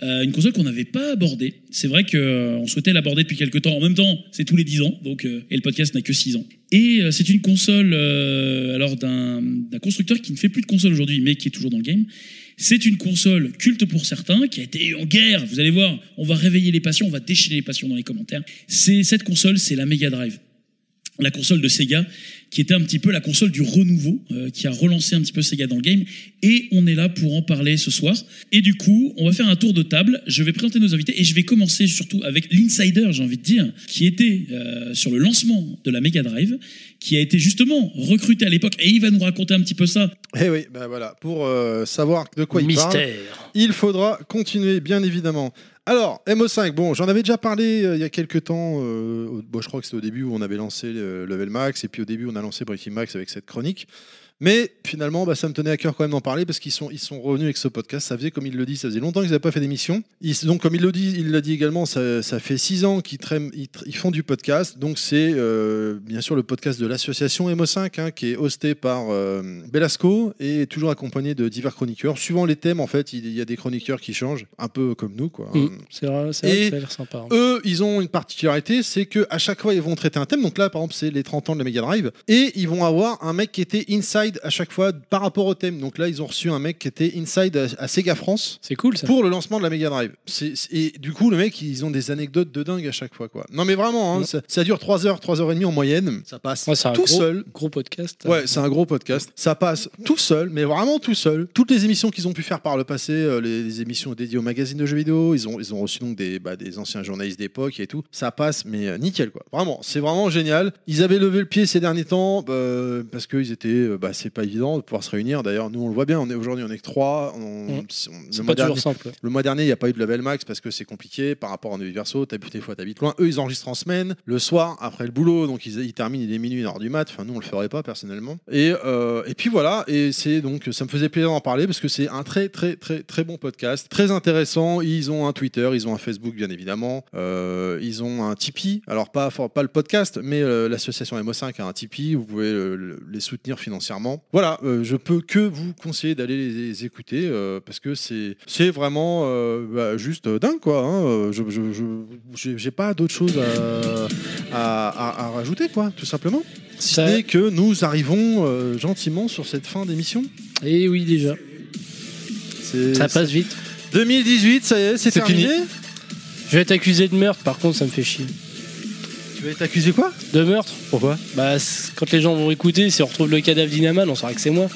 Euh, une console qu'on n'avait pas abordée. C'est vrai qu'on souhaitait l'aborder depuis quelques temps. En même temps, c'est tous les 10 ans, donc, euh, et le podcast n'a que 6 ans. Et euh, c'est une console euh, alors d'un d'un constructeur qui ne fait plus de console aujourd'hui, mais qui est toujours dans le game. C'est une console culte pour certains, qui a été en guerre. Vous allez voir, on va réveiller les passions, on va déchaîner les passions dans les commentaires. C'est cette console, c'est la Mega Drive la console de Sega, qui était un petit peu la console du renouveau, euh, qui a relancé un petit peu Sega dans le game. Et on est là pour en parler ce soir. Et du coup, on va faire un tour de table. Je vais présenter nos invités et je vais commencer surtout avec l'insider, j'ai envie de dire, qui était euh, sur le lancement de la Mega Drive, qui a été justement recruté à l'époque. Et il va nous raconter un petit peu ça. Eh oui, ben voilà, pour euh, savoir de quoi il parle, Mystère. il faudra continuer, bien évidemment. Alors, MO5, bon, j'en avais déjà parlé euh, il y a quelques temps, euh, au- bon, je crois que c'était au début où on avait lancé euh, Level Max, et puis au début on a lancé Breaking Max avec cette chronique. Mais finalement, bah, ça me tenait à cœur quand même d'en parler parce qu'ils sont, ils sont revenus avec ce podcast. Ça faisait, comme il le dit, ça faisait longtemps qu'ils n'avaient pas fait d'émission. Ils- Donc, comme il le dit, il l'a dit également, ça, ça fait six ans qu'ils traînent- ils, tr- ils font du podcast. Donc, c'est euh, bien sûr le podcast de l'association MO5 hein, qui est hosté par euh, Belasco et toujours accompagné de divers chroniqueurs. Suivant les thèmes, en fait, il y a des chroniqueurs qui changent, un peu comme nous, quoi. hein. Mm. C'est vrai, c'est vrai Et que ça a l'air sympa. hein. Eux, ils ont une particularité, c'est que à chaque fois, ils vont traiter un thème. Donc là, par exemple, c'est les 30 ans de la Mega Drive. Et ils vont avoir un mec qui était inside à chaque fois par rapport au thème. Donc là, ils ont reçu un mec qui était inside à, à Sega France. C'est cool ça. Pour le lancement de la Mega Drive. C'est- c'est- Et du coup, le mec, ils ont des anecdotes de dingue à chaque fois. quoi. Non, mais vraiment, hein, Ouais. ça, ça dure 3 heures, 3 heures et demie en moyenne. Ça passe Ouais, c'est un tout gros, seul. gros podcast. Ouais, c'est un gros podcast. Ça passe tout seul, mais vraiment tout seul. Toutes les émissions qu'ils ont pu faire par le passé, euh, les, les émissions dédiées aux magazines de jeux vidéo, ils ont, ils ont reçu donc des, bah, des anciens journalistes d'époque et tout. Ça passe, mais euh, nickel quoi. Vraiment, c'est vraiment génial. Ils avaient levé le pied ces derniers temps euh, parce qu'ils étaient, euh, bah, c'est pas évident de pouvoir se réunir. D'ailleurs, nous on le voit bien. On est aujourd'hui, on est que trois. On, Mm. on- le C'est mois pas toujours dernier- simple. le mois dernier, il n'y a pas eu de level max parce que c'est compliqué par rapport à un universo. T'habites des fois, t'habites loin. Eux, ils enregistrent en semaine, le soir, après le boulot. Donc, ils, ils terminent, il est minuit, une heure du mat. Enfin, nous, on le ferait pas personnellement. Et, euh, et puis voilà. Et c'est donc, ça me faisait plaisir d'en parler parce que c'est un très, très, très, très bon podcast. Très intéressant. Ils ont un Twitter, ils ont un Facebook, bien évidemment. Euh, ils ont un Tipeee. Alors, pas, for- pas le podcast, mais euh, l'association MO5 a un Tipeee. Vous pouvez euh, le- les soutenir financièrement. Voilà, euh, je peux que vous conseiller d'aller les, les écouter euh, parce que c'est c'est vraiment euh, bah, juste euh, dingue quoi. hein. Euh, Je je- je- j'ai- j'ai pas d'autre chose à, à, à- à rajouter quoi, tout simplement. Si ce n'est que nous arrivons euh, gentiment sur cette fin d'émission. Et eh oui déjà. C'est- Ça passe vite. 2018, ça y est, c'est C'est terminé. fini. Je vais t'accuser de meurtre, par contre, ça me fait chier. Tu vas être accusé quoi De meurtre Pourquoi Bah, c- quand les gens vont écouter, si on retrouve le cadavre d'Inaman, on saura que c'est moi.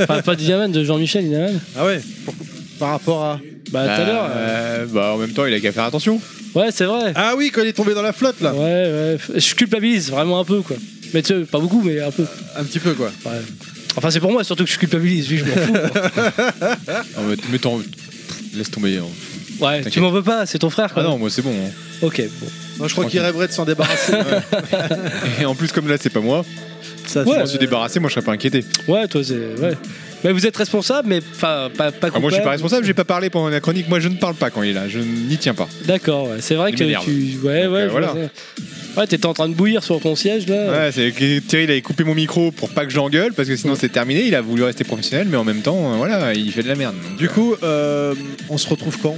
enfin, pas d'Inaman, de Jean-Michel Inaman. Ah ouais Par rapport à. Bah, tout à l'heure. Euh, Bah, en même temps, il a qu'à faire attention. Ouais, c'est vrai. Ah oui, quand il est tombé dans la flotte là. Ouais, ouais. f- Je culpabilise vraiment un peu, quoi. Mais tu sais, pas beaucoup, mais un peu. Un petit peu, quoi. Ouais. Enfin, c'est pour moi surtout que je culpabilise, vu que je m'en fous. Ah, mais, mais t'en- pff, Laisse tomber. hein. quoi. Ouais, tu m'en veux pas, c'est ton frère, Ah quoi. non, moi c'est bon. hein. Ok, bon. Moi, je crois qu'il rêverait de s'en débarrasser. Et en plus, comme là, c'est pas moi. Ça, si Ouais. on se débarrassait, moi je serais pas inquiété. Ouais, toi, c'est. Ouais. Mais vous êtes responsable, mais enfin, pas, pas Ah, moi je suis coupable. pas responsable, j'ai pas parlé pendant la chronique. Moi je ne parle pas quand il est là, je n'y tiens pas. D'accord, ouais. c'est vrai Il que m'énerve. tu. Ouais, ouais, euh, je voilà. vois ça. Ouais, t'étais en train de bouillir sur ton siège, là. Ouais, c'est que Thierry il avait coupé mon micro pour pas que j'engueule parce que sinon c'est terminé. Il a voulu rester professionnel, mais en même temps, euh, voilà, il fait de la merde. donc, Du euh, coup, euh, on se retrouve quand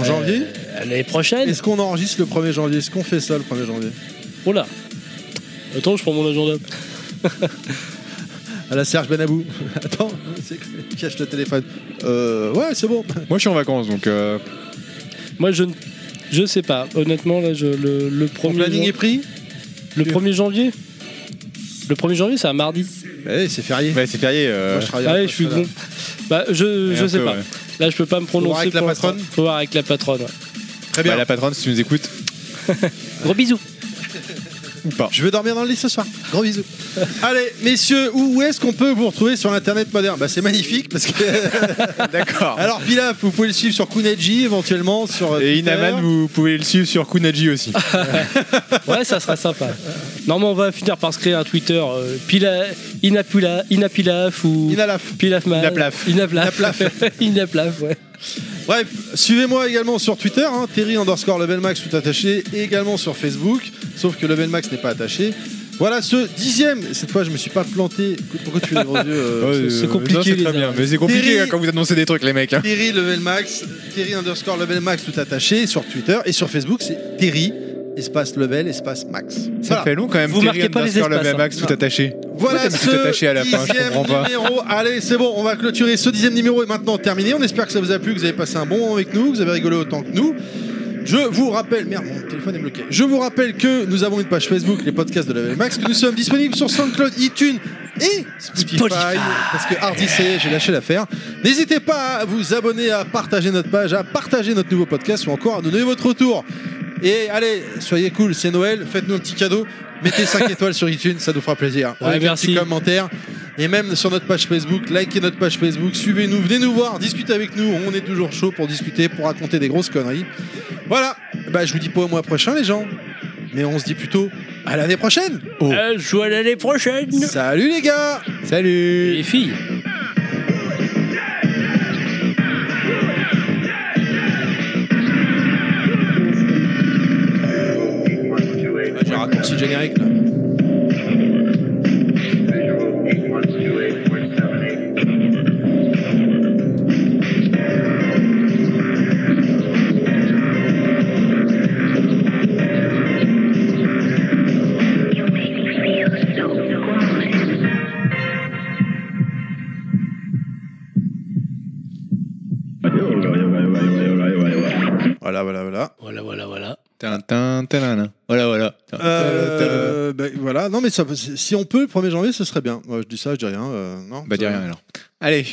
En janvier L'année prochaine Est-ce qu'on enregistre le 1er janvier Est-ce qu'on fait ça le 1er janvier Oh là Attends, je prends mon agenda. À la Serge Benabou. Attends, c'est- cache le téléphone. Euh, ouais, c'est bon. Moi, je suis en vacances, donc. euh, Moi, je ne je sais pas. Honnêtement, là, je, le, le premier. planning jan- est pris Le 1er janvier Le 1er janvier, c'est un mardi. Ouais, Eh, c'est férié. Ouais, c'est férié. euh, Moi, je travaille Ah un ouais, peu, je suis voilà. bon. Bah, je, Ouais, je un sais peu, pas. ouais. Là, je peux pas me prononcer. voir avec la pour l'instant. patronne Faut voir avec la patronne. ouais. Très bien. la patronne, si tu nous écoutes, Gros bisous. ou pas. Je vais dormir dans le lit ce soir. Gros bisous. Allez, messieurs, où est-ce qu'on peut vous retrouver sur l'internet moderne Bah, c'est magnifique parce que. D'accord. Alors, Pilaf, vous pouvez le suivre sur Kuneji éventuellement. Sur euh, Et Inaman, vous pouvez le suivre sur Kunaji aussi. Ouais, ça sera sympa. Normalement, on va finir par se créer un Twitter euh, Pila, Inapula, Inapilaf ou. Inalaf. Pilaf mal. Inaplaf. Inaplaf. Inaplaf, ouais. Bref, suivez-moi également sur Twitter, hein, Terry underscore Level Max tout attaché, et également sur Facebook, sauf que Level Max n'est pas attaché. Voilà ce dixième. Cette fois, je me suis pas planté. Pourquoi tu fais les gros yeux euh, Ouais, c'est- euh, non, c'est très les bien. armes. Mais c'est compliqué Terry- hein, quand vous annoncez des trucs, les mecs. hein. Terry Level Max, Terry underscore Level Max tout attaché sur Twitter et sur Facebook, c'est Terry espace Level espace Max. Ça Voilà. fait long quand même. Vous Terry marquez pas les underscore espaces, Le Max hein. tout attaché. Pourquoi Voilà t'as mis tout ce attaché à la fin, je dixième comprends pas. numéro. Allez, c'est bon, on va clôturer ce dixième numéro est maintenant terminé. On espère que ça vous a plu, que vous avez passé un bon moment avec nous, que vous avez rigolé autant que nous. Je vous rappelle, merde, mon téléphone est bloqué. Je vous rappelle que nous avons une page Facebook, les podcasts de Level Max, que nous sommes disponibles sur SoundCloud, iTunes et Spotify. Parce que Hardy, ça y est, j'ai lâché l'affaire. N'hésitez pas à vous abonner, à partager notre page, à partager notre nouveau podcast ou encore à nous donner votre retour. Et allez, soyez cool, c'est Noël, faites-nous un petit cadeau, mettez 5 étoiles sur iTunes, ça nous fera plaisir. Ouais, Avec un merci. petit commentaire. Et même sur notre page Facebook, likez notre page Facebook, suivez-nous, venez nous voir, discutez avec nous, on est toujours chaud pour discuter, pour raconter des grosses conneries. Voilà, bah, je vous dis pas au mois prochain les gens, mais on se dit plutôt à l'année prochaine. Euh, je vois l'année prochaine. Salut les gars Salut. Les filles. J'ai raccourci le générique là. Voilà, voilà, voilà. Voilà, voilà, voilà. Tintin, tintin. Voilà, voilà. Euh, bah, voilà, non mais ça, si on peut le 1er janvier, ce serait bien. Moi, je dis ça, je dis rien. euh, non Bah, dis Ça- rien alors. Allez.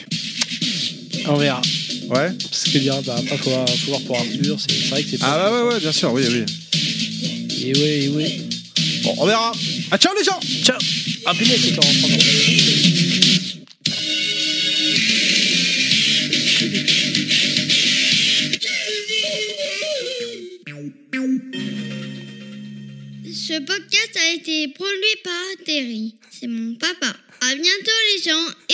On verra. Ouais. Ce qui est bien, bah, après, faut voir, faut voir pour Arthur. C'est c'est vrai que c'est pas. Ah bah ouais, ouais, bien sûr, oui, oui. Et ouais, et ouais. Bon, on verra. Ah ciao les gens Ciao. Ah, punaise, c'est en rentrant dans- Ce podcast a été produit par Terry. C'est mon papa. À bientôt les gens